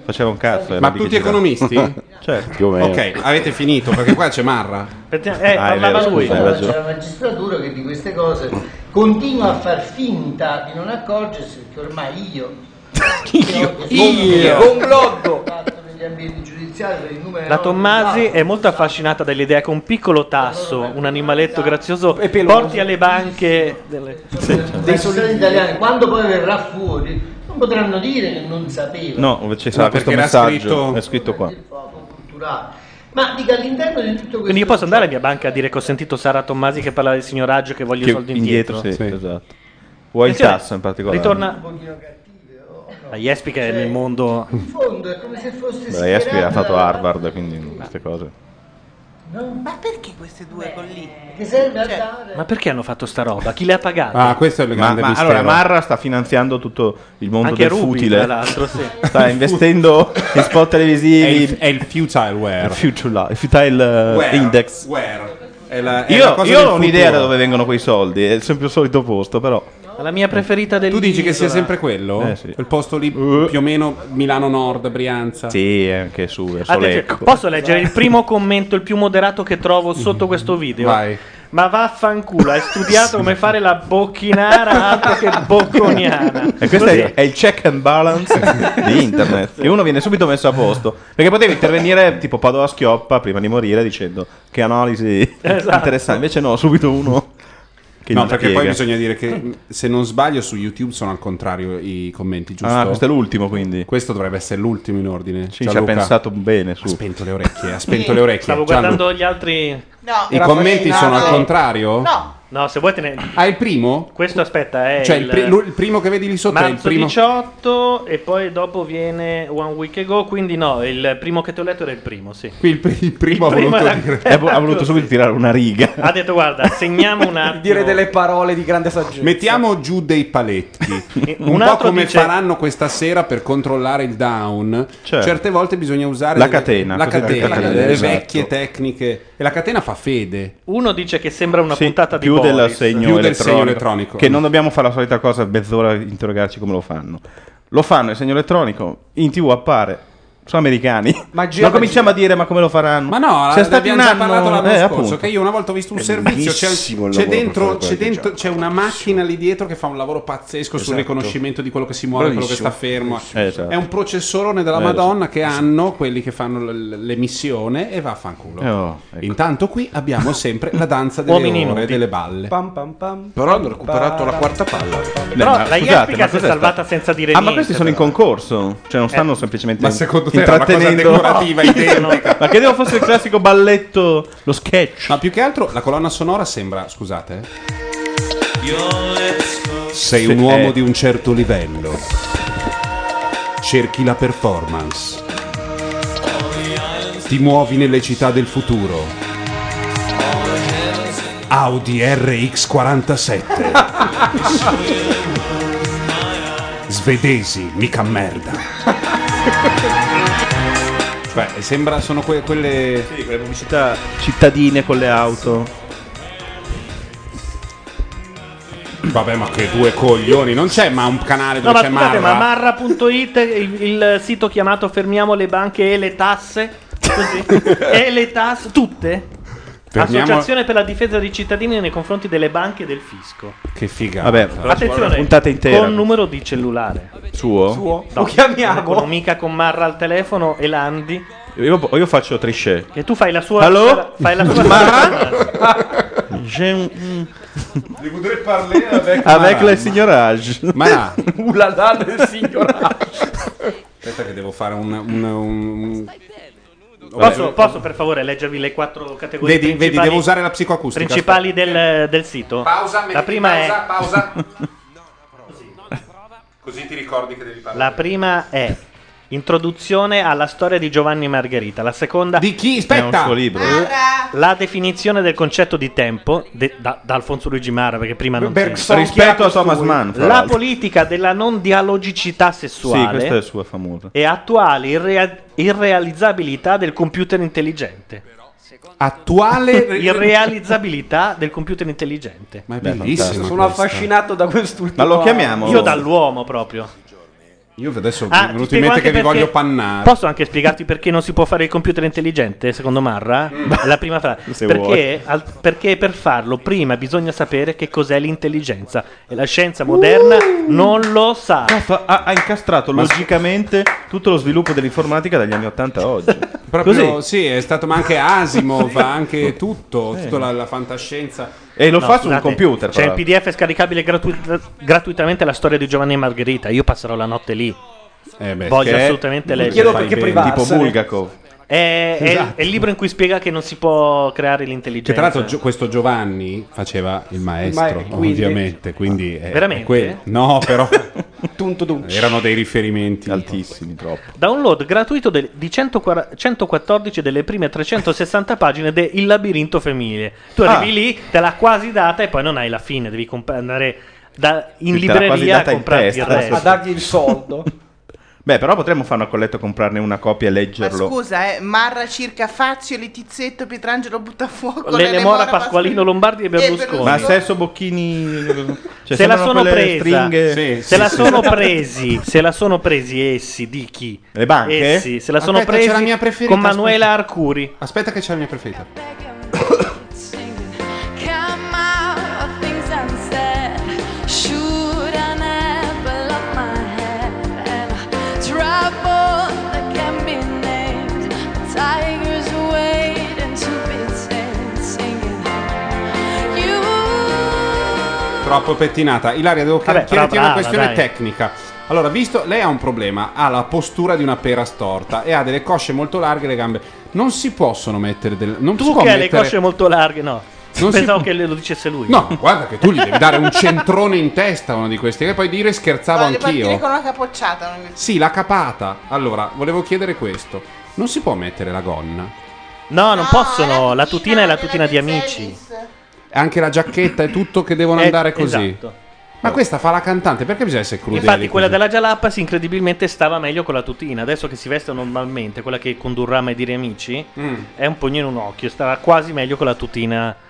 Speaker 18: Faceva un cazzo.
Speaker 11: Ma
Speaker 6: tutti economisti?
Speaker 18: Cioè, certo.
Speaker 11: Più o meno.
Speaker 6: Ok, avete finito perché qua c'è Marra.
Speaker 5: Eh,
Speaker 18: Ah, è parlava vero, lui. scusa, hai ragione.
Speaker 8: C'è la magistratura che di queste cose continua a far finta di non accorgersi perché ormai io io,
Speaker 5: io. Con
Speaker 8: glotto negli ambienti giudiziari per il numero
Speaker 5: La Tommasi è molto affascinata dall'idea che un piccolo tasso, un animaletto grazioso, porti alle banche delle...
Speaker 8: dei soliti italiani quando poi verrà fuori non potranno dire che non sapevano
Speaker 18: No, invece sarà
Speaker 5: No,
Speaker 18: questo
Speaker 5: perché era
Speaker 18: messaggio.
Speaker 5: scritto-
Speaker 18: È scritto qua.
Speaker 8: culturale. ma dico all'interno di tutto questo
Speaker 5: Quindi io posso andare alla mia banca a dire che ho sentito Sara Tommasi che parlava di signoraggio che voglio i
Speaker 18: Che-
Speaker 5: soldi indietro?
Speaker 18: sì, esatto. Vuoi il
Speaker 5: Attenzione,
Speaker 18: tasso in particolare?
Speaker 5: Ritorna... La Jespi che è nel mondo...
Speaker 8: in fondo è come se fosse
Speaker 18: Beh, Espi ha
Speaker 8: schierata-
Speaker 18: fatto Harvard, quindi queste cose.
Speaker 12: Ma perché queste due colline?
Speaker 8: Che serve a
Speaker 12: Cioè,
Speaker 8: dare
Speaker 5: Ma perché hanno fatto sta roba? Chi le ha pagate?
Speaker 6: Ah,
Speaker 18: Ma- ma, Allora, Marra sta finanziando tutto il mondo
Speaker 5: Anche
Speaker 18: del
Speaker 5: Ruby,
Speaker 18: futile.
Speaker 5: tra l'altro, sì.
Speaker 18: Sta investendo in spot televisivi.
Speaker 6: È il- è il futileware.
Speaker 18: Il futile, il futile, eh,
Speaker 6: Where?
Speaker 18: index.
Speaker 6: Where? È la- è la
Speaker 18: Io,
Speaker 6: cosa
Speaker 18: io
Speaker 6: del
Speaker 18: ho un'idea da
Speaker 6: futuro.
Speaker 18: dove vengono quei soldi. È sempre il solito posto, però.
Speaker 5: La mia preferita del
Speaker 6: Tu dici che sia sempre quello?
Speaker 18: Eh, sì.
Speaker 6: Quel posto lì più o meno Milano Nord, Brianza.
Speaker 18: Sì, anche su, verso
Speaker 5: Attenzione,
Speaker 18: Lecco.
Speaker 5: Posso leggere il primo commento, il più moderato che trovo sotto questo video?
Speaker 18: Vai.
Speaker 5: Ma vaffanculo, hai studiato come fare la bocchinara altro che bocconiana.
Speaker 18: E questo è, è il check and balance di internet. Che uno viene subito messo a posto. Perché potevi intervenire tipo Padova schioppa prima di morire dicendo che analisi
Speaker 6: Esatto.
Speaker 18: interessante. Invece no, subito uno che
Speaker 6: no,
Speaker 18: gli
Speaker 6: perché
Speaker 18: spiega.
Speaker 6: poi bisogna dire che mh, se non sbaglio su YouTube sono al contrario i commenti, giusto?
Speaker 18: Ah, questo è l'ultimo quindi.
Speaker 6: Questo dovrebbe essere l'ultimo in ordine.
Speaker 18: ci ha pensato bene su.
Speaker 6: Ha spento le orecchie, ha spento le orecchie.
Speaker 5: Stavo
Speaker 6: Gianlu.
Speaker 5: guardando gli altri.
Speaker 6: I commenti sono al contrario?
Speaker 5: No. No, se vuoi te ne.
Speaker 6: Ah, il primo?
Speaker 5: Questo aspetta, è
Speaker 6: Cioè, il,
Speaker 5: il,
Speaker 6: pri- lu- il primo che vedi lì sotto è il
Speaker 5: marzo
Speaker 6: primo.
Speaker 5: 18 e poi dopo viene One Week Ago, quindi no, il primo che ti ho letto era il primo, sì.
Speaker 6: Qui il, pri- il primo
Speaker 5: Il
Speaker 6: ha
Speaker 5: primo
Speaker 6: voluto
Speaker 5: era-
Speaker 6: dire.
Speaker 18: E ha vo- ha voluto subito tirare una riga.
Speaker 5: Ha detto guarda, segniamo un attimo.
Speaker 1: Dire delle parole di grande saggezza.
Speaker 6: Mettiamo giù dei paletti.
Speaker 5: Un
Speaker 6: Un, po'
Speaker 5: altro
Speaker 6: come
Speaker 5: dice-
Speaker 6: faranno questa sera per controllare il down.
Speaker 18: Certo.
Speaker 6: Certe volte bisogna usare
Speaker 18: La
Speaker 6: delle-
Speaker 18: catena,
Speaker 6: la
Speaker 18: così per
Speaker 6: catena,
Speaker 18: capire.
Speaker 6: delle
Speaker 18: Esatto.
Speaker 6: vecchie tecniche. E la catena fa fede.
Speaker 5: Uno dice che sembra una puntata di
Speaker 18: più
Speaker 5: Boris.
Speaker 18: del, segno,
Speaker 6: Più del
Speaker 18: elettronico,
Speaker 6: segno elettronico.
Speaker 18: Che non dobbiamo fare la solita cosa, mezz'ora interrogarci come lo fanno. Lo fanno il segno elettronico, in tv appare, sono americani.
Speaker 6: Ma
Speaker 18: non cominciamo a dire ma come lo faranno.
Speaker 6: Ma no,
Speaker 18: c'è
Speaker 6: ne
Speaker 18: stato un
Speaker 6: abbiamo già
Speaker 18: anno
Speaker 6: parlato l'anno
Speaker 18: eh,
Speaker 6: scorso
Speaker 18: appunto.
Speaker 6: che io una volta ho visto un
Speaker 18: È
Speaker 6: servizio, c'è,
Speaker 18: lunghissimo il
Speaker 6: c'è
Speaker 18: lavoro per
Speaker 6: dentro,
Speaker 18: fare
Speaker 6: c'è,
Speaker 18: quello che
Speaker 6: dentro- c'è una macchina lì dietro che fa un lavoro pazzesco sul
Speaker 18: Esatto.
Speaker 6: riconoscimento di quello che si muove,
Speaker 18: Bravissimo.
Speaker 6: quello che sta fermo.
Speaker 18: Eh, esatto.
Speaker 6: È un processorone della
Speaker 18: Eh,
Speaker 6: Madonna che hanno quelli che fanno l- l'emissione e vaffanculo.
Speaker 18: Eh, oh,
Speaker 6: Intanto qui abbiamo sempre la danza delle
Speaker 18: Uomini
Speaker 6: ore e
Speaker 18: nudi.
Speaker 6: delle balle.
Speaker 1: Pam, pam, pam.
Speaker 6: Però hanno recuperato la quarta
Speaker 11: palla.
Speaker 5: Però
Speaker 18: ma
Speaker 5: la
Speaker 18: scusate,
Speaker 5: Jespica
Speaker 18: ma
Speaker 5: si è
Speaker 18: cos'è
Speaker 5: salvata
Speaker 18: sta-
Speaker 5: senza dire
Speaker 18: Ah, ma
Speaker 5: niente,
Speaker 18: questi sono in
Speaker 5: però.
Speaker 18: concorso, cioè non stanno
Speaker 5: Eh.
Speaker 18: semplicemente
Speaker 6: Ma secondo te era una cosa
Speaker 18: intrattenendo
Speaker 6: decorativa, identica?
Speaker 18: ma credevo fosse il classico balletto, lo sketch.
Speaker 6: eh, Ma più che altro la colonna sonora sembra, scusate,
Speaker 24: Your lips fall
Speaker 6: Sei
Speaker 18: Sì,
Speaker 6: un uomo
Speaker 18: eh.
Speaker 6: di un certo livello. Cerchi la performance. Ti muovi nelle città del futuro. Audi RX47. Svedesi, mica merda. Beh, sembra sono que- quelle.
Speaker 18: Sì, quelle pubblicità cittadine con le auto.
Speaker 6: Vabbè, ma che due coglioni. Non c'è ma un canale
Speaker 5: No,
Speaker 6: dove
Speaker 5: ma
Speaker 6: c'è
Speaker 5: scusate, ma
Speaker 6: Marra.
Speaker 5: marra.it, il, il sito chiamato Fermiamo le banche e le tasse, così, e le tasse, tutte?
Speaker 6: Fermiamo-
Speaker 5: Associazione per la difesa dei cittadini nei confronti delle banche e del fisco.
Speaker 6: Che figata.
Speaker 18: Vabbè,
Speaker 5: Attenzione,
Speaker 18: puntata intera.
Speaker 5: con numero di cellulare.
Speaker 18: Suo?
Speaker 5: Lo chiamiamo. Con un'amica con Marra al telefono e Landi.
Speaker 18: Io, io faccio Trichet.
Speaker 5: Che tu fai la sua.
Speaker 18: Allô?
Speaker 5: Fai la sua.
Speaker 18: J'ai un-
Speaker 6: Vous voudrez parler avec
Speaker 18: Avec
Speaker 6: Maran.
Speaker 18: le signorage.
Speaker 6: Marà.
Speaker 5: Ulala del signorage.
Speaker 6: Aspetta, che devo fare un. un, un-
Speaker 5: Posso,
Speaker 6: Vabbè.
Speaker 5: posso, per favore leggervi le quattro categorie
Speaker 6: Vedi, vedi,
Speaker 5: principali,
Speaker 6: devo usare la psicoacustica,
Speaker 5: principali del, del sito? la prima è
Speaker 6: Così ti ricordi che devi parlare.
Speaker 5: La prima è Introduzione alla storia di Giovanni Margherita. La seconda Di
Speaker 6: chi?
Speaker 18: Aspetta! È un suo libro.
Speaker 5: La definizione del concetto di tempo de- da, da Alfonso Luigi Mara perché prima non
Speaker 18: Bergson,
Speaker 5: c'era.
Speaker 18: chi Rispetto era a costui? Thomas Mann, fra
Speaker 5: La
Speaker 18: l'altro.
Speaker 5: politica della non dialogicità sessuale.
Speaker 18: Sì, questa è sua famosa.
Speaker 5: E attuale irrea- irrealizzabilità del computer intelligente.
Speaker 6: Attuale
Speaker 5: irrealizzabilità del computer intelligente.
Speaker 6: Ma è
Speaker 18: Beh, bellissima fantastica.
Speaker 1: Sono affascinato da quest'ultimo.
Speaker 18: Ma lo chiamiamo?
Speaker 5: Io dall'uomo proprio.
Speaker 6: Io adesso
Speaker 5: Ah,
Speaker 6: mi è
Speaker 5: ti
Speaker 6: venuto in
Speaker 5: spiego
Speaker 6: mente
Speaker 5: anche
Speaker 6: che vi
Speaker 5: perché-
Speaker 6: voglio pannare.
Speaker 5: Posso anche spiegarti perché non si può fare il computer intelligente, secondo Marra? La prima frase.
Speaker 18: Se
Speaker 5: Perché,
Speaker 18: vuoi.
Speaker 5: al- perché per farlo prima bisogna sapere che cos'è l'intelligenza e la scienza moderna non lo sa.
Speaker 18: Fa- ha, ha incastrato logicamente tutto lo sviluppo dell'informatica dagli anni 80 a oggi.
Speaker 6: Proprio,
Speaker 18: Così.
Speaker 6: Sì, è stato ma anche Asimov, anche tutto, tutta la, la fantascienza.
Speaker 18: E lo
Speaker 5: No,
Speaker 18: fa su un
Speaker 5: scusate,
Speaker 18: computer.
Speaker 5: C'è
Speaker 18: tra
Speaker 5: il PDF scaricabile gratuit- gratuitamente la storia di Giovanni e Margherita. Io passerò la notte lì.
Speaker 18: Eh beh,
Speaker 5: Voglio
Speaker 18: che è-
Speaker 5: assolutamente
Speaker 18: Mi
Speaker 5: leggere.
Speaker 18: chiedo perché Fai bene. privarsene. Tipo Bulgakov.
Speaker 5: È, è-
Speaker 18: Esatto.
Speaker 5: è il libro in cui spiega che non si può creare l'intelligenza.
Speaker 6: Che tra l'altro Gio- questo Giovanni faceva il maestro,
Speaker 5: Il maestro, quindi-
Speaker 6: ovviamente, quindi è-
Speaker 5: Veramente?
Speaker 6: è que- no, però erano dei riferimenti altissimi
Speaker 18: troppo.
Speaker 5: Download gratuito del- di 140 114 delle prime 360 pagine de Il labirinto femminile. Tu arrivi
Speaker 18: Ah.
Speaker 5: lì, te l'ha quasi data e poi non hai la fine, devi comp- andare da- in
Speaker 18: Te l'ha quasi
Speaker 5: libreria a
Speaker 18: data in
Speaker 5: comprarti il
Speaker 18: testa.
Speaker 5: resto.
Speaker 18: A dargli
Speaker 1: il soldo.
Speaker 18: Beh, però potremmo fare una colletta e comprarne una copia e
Speaker 7: Ma
Speaker 18: leggerlo.
Speaker 7: scusa, eh, Marra circa Fazio, Letizzetto, Pietrangelo Buttafuoco,
Speaker 5: L'Ele
Speaker 7: Lele
Speaker 5: Mora,
Speaker 7: Mora,
Speaker 5: Pasqualino Lombardi e Berlusconi.
Speaker 18: Ma Sesso Bocchini. cioè,
Speaker 5: se la
Speaker 18: sembrano
Speaker 5: sono
Speaker 18: quelle
Speaker 5: presa,
Speaker 18: Stringhe...
Speaker 5: se la sono presi, se la sono presi essi di chi?
Speaker 18: Le banche?
Speaker 5: Essi, se la sono
Speaker 6: Aspetta,
Speaker 5: presi
Speaker 6: ecco, c'è la mia preferita,
Speaker 5: con Manuela
Speaker 6: aspetta.
Speaker 5: Arcuri.
Speaker 6: Aspetta che c'è la mia preferita.
Speaker 14: Come out of things unsaid. Should I never lock my head? And trouble that can be named. Tigers waiting to be tamed. Singing, you.
Speaker 6: Troppo pettinata. Ilaria, devo
Speaker 5: Vabbè,
Speaker 6: chiederti
Speaker 5: però brava,
Speaker 6: una questione
Speaker 5: dai.
Speaker 6: tecnica. Allora, visto lei ha un problema, ha la postura di una pera storta e ha delle cosce molto larghe le gambe. Non si possono mettere del non si
Speaker 5: Tu
Speaker 6: può
Speaker 5: che hai le
Speaker 6: mettere-
Speaker 5: cosce molto larghe, no.
Speaker 6: Non si
Speaker 5: Pensavo
Speaker 6: può-
Speaker 5: che lo dicesse lui.
Speaker 6: No, guarda che tu gli devi dare un centrone in testa a uno di questi che poi dire scherzavo
Speaker 7: Voglio partire con
Speaker 6: anch'io.
Speaker 7: una capocciata. non mi-
Speaker 6: Sì, la capata. Allora, volevo chiedere questo. Non si può mettere la gonna?
Speaker 5: No, non possono. La tutina è la tutina di amici.
Speaker 6: Anche la giacchetta e tutto che devono
Speaker 5: Eh,
Speaker 6: andare così.
Speaker 5: esatto.
Speaker 6: Ma questa fa la cantante, perché bisogna essere crudeli?
Speaker 5: Infatti, quella
Speaker 6: così?
Speaker 5: della Jalappas incredibilmente stava meglio con la tutina. Adesso che si veste normalmente, quella che condurrà mai dire amici, è un pugno in un occhio. Stava quasi meglio con la tutina.
Speaker 6: Mm.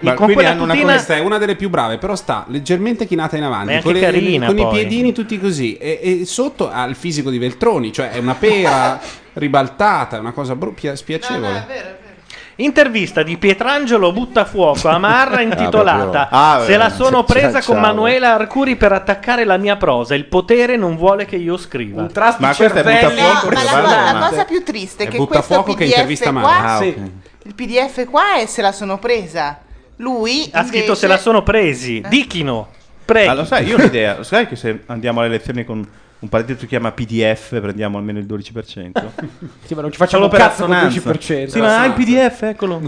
Speaker 6: Ma
Speaker 5: E con
Speaker 6: quindi
Speaker 5: quella
Speaker 6: hanno una
Speaker 5: tutina-
Speaker 6: questa è una delle più brave, però sta Ah, leggermente chinata in avanti,
Speaker 5: Ma è anche
Speaker 6: con,
Speaker 5: carina,
Speaker 6: con i
Speaker 5: poi.
Speaker 6: piedini tutti così e, e sotto ha il fisico di Veltroni, cioè è una pera ribaltata, è una cosa bru- pia- spiacevole.
Speaker 5: Intervista di Pietrangelo Buttafuoco a Marra intitolata
Speaker 6: Ah, proprio. Ah,
Speaker 5: Se la
Speaker 6: beh.
Speaker 5: sono presa
Speaker 6: Ciao.
Speaker 5: con Manuela Arcuri per attaccare la mia prosa. Il potere non vuole che io scriva.
Speaker 18: Ma questa è cervelli Buttafuoco
Speaker 7: Ma la, guarda, la cosa più triste è
Speaker 5: È
Speaker 7: che questo
Speaker 5: Buttafuoco
Speaker 7: PDF
Speaker 5: che intervista
Speaker 7: qua,
Speaker 5: Marra. Ah, ok.
Speaker 7: il PDF qua è se la sono presa. Lui
Speaker 5: Ha scritto se la sono presi. Dichino. Prego.
Speaker 18: Ma Ah, lo sai, io ho un'idea. Lo sai che se andiamo alle elezioni con un partito che si chiama PDF prendiamo almeno il 12%?
Speaker 1: Sì, ma non ci facciamo
Speaker 18: Solo
Speaker 1: un cazzo con il
Speaker 18: assonanza.
Speaker 1: 10%.
Speaker 18: Sì, ma hai il PDF, eccolo.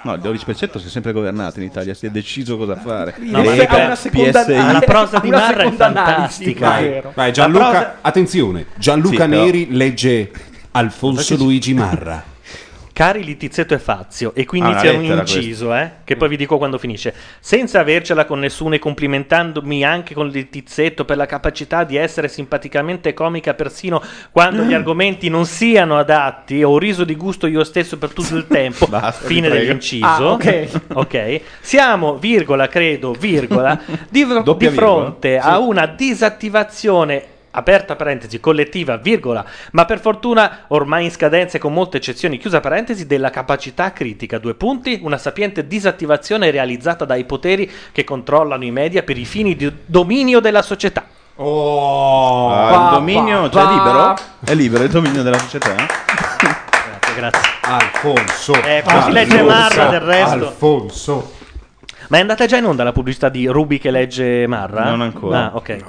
Speaker 18: No, il 12% si è sempre governato in Italia, si è deciso cosa fare. Eh,
Speaker 6: No, ma ha una seconda-
Speaker 18: PSI.
Speaker 6: la prosa di
Speaker 18: Una
Speaker 6: Marra è
Speaker 18: seconda analisi,
Speaker 6: fantastica.
Speaker 18: vai.
Speaker 6: Vai, vai, Gianluca, attenzione, Gianluca
Speaker 5: Sì, però-
Speaker 6: Neri legge Alfonso Luigi Marra.
Speaker 5: Cari Litizetto e Fazio, e qui
Speaker 6: Ah, una
Speaker 5: inizia un
Speaker 6: lettera
Speaker 5: inciso, eh, che poi vi dico quando finisce. Senza avercela con nessuno e complimentandomi anche con Litizetto per la capacità di essere simpaticamente comica persino quando gli argomenti non siano adatti, ho riso di gusto io stesso per tutto il tempo. fine
Speaker 18: prego.
Speaker 5: dell'inciso.
Speaker 18: Ah, ok.
Speaker 5: ok. Siamo, virgola, credo, virgola, di, fro-
Speaker 18: Doppia
Speaker 5: di
Speaker 18: virgola?
Speaker 5: fronte a una disattivazione aperta parentesi collettiva virgola ma per fortuna ormai in scadenza e con molte eccezioni chiusa parentesi della capacità critica due punti una sapiente disattivazione realizzata dai poteri che controllano i media per i fini di dominio della società
Speaker 6: oh
Speaker 18: Ah, il dominio, cioè è libero? È libero il dominio della società?
Speaker 5: grazie, grazie.
Speaker 6: Alfonso.
Speaker 5: Eh, poi si legge Marra del resto.
Speaker 6: Alfonso.
Speaker 5: ma è andata già in onda la pubblicità di Ruby che legge Marra?
Speaker 18: Non ancora.
Speaker 5: ah ok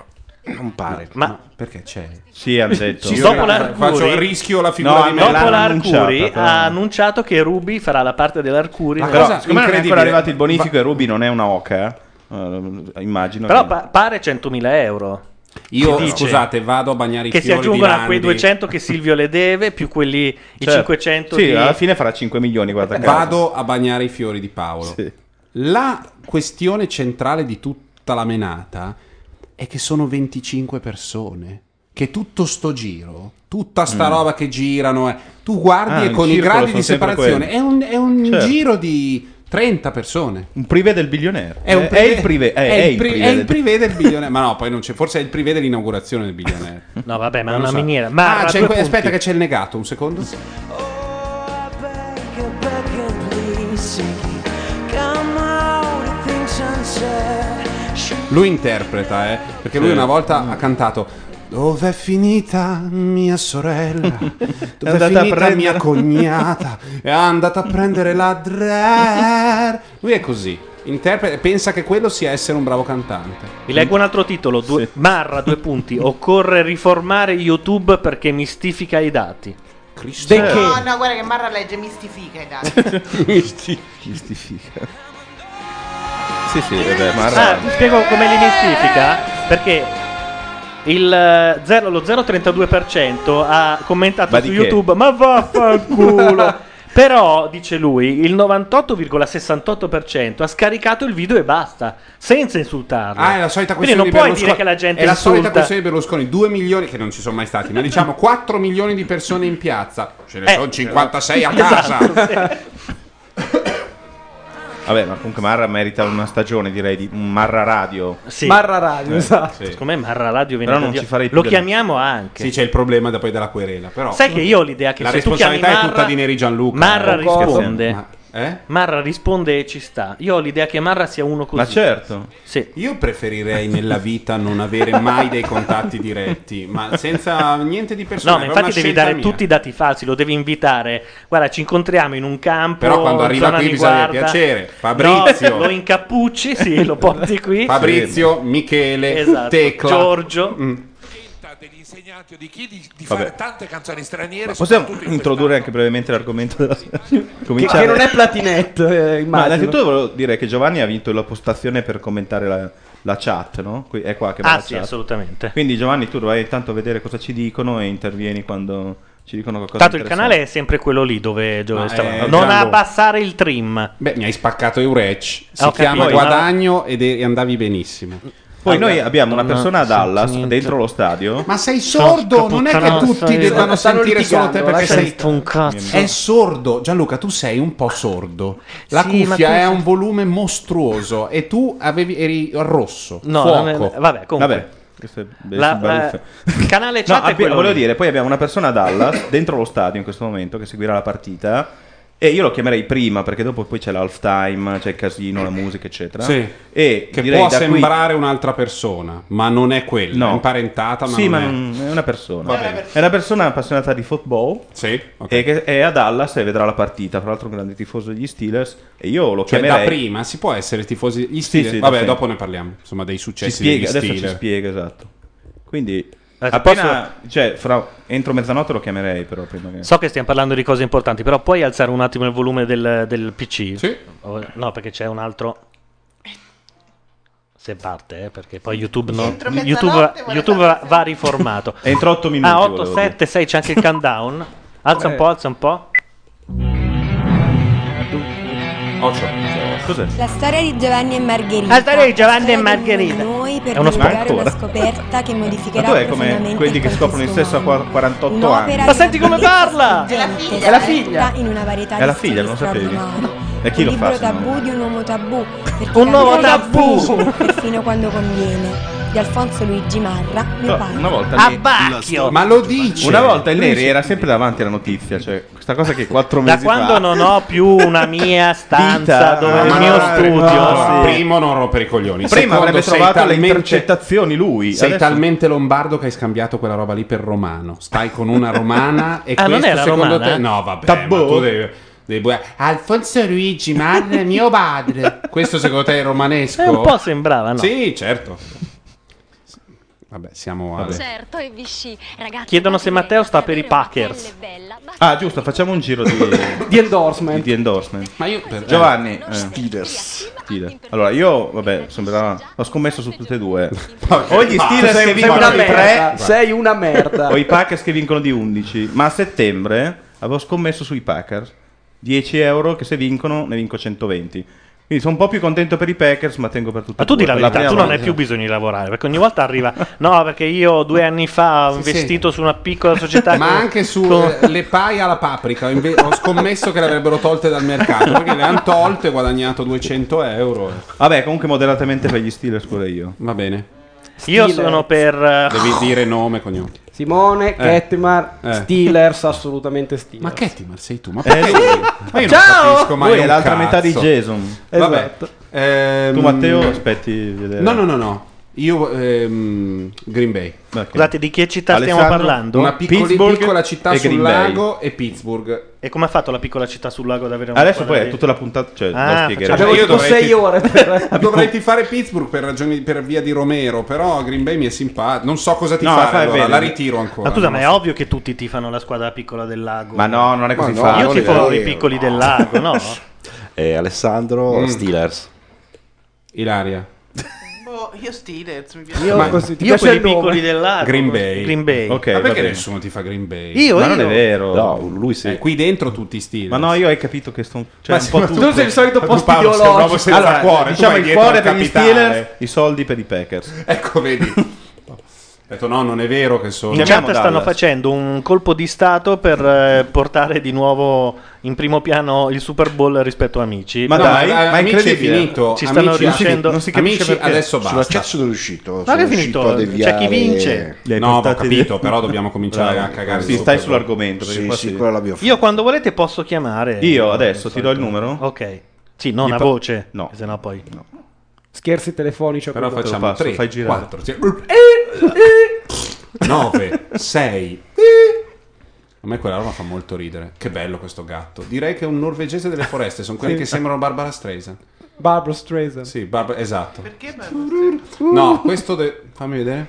Speaker 6: non pare
Speaker 5: ma
Speaker 6: perché c'è
Speaker 18: Sì, hanno detto.
Speaker 5: Ci dopo l'Arcuri,
Speaker 6: Faccio rischio la figura
Speaker 18: No,
Speaker 6: di me.
Speaker 5: dopo
Speaker 6: L'hanno
Speaker 5: l'Arcuri
Speaker 6: annunciata, però.
Speaker 5: ha annunciato che Ruby farà la parte dell'Arcuri.
Speaker 18: Ma
Speaker 5: nella-
Speaker 18: però, siccome non è ancora arrivato il bonifico e Ruby non è una oca, eh, eh, immagino.
Speaker 5: Però
Speaker 18: che-
Speaker 5: pa- pare 100.000 euro.
Speaker 6: Io,
Speaker 5: Si dice
Speaker 6: scusate, vado a bagnare i
Speaker 5: Che si
Speaker 6: fiori di
Speaker 5: aggiungono a quei
Speaker 6: Landi.
Speaker 5: 200 che Silvio le deve, più quelli i
Speaker 6: Certo.
Speaker 5: 500
Speaker 6: Sì,
Speaker 5: di...
Speaker 6: alla
Speaker 18: Alla fine farà 5 milioni, guarda caso.
Speaker 6: Eh, Vado a bagnare i fiori di Paolo. La questione centrale di tutta la menata è che sono 25 persone. Che tutto sto giro, tutta sta
Speaker 18: Mm.
Speaker 6: roba che girano, eh, tu guardi
Speaker 18: Ah,
Speaker 6: e con
Speaker 18: in
Speaker 6: i
Speaker 18: circolo
Speaker 6: gradi
Speaker 18: sono
Speaker 6: di
Speaker 18: sempre
Speaker 6: separazione è
Speaker 18: quelli.
Speaker 6: un, è un
Speaker 18: Certo.
Speaker 6: giro di 30 persone.
Speaker 18: Un privé del biglionaire.
Speaker 6: È, un
Speaker 18: Eh,
Speaker 6: privé-
Speaker 18: il privé. eh,
Speaker 6: è il pri- è il
Speaker 18: del-
Speaker 6: privé del biglionaire. Ma no, poi non c'è. Forse è il privé dell'inaugurazione del biglionaire.
Speaker 5: No, vabbè, ma è
Speaker 6: Non
Speaker 5: una
Speaker 6: lo so.
Speaker 5: miniera. Ma
Speaker 6: Ah,
Speaker 5: a
Speaker 6: c'è
Speaker 5: due
Speaker 6: que-
Speaker 5: punti.
Speaker 6: aspetta, che c'è il negato. Un secondo. Lui interpreta, eh, perché lui
Speaker 18: Sì.
Speaker 6: una volta ha cantato Dov'è finita mia sorella?
Speaker 18: È
Speaker 6: Dov'è
Speaker 18: andata a
Speaker 6: finita
Speaker 18: prendere
Speaker 6: mia cognata? È andata a prendere la drer. Lui è così. Interpreta, pensa che quello sia essere un bravo cantante.
Speaker 5: Vi leggo un altro titolo, due- Marra, due punti. Occorre riformare YouTube perché mistifica i dati. Cioè.
Speaker 6: Cristo.
Speaker 7: No, no, guarda che Marra legge mistifica i dati.
Speaker 18: Mistifica. Sì, sì, vabbè, Marra.
Speaker 5: Ah, vi spiego come li mistifica? Perché il eh, zero- lo 0,32% ha commentato
Speaker 18: Ma
Speaker 5: su
Speaker 18: di che?
Speaker 5: YouTube, ma vaffanculo. Però, dice lui, il 98,68% ha scaricato il video e basta, senza insultarlo.
Speaker 6: Ah, è la solita
Speaker 5: Quindi
Speaker 6: questione
Speaker 5: non
Speaker 6: di
Speaker 5: puoi
Speaker 6: Berlusconi.
Speaker 5: dire che la gente
Speaker 6: È la
Speaker 5: insulta.
Speaker 6: solita questione di Berlusconi, 2 milioni che non ci sono mai stati, ma diciamo 4 milioni di persone in piazza. Ce ne
Speaker 18: Eh,
Speaker 6: sono 56 a casa.
Speaker 18: esatto, Vabbè, ma comunque Marra merita una stagione, direi, di un Marra Radio.
Speaker 5: Sì. Marra Radio, esatto.
Speaker 18: Eh, sì.
Speaker 5: Secondo me Marra Radio viene
Speaker 18: Però
Speaker 5: da
Speaker 18: non
Speaker 5: Dio.
Speaker 18: ci farei più
Speaker 5: Lo
Speaker 18: del-
Speaker 5: chiamiamo anche.
Speaker 6: Sì, c'è il problema da poi della querela, però.
Speaker 5: Sai che io ho l'idea che
Speaker 6: la
Speaker 5: se tu chiami
Speaker 6: responsabilità è tutta
Speaker 5: Marra-
Speaker 6: di Neri Gianluca.
Speaker 5: Marra
Speaker 6: eh, concordo.
Speaker 5: risponde.
Speaker 6: Ma- eh?
Speaker 5: Marra risponde e ci sta. Io ho l'idea che Marra sia uno così.
Speaker 6: Ma certo.
Speaker 5: Sì.
Speaker 6: Io preferirei nella vita non avere mai dei contatti diretti, ma senza niente di
Speaker 5: No,
Speaker 6: personale.
Speaker 5: ma
Speaker 6: è una
Speaker 5: infatti devi
Speaker 6: scelta
Speaker 5: dare
Speaker 6: mia.
Speaker 5: tutti i dati falsi, lo devi invitare. Guarda, ci incontriamo in un campo.
Speaker 6: Però quando
Speaker 5: in
Speaker 6: arriva
Speaker 5: zona
Speaker 6: qui
Speaker 5: di
Speaker 6: bisogna dire,
Speaker 5: guarda.
Speaker 6: "Piacere, Fabrizio."
Speaker 5: No, lo incappucci, sì, lo porti qui.
Speaker 6: Fabrizio, Michele,
Speaker 5: Esatto.
Speaker 6: Tecla.
Speaker 5: Giorgio.
Speaker 18: Mm.
Speaker 2: degli insegnanti o di chi di, di
Speaker 18: Vabbè.
Speaker 2: fare tante canzoni straniere.
Speaker 18: Ma possiamo
Speaker 2: soprattutto in
Speaker 18: introdurre anche brevemente l'argomento della
Speaker 1: Che,
Speaker 18: Cominciare.
Speaker 1: che non è Platinette, eh,
Speaker 18: Ma
Speaker 1: immagino.
Speaker 18: innanzitutto volevo dire che Giovanni ha vinto la postazione per commentare la, la chat, no? Qui- È qua che va
Speaker 5: Ah,
Speaker 18: la
Speaker 5: sì,
Speaker 18: chat.
Speaker 5: assolutamente.
Speaker 18: Quindi Giovanni tu vai intanto a vedere cosa ci dicono e intervieni quando ci dicono qualcosa
Speaker 5: Tanto il
Speaker 18: interessante.
Speaker 5: canale è sempre quello lì dove, dove
Speaker 18: Ma
Speaker 5: stavamo.
Speaker 18: è
Speaker 5: Non
Speaker 18: Gianlu-
Speaker 5: abbassare il trim.
Speaker 6: Beh, mi hai spaccato Eurec. Si
Speaker 5: Ah, ho
Speaker 6: chiama
Speaker 5: capito, ma-
Speaker 6: Guadagno ed e- andavi benissimo.
Speaker 18: Poi noi abbiamo una persona a Dallas dentro lo stadio.
Speaker 6: Ma sei sordo? Non è che
Speaker 5: eh.
Speaker 6: tutti debbano sentire solo te perché sei È sordo. Gianluca, tu sei un po' sordo. La
Speaker 5: Sì, ma tu-
Speaker 6: cuffia è a un volume mostruoso e tu avevi, eri rosso.
Speaker 5: No,
Speaker 6: fuoco.
Speaker 5: non è- vabbè, comunque.
Speaker 18: Questo è-
Speaker 5: La- eh,
Speaker 18: baruffe.
Speaker 5: la- il canale
Speaker 18: No,
Speaker 5: chat è
Speaker 18: abbi-
Speaker 5: quello
Speaker 18: volevo
Speaker 5: lì.
Speaker 18: dire, poi abbiamo una persona a Dallas dentro lo stadio in questo momento che seguirà la partita. E io lo chiamerei prima perché dopo poi c'è l'half time, c'è il casino, la musica, eccetera.
Speaker 6: Sì.
Speaker 18: E
Speaker 6: Che
Speaker 18: direi
Speaker 6: può
Speaker 18: da qui-
Speaker 6: sembrare un'altra persona, ma non è quella.
Speaker 18: No.
Speaker 6: È imparentata, ma
Speaker 18: sì,
Speaker 6: non
Speaker 18: ma
Speaker 6: è. Eh,
Speaker 18: non- è una persona.
Speaker 6: Va bene.
Speaker 18: È una persona appassionata di football. E che è a Dallas e vedrà la partita. Tra l'altro, un grande tifoso degli Steelers. E io lo
Speaker 6: Cioè, da
Speaker 18: chiamerei.
Speaker 6: prima si può essere tifosi gli Steelers?
Speaker 18: sì,
Speaker 6: Vabbè,
Speaker 18: da sempre.
Speaker 6: dopo ne parliamo. Insomma, dei
Speaker 18: Ci
Speaker 6: successi
Speaker 18: spiega,
Speaker 6: degli
Speaker 18: adesso ci
Speaker 6: Steelers.
Speaker 18: spiega, esatto. Quindi Appena, cioè, fra, entro mezzanotte lo chiamerei però prima che...
Speaker 5: So che stiamo parlando di cose importanti, però puoi alzare un attimo il volume del, del PC?
Speaker 6: Sì.
Speaker 5: No, perché c'è un altro. Se parte, eh, perché poi YouTube, non-
Speaker 18: Entro
Speaker 5: YouTube,
Speaker 18: mezzanotte
Speaker 5: YouTube va, va riformato.
Speaker 18: Entro otto minuti,
Speaker 5: Ah, 8,
Speaker 18: volevo dire.
Speaker 5: 7, 6, c'è anche il countdown. Alza un
Speaker 18: Eh.
Speaker 5: po', alza un po'.
Speaker 18: Cos'è?
Speaker 3: La storia di Giovanni e Margherita.
Speaker 5: La storia di Giovanni e Margherita.
Speaker 3: di Noi per
Speaker 18: È uno
Speaker 3: divulgare
Speaker 18: spacco,
Speaker 3: una
Speaker 18: guarda.
Speaker 3: scoperta che
Speaker 18: Ma
Speaker 3: modificherà
Speaker 18: tu è come
Speaker 3: profondamente
Speaker 18: quelli che scoprono il sesso a qua- 48 anni.
Speaker 3: un'opera di una bellezza sconvolgente,
Speaker 18: È la figlia.
Speaker 3: scritta in una varietà
Speaker 18: È la
Speaker 3: di
Speaker 18: figlia,
Speaker 3: stili
Speaker 18: non lo sapevi.
Speaker 3: straordinari.
Speaker 18: E chi
Speaker 3: un
Speaker 18: lo
Speaker 3: libro
Speaker 18: fa? se no?
Speaker 3: tabù di un uomo tabù. perché
Speaker 5: Un uomo
Speaker 3: capirà
Speaker 5: tabù!
Speaker 3: il filo, Perfino quando conviene. Di Alfonso Luigi Marra, mio padre.
Speaker 18: Una volta
Speaker 3: A
Speaker 18: ne-
Speaker 5: Bacchio!
Speaker 18: Ma lo dice. Una volta il
Speaker 5: Lui
Speaker 18: Neri
Speaker 5: si-
Speaker 18: era sempre davanti alla notizia, cioè questa cosa che quattro
Speaker 5: Da
Speaker 18: mesi
Speaker 5: quando
Speaker 18: fa.
Speaker 5: non ho più una mia stanza
Speaker 18: Vita.
Speaker 5: dove
Speaker 18: Ah,
Speaker 5: il
Speaker 18: ma
Speaker 5: mio
Speaker 18: no,
Speaker 5: studio.
Speaker 18: no,
Speaker 5: Sì.
Speaker 6: Primo non rompere i coglioni.
Speaker 18: Prima
Speaker 6: Secondo,
Speaker 18: avrebbe
Speaker 6: sei
Speaker 18: trovato le
Speaker 6: talmente-
Speaker 18: intercettazioni lui.
Speaker 6: Sei
Speaker 18: Adesso-
Speaker 6: talmente lombardo che hai scambiato quella roba lì per romano. Stai con una romana e
Speaker 18: Ah, non
Speaker 6: questo
Speaker 18: era
Speaker 6: secondo
Speaker 18: romana?
Speaker 6: te no, vabbè,
Speaker 18: Tabù?
Speaker 6: ma tu devi, devi- Alfonso Luigi, madre mio padre. Questo secondo te è romanesco?
Speaker 5: Eh, un po' sembrava, no?
Speaker 6: Sì, certo. Vabbè, siamo a
Speaker 10: Certo, e Vichy, ragazzi.
Speaker 5: Chiedono se Matteo sta per i Packers.
Speaker 18: Ah, giusto, facciamo un giro di,
Speaker 1: di endorsement.
Speaker 18: Di, endorsement.
Speaker 6: Ma io per-
Speaker 18: Giovanni
Speaker 6: eh,
Speaker 18: eh, Steelers. Allora, io, vabbè, sembrava ho scommesso su tutte e due. o gli
Speaker 1: Ma
Speaker 18: Steelers
Speaker 1: sei
Speaker 18: che
Speaker 1: una
Speaker 18: vincono di
Speaker 1: merda,
Speaker 18: 3,
Speaker 1: sei una merda.
Speaker 18: O i Packers che vincono di 11, ma a settembre avevo scommesso sui Packers 10 euro che se vincono ne vinco 120. Quindi sono un po' più contento per i Packers, ma tengo per tutto
Speaker 5: Ma tu di la verità, tu non hai più bisogno di lavorare, perché ogni volta arriva... No, perché io due anni fa ho
Speaker 6: Sì,
Speaker 5: investito su una piccola società...
Speaker 6: Ma
Speaker 5: con-
Speaker 6: anche su
Speaker 5: con-
Speaker 6: eh, le paie alla paprika. Inve- ho scommesso che le avrebbero tolte dal mercato. Perché le hanno tolte e ho guadagnato 200 euro.
Speaker 18: Vabbè, comunque moderatamente per gli Steelers pure io.
Speaker 6: Va bene.
Speaker 5: Io sono per... eh,
Speaker 6: Devi dire nome, cognome.
Speaker 1: Simone,
Speaker 6: Eh.
Speaker 1: Kettimar,
Speaker 6: Eh.
Speaker 1: Steelers, assolutamente Steelers. Ma
Speaker 6: Kettimar sei tu? Ma
Speaker 18: perché-
Speaker 6: Ma io non capisco mai
Speaker 18: Lui è
Speaker 6: un
Speaker 18: l'altra
Speaker 6: cazzo.
Speaker 18: metà di Jason.
Speaker 1: Esatto.
Speaker 6: Vabbè.
Speaker 18: Tu
Speaker 6: Ehm,
Speaker 18: Matteo aspetti di vedere.
Speaker 6: No, no, no, no. Io ehm, Green Bay.
Speaker 5: Scusate, di che città stiamo
Speaker 6: Alessandro,
Speaker 5: parlando?
Speaker 6: Una piccoli-
Speaker 5: Pittsburgh
Speaker 6: piccola città
Speaker 5: e
Speaker 6: sul
Speaker 5: Green Bay.
Speaker 6: lago e Pittsburgh.
Speaker 5: E come ha fatto la piccola città sul lago ad avere una
Speaker 18: Adesso
Speaker 5: squadra
Speaker 18: poi è
Speaker 5: di-
Speaker 18: tutta la puntata, cioè
Speaker 5: Ah,
Speaker 18: lo spiegherò.
Speaker 5: facciamo
Speaker 18: Io
Speaker 5: tipo
Speaker 18: dovrei-
Speaker 5: sei ore per-
Speaker 6: Dovrei tifare Pittsburgh per ragioni per via di Romero, però Green Bay mi è simpatico. Non so cosa ti
Speaker 18: No,
Speaker 6: fare,
Speaker 18: fai
Speaker 6: allora,
Speaker 18: bene.
Speaker 6: la ritiro ancora.
Speaker 5: Ma scusa,
Speaker 6: non
Speaker 5: ma
Speaker 6: lo
Speaker 5: è
Speaker 6: so.
Speaker 5: ovvio che tutti tifano la squadra piccola del lago.
Speaker 18: Ma no, non è così
Speaker 5: Ma
Speaker 18: facile.
Speaker 5: Io tifo
Speaker 18: Oliver.
Speaker 5: i piccoli del lago, no?
Speaker 13: Eh, Alessandro
Speaker 6: Mm.
Speaker 13: Steelers.
Speaker 6: Ilaria.
Speaker 12: Boh, io Steelers, mi piace.
Speaker 6: Ma-
Speaker 5: io quelli piccoli del lago.
Speaker 6: Green Bay.
Speaker 5: Green Bay.
Speaker 18: Ok,
Speaker 6: ma
Speaker 18: va
Speaker 6: perché
Speaker 18: bene.
Speaker 6: nessuno ti fa Green Bay?
Speaker 5: Io, eh,
Speaker 18: Ma non
Speaker 5: io.
Speaker 18: è vero.
Speaker 6: No, Eh,
Speaker 13: lui sì.
Speaker 6: qui dentro tutti i stili.
Speaker 18: Ma no, io hai capito che sto
Speaker 6: Ma
Speaker 18: cioè, un
Speaker 6: sì,
Speaker 18: po'
Speaker 6: ma tu sei il solito
Speaker 18: Paolo,
Speaker 6: postidiologico.
Speaker 18: sei un uomo senza
Speaker 6: Allora,
Speaker 18: cuore,
Speaker 6: diciamo
Speaker 18: tu vai
Speaker 6: il
Speaker 18: dietro
Speaker 6: cuore
Speaker 18: al
Speaker 6: per gli
Speaker 18: capitale,
Speaker 6: Steelers.
Speaker 18: i soldi per i Packers.
Speaker 6: Ecco, vedi. Ho detto no, non è vero che sono...
Speaker 5: In chat Certo, stanno facendo un colpo di stato per eh, portare di nuovo in primo piano il Super Bowl rispetto a Amici.
Speaker 6: Ma No, dai, ma- ma ma Amici è incredibile. finito.
Speaker 5: Ci stanno
Speaker 6: Amici-
Speaker 5: riuscendo.
Speaker 6: non si capisce Amici perché. adesso basta.
Speaker 11: Sulla chat sono riuscito.
Speaker 5: Ma
Speaker 11: sono
Speaker 5: che è
Speaker 11: riuscito
Speaker 5: finito?
Speaker 11: a
Speaker 5: C'è
Speaker 11: deviare-
Speaker 5: chi vince?
Speaker 6: No, ho capito, però dobbiamo cominciare
Speaker 18: Bravo.
Speaker 6: a cagare.
Speaker 18: Sì, stai sull'argomento, perché
Speaker 11: Sì,
Speaker 18: qua
Speaker 11: sì,
Speaker 18: si-
Speaker 11: quella l'abbiamo
Speaker 5: Io quando volete posso chiamare.
Speaker 18: Io adesso ti do il numero.
Speaker 5: Ok. Sì, non
Speaker 18: Di
Speaker 5: a
Speaker 18: pa-
Speaker 5: voce.
Speaker 18: No.
Speaker 5: Se no poi.
Speaker 1: Scherzi telefonici. a
Speaker 6: Però
Speaker 1: cui-
Speaker 6: facciamo
Speaker 18: passo,
Speaker 6: 3,
Speaker 18: fai girare. Eh,
Speaker 6: 4, 9, 6.
Speaker 18: Eh.
Speaker 6: A me quella roba fa molto ridere. Che bello questo gatto. Direi che è un norvegese delle foreste. Sono quelli
Speaker 1: Sì.
Speaker 6: che sembrano Barbara Streisand.
Speaker 1: Barbara Streisand.
Speaker 6: Sì, Barbara, esatto.
Speaker 5: Uh.
Speaker 6: No, questo. de- fammi vedere.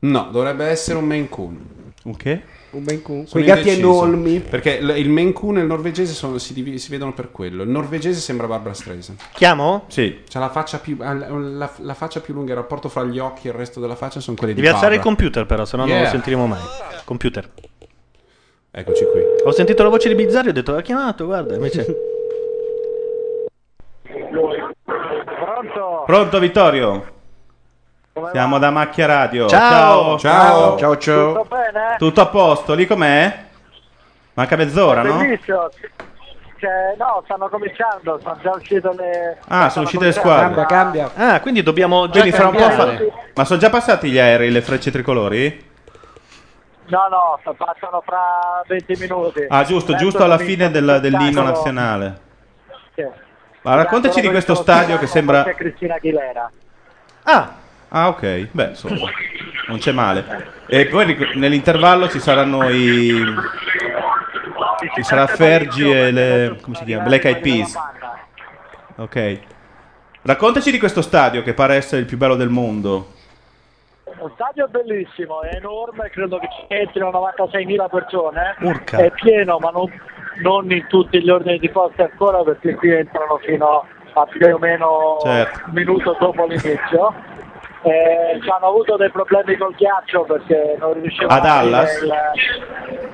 Speaker 6: No, dovrebbe essere un Maine Coon.
Speaker 18: Un che?
Speaker 1: Un Maine Coon.
Speaker 6: Sono
Speaker 1: Quei gatti
Speaker 6: indeciso,
Speaker 1: enormi.
Speaker 6: Perché l- il Maine Coon e il norvegese sono- si, divi- si vedono per quello. Il norvegese sembra Barbara Streisand.
Speaker 5: Chiamo?
Speaker 18: Sì.
Speaker 6: C'ha la faccia più, ha la, la- la faccia più lunga, il rapporto fra gli occhi e il resto della faccia sono quelli
Speaker 5: Devi
Speaker 6: di
Speaker 5: alzare il
Speaker 6: Barbara.
Speaker 5: computer però, sennò non lo
Speaker 6: Yeah.
Speaker 5: sentiremo mai. Computer.
Speaker 6: Eccoci qui.
Speaker 5: Ho sentito la voce di Bizzarri e ho detto l'ha chiamato, guarda, invece...
Speaker 18: Pronto Vittorio? Siamo da Macchia Radio.
Speaker 5: Ciao.
Speaker 18: Ciao.
Speaker 11: Ciao, ciao.
Speaker 18: Tutto a posto, lì com'è? Manca mezz'ora, no?
Speaker 15: Bellissimo. Cioè, no, stanno cominciando, sono già uscite le...
Speaker 18: Ah, sono uscite le squadre.
Speaker 1: cambia.
Speaker 5: Ah, quindi dobbiamo già
Speaker 18: Quindi fra un po' fa-
Speaker 5: cambiare.
Speaker 18: Ma sono già passati gli aerei, le frecce tricolori?
Speaker 15: No, no, sta- passano fra 20 minuti.
Speaker 18: Ah, giusto,
Speaker 15: Adesso
Speaker 18: giusto alla
Speaker 15: comincia
Speaker 18: fine
Speaker 15: lo
Speaker 18: del- dell'inno
Speaker 15: spettacolo.
Speaker 18: nazionale.
Speaker 15: Sì.
Speaker 18: Ma raccontaci di questo stadio che sembra...
Speaker 15: C'è Cristina Aguilera.
Speaker 18: Ah, ok. Beh, insomma, non c'è male. E poi ric- nell'intervallo ci saranno i. Ci sarà Fergie e le. come si chiama? Black Eyed Peas. Ok. Raccontaci di questo stadio che pare essere il più bello del mondo.
Speaker 15: Lo stadio è bellissimo, è enorme, credo che ci entrino 96.000 persone.
Speaker 9: Urca.
Speaker 15: È pieno, ma non, non in tutti gli ordini di posti ancora, perché qui entrano fino a più o meno
Speaker 18: Certo.
Speaker 15: un minuto dopo l'inizio. Eh, ci hanno avuto dei problemi col ghiaccio perché non riuscivano
Speaker 18: A Dallas?
Speaker 15: aprire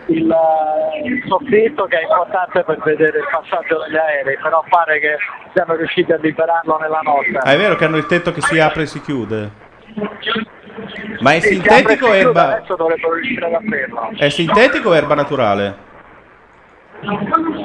Speaker 15: il, il, eh, il soffitto che è importante per vedere il passaggio degli aerei, però pare che siano riusciti a liberarlo nella notte.
Speaker 18: Ah, è vero che hanno il tetto che si apre e si chiude. Ma è
Speaker 15: Sì, si
Speaker 18: sintetico o
Speaker 15: apre e si chiude,
Speaker 18: erba?
Speaker 15: Adesso dovrebbero riuscire ad aprirlo.
Speaker 18: È sintetico o erba naturale?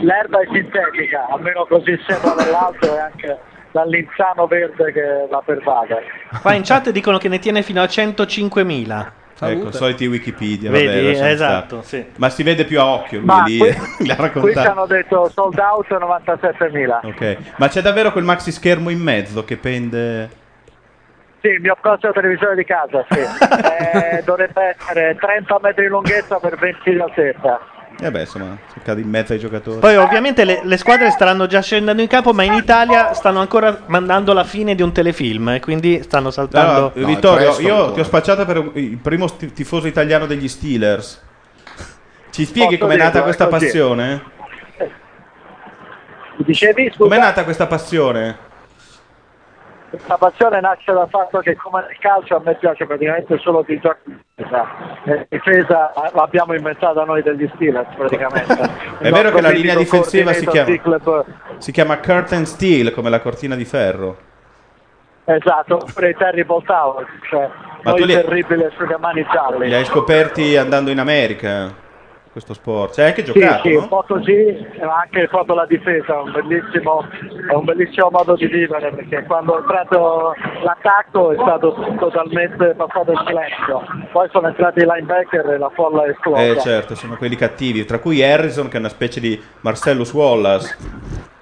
Speaker 15: L'erba è sintetica, almeno così sembra dall'alto e anche dall'inzano verde che la pervade.
Speaker 5: Qua in chat dicono che ne tiene fino a 105.000.
Speaker 18: Ecco, soliti Wikipedia.
Speaker 5: Vedi,
Speaker 18: vabbè, lasciamo
Speaker 5: esatto,
Speaker 18: stare.
Speaker 5: sì.
Speaker 18: Ma si vede più a occhio lui
Speaker 15: Ma
Speaker 18: lì.
Speaker 15: qui-
Speaker 18: l'ha
Speaker 15: Qui ci
Speaker 18: raccontato.
Speaker 15: hanno detto sold out 97.000.
Speaker 18: Ok. Ma c'è davvero quel maxi schermo in mezzo che pende.
Speaker 15: Sì, il mio prossimo televisore di casa, sì. Eh, dovrebbe essere 30 metri di lunghezza per 20 di altezza.
Speaker 18: Eh beh, insomma, si cade in mezzo ai giocatori.
Speaker 5: Poi ovviamente le, le squadre staranno già scendendo in campo, ma in Italia stanno ancora mandando la fine di un telefilm e quindi stanno saltando...
Speaker 18: Allora, Vittorio, io ti ho spacciato per un- il primo sti- tifoso italiano degli Steelers. Ci spieghi
Speaker 15: Posso
Speaker 18: com'è nata
Speaker 15: dirlo,
Speaker 18: questa
Speaker 15: eh, così.
Speaker 18: passione?
Speaker 15: Dicevi, scusa?
Speaker 18: Com'è nata questa passione?
Speaker 15: Questa passione nasce dal fatto che come nel calcio a me piace praticamente solo di giocare in difesa. E difesa eh, l'abbiamo inventata noi degli Steelers praticamente.
Speaker 18: È
Speaker 15: Il
Speaker 18: vero che
Speaker 15: nostro
Speaker 18: la linea
Speaker 15: mitico
Speaker 18: difensiva si
Speaker 15: coordinator
Speaker 18: chiama,
Speaker 15: Ziegler,
Speaker 18: si chiama curtain steel, come la cortina di ferro.
Speaker 15: Esatto, oppure i Terrible Towers, cioè
Speaker 18: Ma
Speaker 15: noi
Speaker 18: tu li-
Speaker 15: terribili asciugamani gialli.
Speaker 18: Li hai scoperti andando in America, questo sport. Ci hai anche
Speaker 15: Sì,
Speaker 18: giocato,
Speaker 15: sì,
Speaker 18: no?
Speaker 15: un po' così, ma anche proprio la difesa, è un bellissimo, è un bellissimo modo di vivere perché quando ho entrato l'attacco è stato totalmente passato in silenzio, poi sono entrati i linebacker e la folla è esplosa.
Speaker 18: Eh certo, sono quelli cattivi, tra cui Harrison che è una specie di Marcellus Wallace,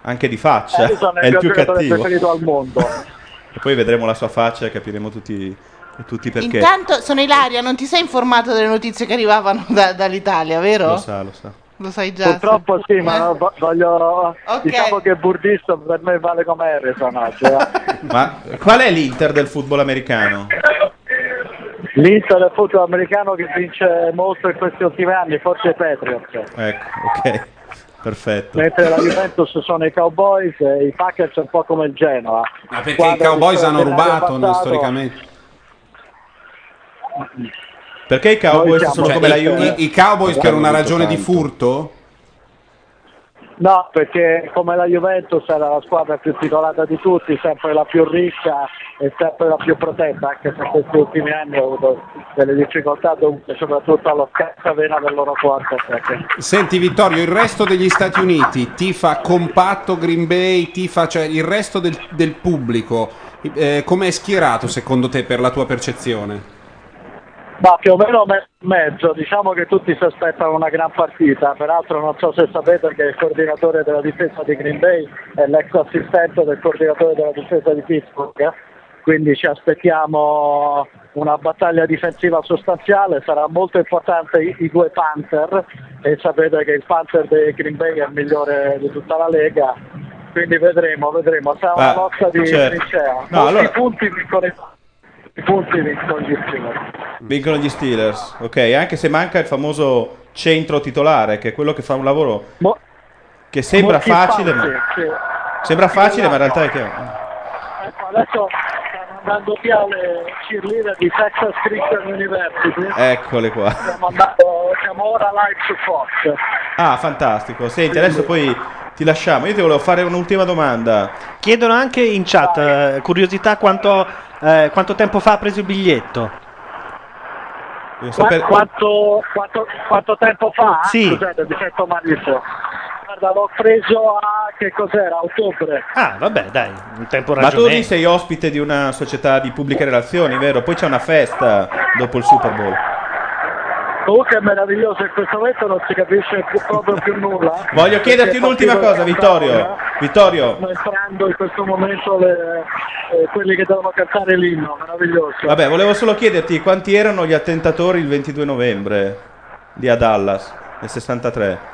Speaker 18: anche di
Speaker 15: Eh,
Speaker 18: faccia,
Speaker 15: Harrison
Speaker 18: certo. è il più
Speaker 15: giocatore
Speaker 18: cattivo.
Speaker 15: preferito al mondo.
Speaker 18: E poi vedremo la sua faccia e capiremo tutti, tutti perché.
Speaker 7: Intanto sono Ilaria, non ti sei informato delle notizie che arrivavano da- dall'Italia, vero?
Speaker 18: Lo sa, lo sa.
Speaker 7: Lo sai già. Eh.
Speaker 15: Purtroppo sì, ma no, vo- voglio
Speaker 7: Ok.
Speaker 15: diciamo che Burdisto per me vale come Harrison. oggi, eh.
Speaker 18: Ma qual è l'Inter del football americano?
Speaker 15: L'Inter del football americano che vince molto in questi ultimi anni, forse i Patriots.
Speaker 18: Ecco, ok,
Speaker 6: Certo.
Speaker 18: perfetto.
Speaker 15: Mentre la Juventus sono i Cowboys e i Packers un po' come il Genoa.
Speaker 6: Ma perché i
Speaker 15: Squadra
Speaker 6: Cowboys
Speaker 15: che
Speaker 6: hanno
Speaker 15: nell'anno
Speaker 6: rubato no,
Speaker 15: passato-
Speaker 6: storicamente?
Speaker 18: Perché i
Speaker 15: Cowboys Noi siamo- sono come la Juve?
Speaker 6: Cioè, I, i Cowboys per
Speaker 15: Hanno
Speaker 6: una
Speaker 15: vinto
Speaker 6: ragione di
Speaker 15: tanto.
Speaker 6: furto?
Speaker 15: No, perché come la Juventus era la squadra più titolata di tutti, sempre la più ricca e sempre la più protetta, anche se in questi ultimi anni ha avuto delle difficoltà dovute soprattutto alla scarsa vena del loro quarto.
Speaker 6: Senti Vittorio, il resto degli Stati Uniti tifa compatto Green Bay, tifa, cioè il resto del, del pubblico, eh, come è schierato secondo te per la tua percezione?
Speaker 15: Ma più o meno me- mezzo, diciamo che tutti si aspettano una gran partita, peraltro non so se sapete che il coordinatore della difesa di Green Bay è l'ex assistente del coordinatore della difesa di Pittsburgh, eh? quindi ci aspettiamo una battaglia difensiva sostanziale, sarà molto importante i, i due Panther e sapete che il Panther dei Green Bay è il migliore di tutta la Lega, quindi vedremo, vedremo, sarà una
Speaker 18: Ah,
Speaker 15: lotta di
Speaker 18: certo.
Speaker 15: trincea,
Speaker 18: No,
Speaker 15: Molti
Speaker 18: allora-
Speaker 15: punti vincono i i punti vincono gli Steelers.
Speaker 18: Mm. Vincono gli Steelers, ok, anche se manca il famoso centro titolare, che è quello che fa un lavoro che sembra
Speaker 15: Molti
Speaker 18: facile,
Speaker 15: spazi,
Speaker 18: ma...
Speaker 15: sì.
Speaker 18: sembra facile, ma in realtà è che...
Speaker 15: Ecco, adesso stanno andando via le cheerleader di Texas Christian University.
Speaker 18: Eh. Eccole qua.
Speaker 15: Siamo, andando- siamo ora live su Fox.
Speaker 18: Ah, fantastico. Senti, adesso poi ti lasciamo. Io ti volevo fare un'ultima domanda.
Speaker 5: Chiedono anche in chat, eh, curiosità, quanto, eh, quanto tempo fa ha preso il biglietto?
Speaker 18: Devo
Speaker 15: Qua- Quanto, quanto- quanto tempo fa?
Speaker 5: Sì.
Speaker 15: Scusate, mi sento malissimo. Guarda, l'ho preso a che cos'era? Ottobre.
Speaker 5: Ah, vabbè, dai, un tempo
Speaker 18: Ma tu lì
Speaker 5: ragionevole.
Speaker 18: sei ospite di una società di pubbliche relazioni, vero? Poi c'è una festa dopo il Super Bowl.
Speaker 15: Comunque è meraviglioso, in questo momento non si capisce più- proprio più nulla.
Speaker 18: Voglio chiederti
Speaker 15: Perché
Speaker 18: un'ultima
Speaker 15: partito
Speaker 18: cosa,
Speaker 15: il
Speaker 18: Vittorio.
Speaker 15: countdown,
Speaker 18: Vittorio,
Speaker 15: Stanno entrando in questo momento le- eh, quelli che devono cantare l'inno, meraviglioso.
Speaker 18: vabbè, volevo solo chiederti quanti erano gli attentatori il 22 novembre lì a Dallas nel 63.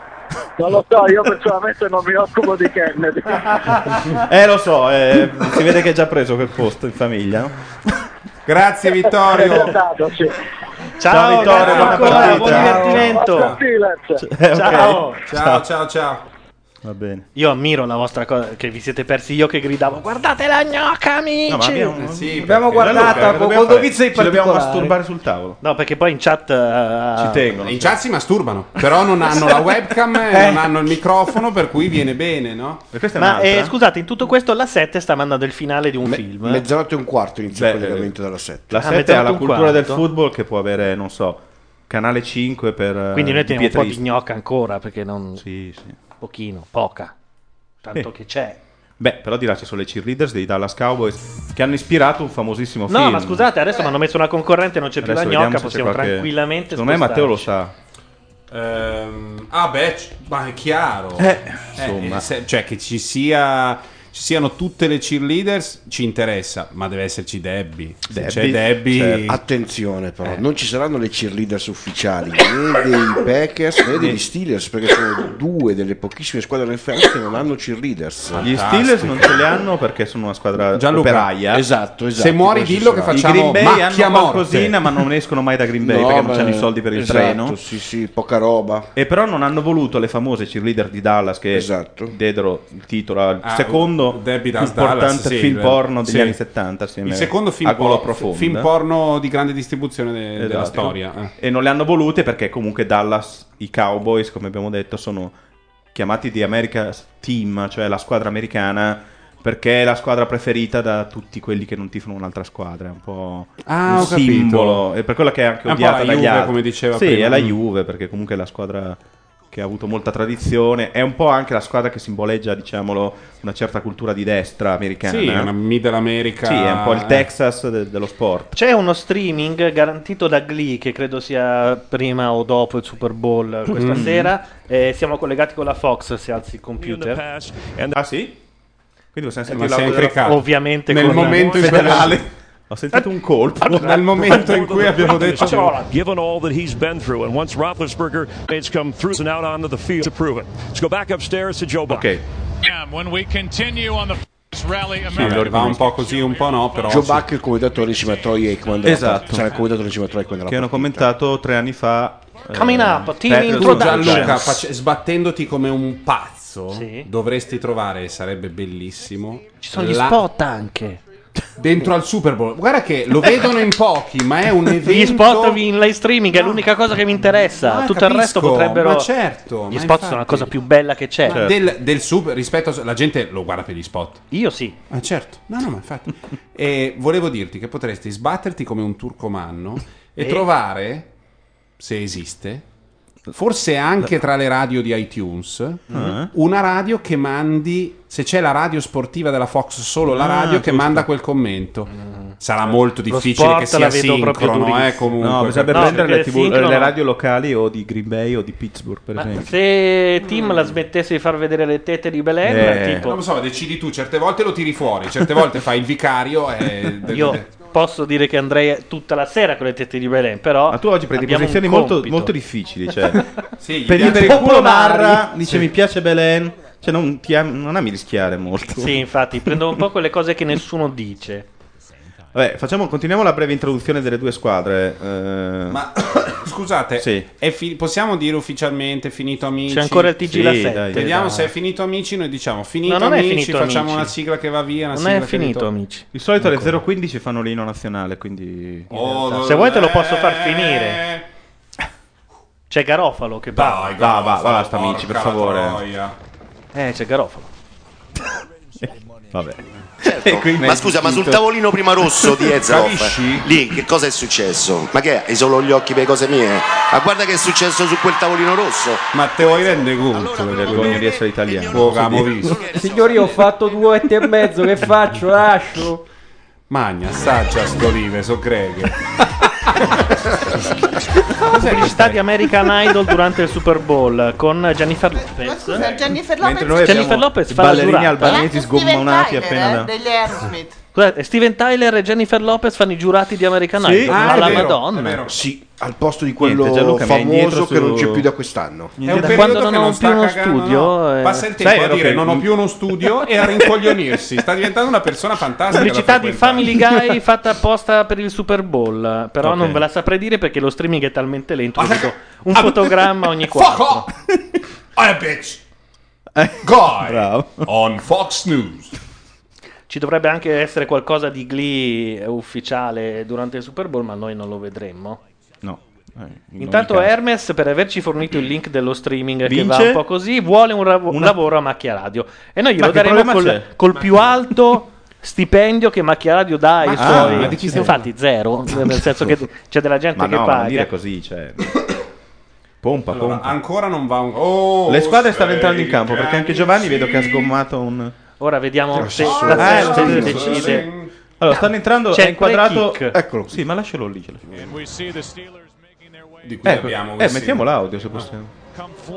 Speaker 15: Non lo so, io personalmente non mi occupo di Kennedy.
Speaker 18: Eh, lo so, eh, si vede che hai già preso quel posto in famiglia. no?
Speaker 6: Grazie Vittorio.
Speaker 5: Ciao, grazie ancora, buon divertimento. Eh,
Speaker 18: ok.
Speaker 5: Ciao.
Speaker 6: Ciao, ciao, ciao.
Speaker 18: Va bene.
Speaker 5: Io ammiro la vostra cosa che vi siete persi io che gridavo guardate la gnocca amici.
Speaker 18: No, ma abbiamo-
Speaker 1: Eh sì, abbiamo guardato,
Speaker 5: guardato
Speaker 1: con Dovizio in particolare.
Speaker 18: sul tavolo.
Speaker 5: No, perché poi in chat eh,
Speaker 6: Ci tengono. In chat si masturbano, però non hanno la webcam e non hanno il microfono, per cui viene bene, no?
Speaker 5: Ma eh, scusate, in tutto questo la 7 sta mandando il finale di un film.
Speaker 18: mezzanotte
Speaker 11: e un quarto inizia
Speaker 18: Beh, eh,
Speaker 11: il collegamento dalla 7.
Speaker 18: La
Speaker 5: Ah,
Speaker 18: 7
Speaker 5: mezzanotte
Speaker 18: ha la
Speaker 5: un
Speaker 18: cultura del
Speaker 5: quarto.
Speaker 18: football che può avere, non so, canale 5 per... eh,
Speaker 5: Quindi noi
Speaker 18: i
Speaker 5: teniamo un po' di
Speaker 18: pietristi.
Speaker 5: gnocca ancora perché non
Speaker 18: Sì, sì.
Speaker 5: pochino, poca. Tanto
Speaker 18: Eh.
Speaker 5: che c'è.
Speaker 18: Beh, però di là ci sono le cheerleaders dei Dallas Cowboys che hanno ispirato un famosissimo
Speaker 5: No,
Speaker 18: film.
Speaker 5: ma scusate, adesso mi hanno messo una concorrente, non c'è più la
Speaker 18: Adesso vediamo
Speaker 5: gnocca,
Speaker 18: se c'è
Speaker 5: possiamo
Speaker 18: qualche-
Speaker 5: tranquillamente
Speaker 18: Secondo me Matteo lo sa.
Speaker 11: Eh,
Speaker 6: Ehm, ah, beh, c- ma è chiaro.
Speaker 18: Eh,
Speaker 6: eh, se- cioè, che ci sia. Ci siano tutte le cheerleaders ci interessa, ma deve esserci Debbie. Se c'è Debbie,
Speaker 11: Certo. Attenzione
Speaker 18: Eh.
Speaker 11: però, non ci saranno le cheerleaders ufficiali né dei Packers né degli Steelers perché sono due delle pochissime squadre del NFL che non hanno cheerleaders.
Speaker 18: Gli Steelers non ce li hanno perché sono una squadra
Speaker 11: Gianluca,
Speaker 18: operaia.
Speaker 11: esatto, esatto, Se muori questo dillo sarà. che
Speaker 18: I
Speaker 11: facciamo
Speaker 18: Green Bay
Speaker 11: macchia
Speaker 18: hanno
Speaker 11: morte.
Speaker 18: qualcosina, ma non escono mai da Green Bay
Speaker 11: No,
Speaker 18: perché non
Speaker 11: beh,
Speaker 18: hanno i soldi per il
Speaker 11: esatto,
Speaker 18: treno.
Speaker 11: Sì, sì, poca roba.
Speaker 18: E però non hanno voluto le famose cheerleader di Dallas che
Speaker 11: Esatto.
Speaker 18: diedero il titolo al
Speaker 6: Ah,
Speaker 18: secondo
Speaker 6: Debbie
Speaker 18: più
Speaker 6: Does
Speaker 18: importante
Speaker 6: Dallas, sì,
Speaker 18: film
Speaker 6: vero.
Speaker 18: porno degli
Speaker 6: Sì.
Speaker 18: anni 70 assieme
Speaker 6: il secondo film,
Speaker 18: a Golo
Speaker 6: por-
Speaker 18: Profondo.
Speaker 6: film porno di grande distribuzione de-
Speaker 18: Esatto.
Speaker 6: della storia. eh.
Speaker 18: E non le hanno volute perché comunque Dallas, i Cowboys, come abbiamo detto, sono chiamati di America's Team, cioè la squadra americana, perché è la squadra preferita da tutti quelli che non tifano un'altra squadra. È un po'
Speaker 6: Ah,
Speaker 18: un
Speaker 6: ho capito.
Speaker 18: simbolo. E per quello che è
Speaker 6: È
Speaker 18: anche
Speaker 6: un po'
Speaker 18: odiata
Speaker 6: la
Speaker 18: dagli
Speaker 6: Juve,
Speaker 18: altri.
Speaker 6: come diceva
Speaker 18: sì,
Speaker 6: prima.
Speaker 18: è la
Speaker 6: Mm.
Speaker 18: Juve, perché comunque è la squadra che ha avuto molta tradizione. È un po' anche la squadra che simboleggia, diciamolo, una certa cultura di destra americana.
Speaker 6: Sì, una Middle America.
Speaker 18: Sì, è un po' il
Speaker 6: eh.
Speaker 18: Texas de- dello sport.
Speaker 5: C'è uno streaming garantito da Glee che credo sia prima o dopo il Super Bowl eh, questa
Speaker 18: Mm.
Speaker 5: sera. Eh, siamo collegati con la Fox se alzi il computer.
Speaker 18: Ah sì? Quindi possiamo
Speaker 5: Eh,
Speaker 18: sentire
Speaker 5: ma
Speaker 18: l'audio
Speaker 5: sempre
Speaker 18: della-
Speaker 5: capo. Ovviamente con la-
Speaker 18: Ho sentito un colpo.
Speaker 9: Nel momento in cui abbiamo detto
Speaker 18: Ciao.
Speaker 9: given all that he's been through and once Roethlisberger it's come through and out onto the field to prove it let's go back upstairs to Joe Buck okay
Speaker 19: When we continue on the first rally,
Speaker 6: Sì, lo va un po' così, un po' no, però.
Speaker 11: Joe Buck è il commentatore insieme a Troy Aikman. della
Speaker 18: Esatto.
Speaker 11: partita. Sarà il commentatore insieme a Troy Aikman. della
Speaker 18: Che hanno
Speaker 11: partita.
Speaker 18: commentato tre anni fa. eh,
Speaker 5: Coming up, team
Speaker 18: Patriots-
Speaker 6: Tu Gianluca, face- sbattendoti come un pazzo,
Speaker 5: Sì.
Speaker 6: dovresti trovare, sarebbe bellissimo.
Speaker 5: Ci sono gli
Speaker 6: la-
Speaker 5: spot anche.
Speaker 6: Dentro al Super Bowl. Guarda che lo vedono in pochi, ma è un evento.
Speaker 5: Gli spot in live streaming è l'unica cosa che mi interessa.
Speaker 6: Ah,
Speaker 5: Tutto il
Speaker 6: capisco,
Speaker 5: resto potrebbero.
Speaker 6: ma certo,
Speaker 5: Gli
Speaker 6: ma
Speaker 5: spot
Speaker 6: infatti.
Speaker 5: sono la cosa più bella che c'è.
Speaker 6: Ma del, del Super rispetto a, la gente lo guarda per gli spot.
Speaker 5: Io sì.
Speaker 6: Ah, certo. No, no, ma infatti. e volevo dirti che potresti sbatterti come un turcomanno e
Speaker 5: E?
Speaker 6: trovare se esiste forse anche tra le radio di iTunes
Speaker 11: Eh?
Speaker 18: Ah.
Speaker 6: una radio che mandi se c'è la radio sportiva della Fox solo la
Speaker 18: Ah,
Speaker 6: radio che
Speaker 18: giusto.
Speaker 6: manda quel commento sarà molto
Speaker 18: Lo
Speaker 6: difficile che
Speaker 18: sport
Speaker 6: sia
Speaker 18: la vedo proprio
Speaker 6: sincrono eh,
Speaker 18: durissima.
Speaker 6: comunque
Speaker 18: No, bisogna
Speaker 6: perché-
Speaker 18: prendere le, TV
Speaker 5: sincrono-
Speaker 18: le radio locali o di Green Bay o di Pittsburgh, per
Speaker 5: Ma
Speaker 18: esempio.
Speaker 5: se Tim la smettesse di far vedere le tete di Belen,
Speaker 18: Eh.
Speaker 5: tipo.
Speaker 6: non lo so decidi tu certe volte lo tiri fuori certe volte fai il vicario e
Speaker 5: Io posso dire che andrei tutta la sera con le tette di Belen, però. Ma tu
Speaker 18: oggi prendi posizioni molto, molto difficili. Cioè.
Speaker 6: Sì, gli
Speaker 18: per
Speaker 6: piace-
Speaker 18: il culo
Speaker 6: Popolari.
Speaker 18: Marra dice
Speaker 5: Sì.
Speaker 18: mi piace Belen. Cioè, non, ti am- non ami rischiare molto.
Speaker 5: Sì, infatti, prendo un po' quelle cose che nessuno dice.
Speaker 18: Vabbè, facciamo, continuiamo la breve introduzione delle due squadre. eh. Ma
Speaker 6: Scusate,
Speaker 18: Sì.
Speaker 6: è fi- possiamo dire ufficialmente finito amici?
Speaker 18: C'è ancora il TG Sì, la sette. dai,
Speaker 6: Vediamo
Speaker 18: dai.
Speaker 6: se è finito amici, noi diciamo finito
Speaker 5: No, non è
Speaker 6: amici,
Speaker 5: finito
Speaker 6: facciamo
Speaker 5: Amici.
Speaker 6: una sigla che va via, una
Speaker 5: Non
Speaker 6: sigla
Speaker 5: è
Speaker 6: che
Speaker 5: finito
Speaker 6: ritorna.
Speaker 5: amici.
Speaker 18: Di solito alle 0.15 fanno l'inno nazionale, quindi...
Speaker 6: Oh, no,
Speaker 5: Se vuoi te lo
Speaker 6: eh,
Speaker 5: posso far finire. C'è Garofalo che
Speaker 18: Dai,
Speaker 5: parla.
Speaker 18: va, va, va, basta amici, per
Speaker 5: porca la
Speaker 18: favore.
Speaker 5: troia. Eh, c'è Garofalo.
Speaker 18: Vabbè.
Speaker 11: Eh,
Speaker 20: Certo.
Speaker 18: Quindi
Speaker 20: ma
Speaker 18: hai
Speaker 20: scusa, ma sul
Speaker 18: finito.
Speaker 20: tavolino prima rosso di Ezra
Speaker 18: Capisci?
Speaker 20: lì che cosa è successo? Ma che è? Hai solo gli occhi per cose mie? Ma guarda che è successo su quel tavolino rosso.
Speaker 6: Ma te vuoi rendere conto?
Speaker 18: vergogna di essere italiano.
Speaker 6: abbiamo visto.
Speaker 1: Signori, ho fatto due etti e mezzo, che faccio? Lascio?
Speaker 6: Magna, assaggia sto olive, so greghe.
Speaker 5: Pubblicità di American Idol durante il Super Bowl con Jennifer
Speaker 7: Ma
Speaker 5: Lopez.
Speaker 7: scusa, Jennifer Lopez
Speaker 5: Jennifer Lopez fa la
Speaker 18: ballerini
Speaker 5: durata.
Speaker 18: eh? albanesi sgommati
Speaker 7: Steven Tyler,
Speaker 18: appena
Speaker 7: eh,
Speaker 18: da...
Speaker 7: degli Aerosmith.
Speaker 5: Scusate, Steven Tyler e Jennifer Lopez fanno i giurati di American
Speaker 11: Sì,
Speaker 5: Idol.
Speaker 11: ah,
Speaker 5: alla
Speaker 11: è vero,
Speaker 5: Madonna.
Speaker 11: è vero. Sì, al posto di quello
Speaker 18: Niente, Gianluca, mi è
Speaker 11: famoso
Speaker 18: indietro
Speaker 11: che non
Speaker 18: su-
Speaker 11: c'è più da quest'anno.
Speaker 18: Niente, da quando non ho più uno studio, eh.
Speaker 6: Passa il
Speaker 18: Sai,
Speaker 6: tempo a
Speaker 18: ero
Speaker 6: dire
Speaker 18: che-
Speaker 6: non ho più uno studio e a rincoglionirsi. Sta diventando una persona fantastica. da
Speaker 5: Pubblicità di
Speaker 6: frequentare.
Speaker 5: Family Guy fatta apposta per il Super Bowl. Però
Speaker 6: Ok.
Speaker 5: non ve la saprei dire perché lo streaming è talmente lento. che vedo un fotogramma ogni quattro.
Speaker 6: I bitch. Guy on Fox News.
Speaker 5: Ci dovrebbe anche essere qualcosa di Glee ufficiale durante il Super Bowl, ma noi non lo vedremmo.
Speaker 18: No. Eh,
Speaker 5: Intanto Hermes, per averci fornito il link dello streaming che va
Speaker 18: Vince?
Speaker 5: un po' così, vuole un, ravo- lavoro a Macchia Radio. E noi
Speaker 18: Ma
Speaker 5: glielo
Speaker 18: che
Speaker 5: daremo
Speaker 18: problema
Speaker 5: col,
Speaker 18: c'è?
Speaker 5: col più alto stipendio che Macchia Radio dà ai
Speaker 18: Ma-
Speaker 5: suoi...
Speaker 18: Ah, ma di chi stiamo
Speaker 5: Infatti zero, nel senso che c'è della gente
Speaker 18: Ma
Speaker 5: che
Speaker 18: no, ma non
Speaker 5: paga.
Speaker 18: dire così, cioè. Pompa,
Speaker 6: Allora,
Speaker 18: pompa.
Speaker 6: ancora non va un... Oh,
Speaker 18: Le squadre stanno
Speaker 6: sei
Speaker 18: entrando in campo perché anche Giovanni vedo che ha sgommato un.
Speaker 5: Ora vediamo se
Speaker 18: Ah,
Speaker 5: la
Speaker 18: eh,
Speaker 5: gente
Speaker 18: sì,
Speaker 5: decide.
Speaker 18: sì. Allora, stanno entrando.
Speaker 5: C'è
Speaker 18: È inquadrato.
Speaker 5: il free kick.
Speaker 18: Eccolo. Sì, ma lascialo lì. ce l'ho.
Speaker 19: And we see the Steelers
Speaker 6: Di
Speaker 18: Eh, eh, mettiamo l'audio se possiamo.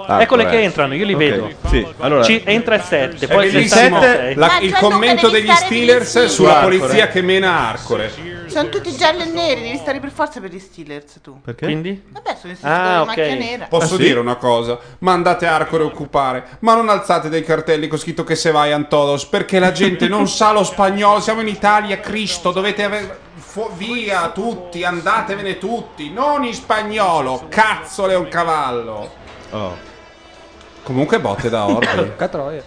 Speaker 5: Eccole
Speaker 18: ecco,
Speaker 5: che
Speaker 18: eh.
Speaker 5: entrano, io li
Speaker 18: Ok,
Speaker 5: vedo.
Speaker 18: Sì, allora.
Speaker 5: Ci- entra il 7,
Speaker 6: È
Speaker 5: poi il
Speaker 6: bellissimo
Speaker 5: 7.
Speaker 6: la- il commento degli Steelers sulla
Speaker 18: Arcore.
Speaker 6: polizia che mena Arcore.
Speaker 12: Sono tutti gialli e neri, devi stare per forza per gli Steelers tu.
Speaker 6: Perché?
Speaker 5: Quindi?
Speaker 12: Vabbè, sono i Steelers
Speaker 6: Ah,
Speaker 12: con la macchia nera.
Speaker 6: Posso
Speaker 18: Ah, sì?
Speaker 6: dire una cosa? Ma andate a Arcore a occupare, ma non alzate dei cartelli con scritto che se vai Antodos, perché la gente non sa lo spagnolo, siamo in Italia, Cristo, dovete avere... fu- via tutti, andatevene tutti, non in spagnolo, cazzole è un cavallo.
Speaker 18: Oh.
Speaker 6: Comunque botte da orbe.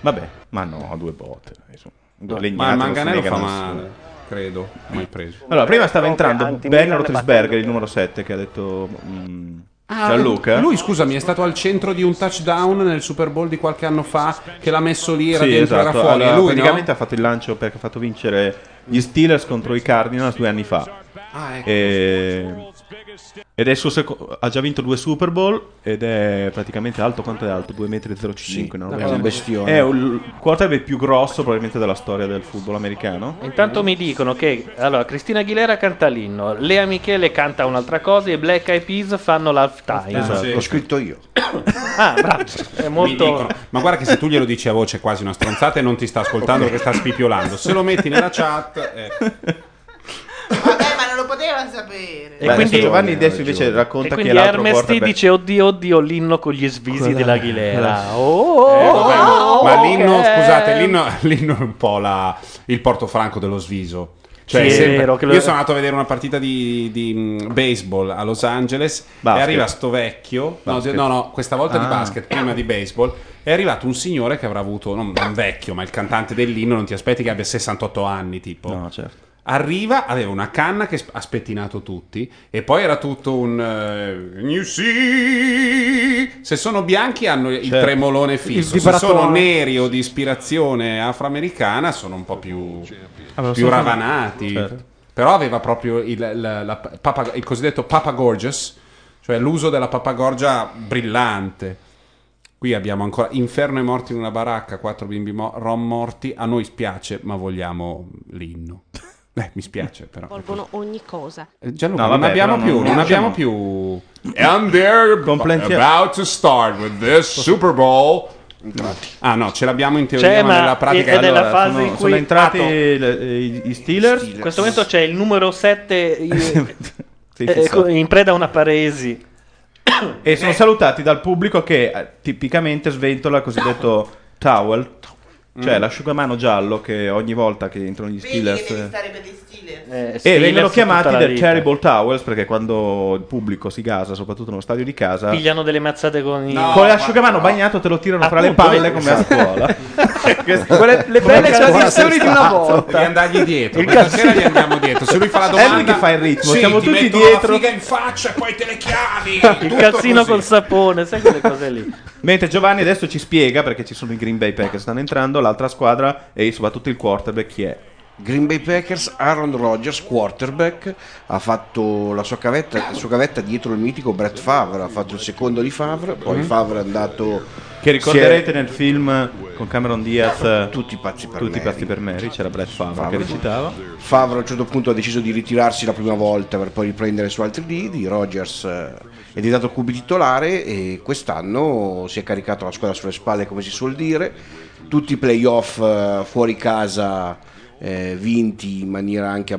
Speaker 18: Vabbè, ma no, due botte. insomma. Due
Speaker 6: ma il
Speaker 18: legnate non si
Speaker 6: manganello
Speaker 18: nega
Speaker 6: fa
Speaker 18: a nessuno.
Speaker 6: male, credo, mai preso.
Speaker 18: Allora, prima stava entrando
Speaker 6: Anti-
Speaker 18: Ben
Speaker 6: Milan
Speaker 18: Roethlisberger, il numero 7, che ha detto mm,
Speaker 6: Ah,
Speaker 18: Gianluca.
Speaker 6: Lui, scusami, è stato al centro di un touchdown nel Super Bowl di qualche anno fa che l'ha messo lì, era
Speaker 18: sì,
Speaker 6: dentro,
Speaker 18: esatto.
Speaker 6: era fuori.
Speaker 18: Allora,
Speaker 6: E lui,
Speaker 18: praticamente
Speaker 6: no?
Speaker 18: ha fatto il lancio perché ha fatto vincere gli Steelers contro i Cardinals due anni fa.
Speaker 6: Ah, ecco.
Speaker 18: E- Ed è il suo seco- ha già vinto due Super Bowl ed è praticamente alto quanto è alto, 2,05 m.
Speaker 11: una cosa bestione.
Speaker 18: È il quarterback più grosso probabilmente della storia del football americano.
Speaker 5: Intanto mi dicono che allora, Cristina Aguilera canta l'inno, Lea Michele canta un'altra cosa e i Black Eyed Peas fanno l'halftime.
Speaker 6: Esatto. Sì. L'ho
Speaker 11: scritto io.
Speaker 5: Ah, bravo. È molto...
Speaker 6: Mi dicono, ma guarda che se tu glielo dici a voce è quasi una stronzata e non ti sta ascoltando perché sta spipiolando. Se lo metti nella chat, eh,
Speaker 12: Vabbè, ma non lo poteva sapere.
Speaker 18: Beh, adesso Giovanni adesso invece
Speaker 5: E
Speaker 18: racconta chi
Speaker 5: quindi
Speaker 18: è l'altro
Speaker 5: Hermes ti
Speaker 18: quarterback.
Speaker 5: dice oddio oddio l'inno con gli svisi
Speaker 18: Quella-
Speaker 5: dell'Aguilera.
Speaker 18: quella-
Speaker 5: Oh,
Speaker 6: Eh, vabbè,
Speaker 5: oh,
Speaker 6: ma
Speaker 5: ok.
Speaker 6: l'inno, scusate, l'inno, l'inno è un po' la- il portofranco dello sviso. Cioè,
Speaker 5: Sì, è
Speaker 6: sempre-
Speaker 5: vero che lo-
Speaker 6: Io sono andato a vedere una partita di, di, mh, baseball a Los Anges e
Speaker 18: Basket.
Speaker 6: arriva sto vecchio. No,
Speaker 18: Basket.
Speaker 6: no, no, questa volta di
Speaker 18: Ah.
Speaker 6: basket, prima di baseball. È arrivato un signore che avrà avuto, non non vecchio, ma il cantante dell'inno, non ti aspetti che abbia 68 anni, tipo.
Speaker 18: No, certo.
Speaker 6: Arriva, aveva una canna che sp- ha spettinato tutti e poi era tutto un... eh, "You see?" Se sono bianchi hanno il
Speaker 18: Certo.
Speaker 6: tremolone
Speaker 18: Il
Speaker 6: fisso, se
Speaker 18: vibratore.
Speaker 6: sono neri o di ispirazione afroamericana sono un po' più,
Speaker 18: lo
Speaker 6: più
Speaker 18: so.
Speaker 6: ravanati.
Speaker 18: Certo.
Speaker 6: Però aveva proprio il, la- la papa- il cosiddetto Papa Gorgeous, cioè l'uso della papagorgia brillante. Qui abbiamo ancora Inferno e morti in una baracca, quattro bimbi mo- rom morti. A noi spiace, ma vogliamo l'inno. Eh, mi spiace però.
Speaker 17: Volgono ogni cosa.
Speaker 6: Eh, Gianluca,
Speaker 18: No, vabbè,
Speaker 6: non abbiamo
Speaker 18: però
Speaker 6: più,
Speaker 18: non-
Speaker 6: non
Speaker 18: non
Speaker 6: abbiamo più. And there
Speaker 18: Complenti-
Speaker 6: about to start with this Super Bowl. Ah no, ce l'abbiamo in teoria,
Speaker 5: C'è,
Speaker 6: ma,
Speaker 5: Cioè, ma
Speaker 6: nella pratica
Speaker 5: è- è nella fase
Speaker 18: sono,
Speaker 5: in cui-
Speaker 18: sono entrati
Speaker 5: Pato.
Speaker 18: le- i, i Steelers.
Speaker 5: In questo momento c'è il numero 7 eh,
Speaker 18: Sì,
Speaker 5: eh,
Speaker 18: fissato.
Speaker 5: co- in preda a una paresi.
Speaker 18: e sono salutati dal pubblico che eh, tipicamente sventola il cosiddetto towel, cioè
Speaker 5: Mm.
Speaker 18: l'asciugamano giallo che ogni volta che entrano gli Steelers.
Speaker 5: Eh,
Speaker 18: e
Speaker 5: Steelers
Speaker 18: vengono
Speaker 5: tutta
Speaker 18: chiamati
Speaker 5: la
Speaker 18: The
Speaker 5: vita.
Speaker 18: Terrible Towels perché quando il pubblico si gasa, soprattutto nello stadio di casa,
Speaker 5: Pigliano delle mazzate con i...
Speaker 18: con l'asciugamano bagnato te lo tirano fra le
Speaker 5: Appunto,
Speaker 18: palle
Speaker 5: eh.
Speaker 18: come a scuola.
Speaker 5: Quelle- le
Speaker 18: Come
Speaker 5: belle
Speaker 18: a scuola
Speaker 5: tradizioni
Speaker 18: sei
Speaker 5: di una
Speaker 18: stato.
Speaker 5: volta.
Speaker 6: Devi andargli dietro.
Speaker 18: Il
Speaker 6: Questa
Speaker 18: cazzo-
Speaker 6: sera gli andiamo dietro. Se lui fa la
Speaker 18: È
Speaker 6: domanda,
Speaker 18: lui che fa il ritmo,
Speaker 6: Sì,
Speaker 18: siamo
Speaker 6: ti
Speaker 18: tutti
Speaker 6: metto
Speaker 18: dietro.
Speaker 6: La figa in faccia e poi te le chiavi.
Speaker 5: Il
Speaker 6: Tutto
Speaker 5: calzino
Speaker 6: così.
Speaker 5: col sapone, sai quelle cose lì.
Speaker 18: Mentre Giovanni adesso ci spiega perché ci sono i Green Bay Packers stanno entrando, l'altra squadra e soprattutto il quarterback chi è?
Speaker 11: Green Bay Packers, Aaron Rodgers, quarterback, ha fatto la sua cavetta, la sua cavetta dietro il mitico Brett Favre, ha fatto il secondo di Favre, poi
Speaker 6: Mm-hmm.
Speaker 18: Mhm.
Speaker 11: Favre è andato...
Speaker 18: Che ricorderete
Speaker 11: si
Speaker 18: nel film con Cameron Diaz
Speaker 11: Tutti pazzi per
Speaker 18: Tutti
Speaker 11: Mary.
Speaker 18: pazzi per Mary, c'era Brett Favre,
Speaker 11: Favre.
Speaker 18: che recitava.
Speaker 11: Favre a un certo punto ha deciso di ritirarsi la prima volta per poi riprendere su altri lidi, Rodgers eh, è diventato QB titolare e quest'anno si è caricato la squadra sulle spalle come si suol dire, tutti i playoff eh, fuori casa eh, vinti in maniera anche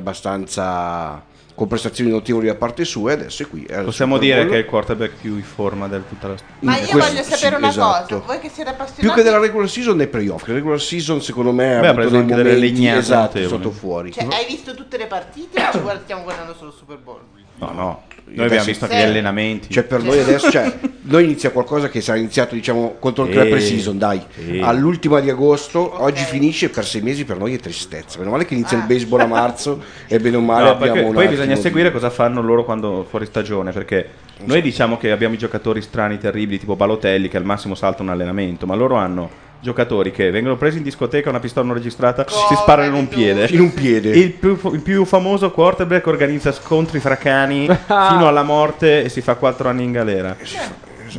Speaker 11: abbastanza con prestazioni notevoli da parte sua e adesso è qui. È al
Speaker 18: Possiamo
Speaker 11: Super
Speaker 18: dire
Speaker 11: Bowl.
Speaker 18: che è il quarterback più in forma del tutta la storia.
Speaker 7: Ma io
Speaker 11: Questo
Speaker 7: voglio
Speaker 11: sì,
Speaker 7: sapere una
Speaker 11: esatto.
Speaker 7: cosa, voi che siete appassionati
Speaker 11: più che della regular season nei playoff, che la regular season secondo me ha
Speaker 18: Beh, ha
Speaker 11: avuto
Speaker 18: preso
Speaker 11: dei
Speaker 18: anche delle
Speaker 11: momenti
Speaker 18: legnate
Speaker 11: esatto, è
Speaker 18: notevoli.
Speaker 11: stato fuori.
Speaker 7: Cioè, hai visto tutte le partite o ci guard- stiamo guardando solo il Super Bowl?
Speaker 18: No, no.
Speaker 11: Adesso-
Speaker 18: Noi abbiamo visto anche gli
Speaker 7: Sì.
Speaker 18: allenamenti.
Speaker 11: Cioè, per noi adesso, cioè, noi inizia qualcosa che sarà iniziato, diciamo, contro il
Speaker 18: Eh,
Speaker 11: club pre-season, dai,
Speaker 18: sì.
Speaker 11: all'ultima di agosto, oggi finisce per sei mesi, per noi è tristezza. Meno male che inizia il baseball a marzo e bene o male
Speaker 18: No, perché
Speaker 11: abbiamo un
Speaker 18: poi
Speaker 11: attimo
Speaker 18: bisogna
Speaker 11: di-
Speaker 18: seguire cosa fanno loro quando fuori stagione perché noi diciamo che abbiamo i giocatori strani, terribili, tipo Balotelli che al massimo salta un allenamento, ma loro hanno giocatori che vengono presi in discoteca, una pistola non registrata, si sparano in un piede.
Speaker 11: In un piede.
Speaker 18: Il più, il più famoso quarterback organizza scontri fra cani fino alla morte e si fa 4 anni in galera.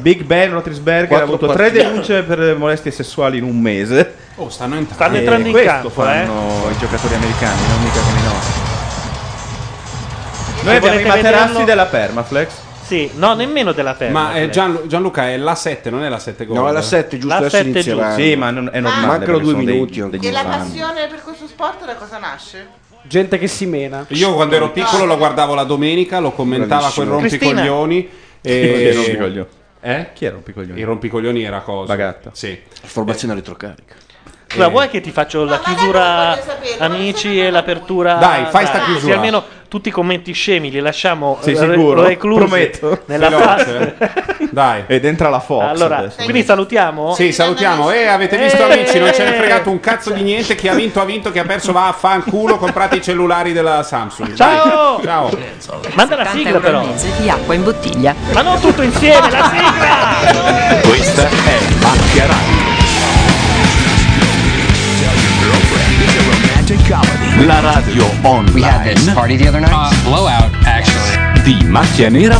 Speaker 18: Big Ben Rotisberger ha
Speaker 6: Quattro
Speaker 18: avuto
Speaker 6: partite.
Speaker 18: tre denunce per molestie sessuali in un mese.
Speaker 6: Oh, stanno entrando.
Speaker 18: E questo fanno
Speaker 6: eh.
Speaker 18: i giocatori americani, non mica come i nostri. Noi
Speaker 5: Se
Speaker 18: abbiamo i
Speaker 5: volete
Speaker 18: materassi
Speaker 5: vederlo-
Speaker 18: della Permaflex.
Speaker 5: Sì, no, nemmeno della Perma.
Speaker 6: Ma eh, Gian- Gianluca è la 7, non è la 7 gol.
Speaker 11: No, è la 7, giusto, La adesso 7 inizierà. giusto.
Speaker 18: Sì, ma non- è normale.
Speaker 11: Mancano
Speaker 18: perché
Speaker 11: due
Speaker 18: sono
Speaker 11: minuti
Speaker 18: dei- degli
Speaker 7: E la
Speaker 11: esatto.
Speaker 18: infanti.
Speaker 7: passione per questo sport da cosa nasce?
Speaker 1: Gente che si mena.
Speaker 6: Io quando ero piccolo lo guardavo la domenica, lo commentava
Speaker 18: Bravissimo.
Speaker 6: quel rompicoglioni.
Speaker 18: Chi
Speaker 6: E...
Speaker 18: era il rompicoglioni?
Speaker 6: Eh?
Speaker 18: Chi era il rompicoglioni?
Speaker 6: Il rompicoglioni era cosa?
Speaker 18: Bagatta.
Speaker 6: Sì.
Speaker 11: Formazione elettrocarica.
Speaker 5: Scusa, vuoi che ti faccio la chiusura amici e l'apertura?
Speaker 6: Dai, fai sta chiusura.
Speaker 5: Così almeno tutti i commenti scemi li lasciamo
Speaker 18: Sei
Speaker 5: eh,
Speaker 18: sicuro?
Speaker 5: reclusi
Speaker 18: Prometto.
Speaker 5: nella
Speaker 18: Veloce,
Speaker 6: eh.
Speaker 5: fase.
Speaker 6: Dai.
Speaker 18: Ed entra la Fox.
Speaker 5: Allora,
Speaker 18: adesso.
Speaker 5: quindi salutiamo?
Speaker 6: Sì, salutiamo. E avete visto,
Speaker 5: Eh.
Speaker 6: amici, non ce ne è fregato un cazzo di niente. Chi ha vinto ha vinto, chi ha perso va a fanculo. Comprate i cellulari della Samsung.
Speaker 5: Ciao!
Speaker 6: Dai. Ciao!
Speaker 5: Manda la sigla però.
Speaker 17: di acqua in bottiglia.
Speaker 5: Ma non tutto insieme, la sigla!
Speaker 17: Questa è Macchia
Speaker 21: La radio online. We had this party the other night. blowout, actually. Di macchianera.net.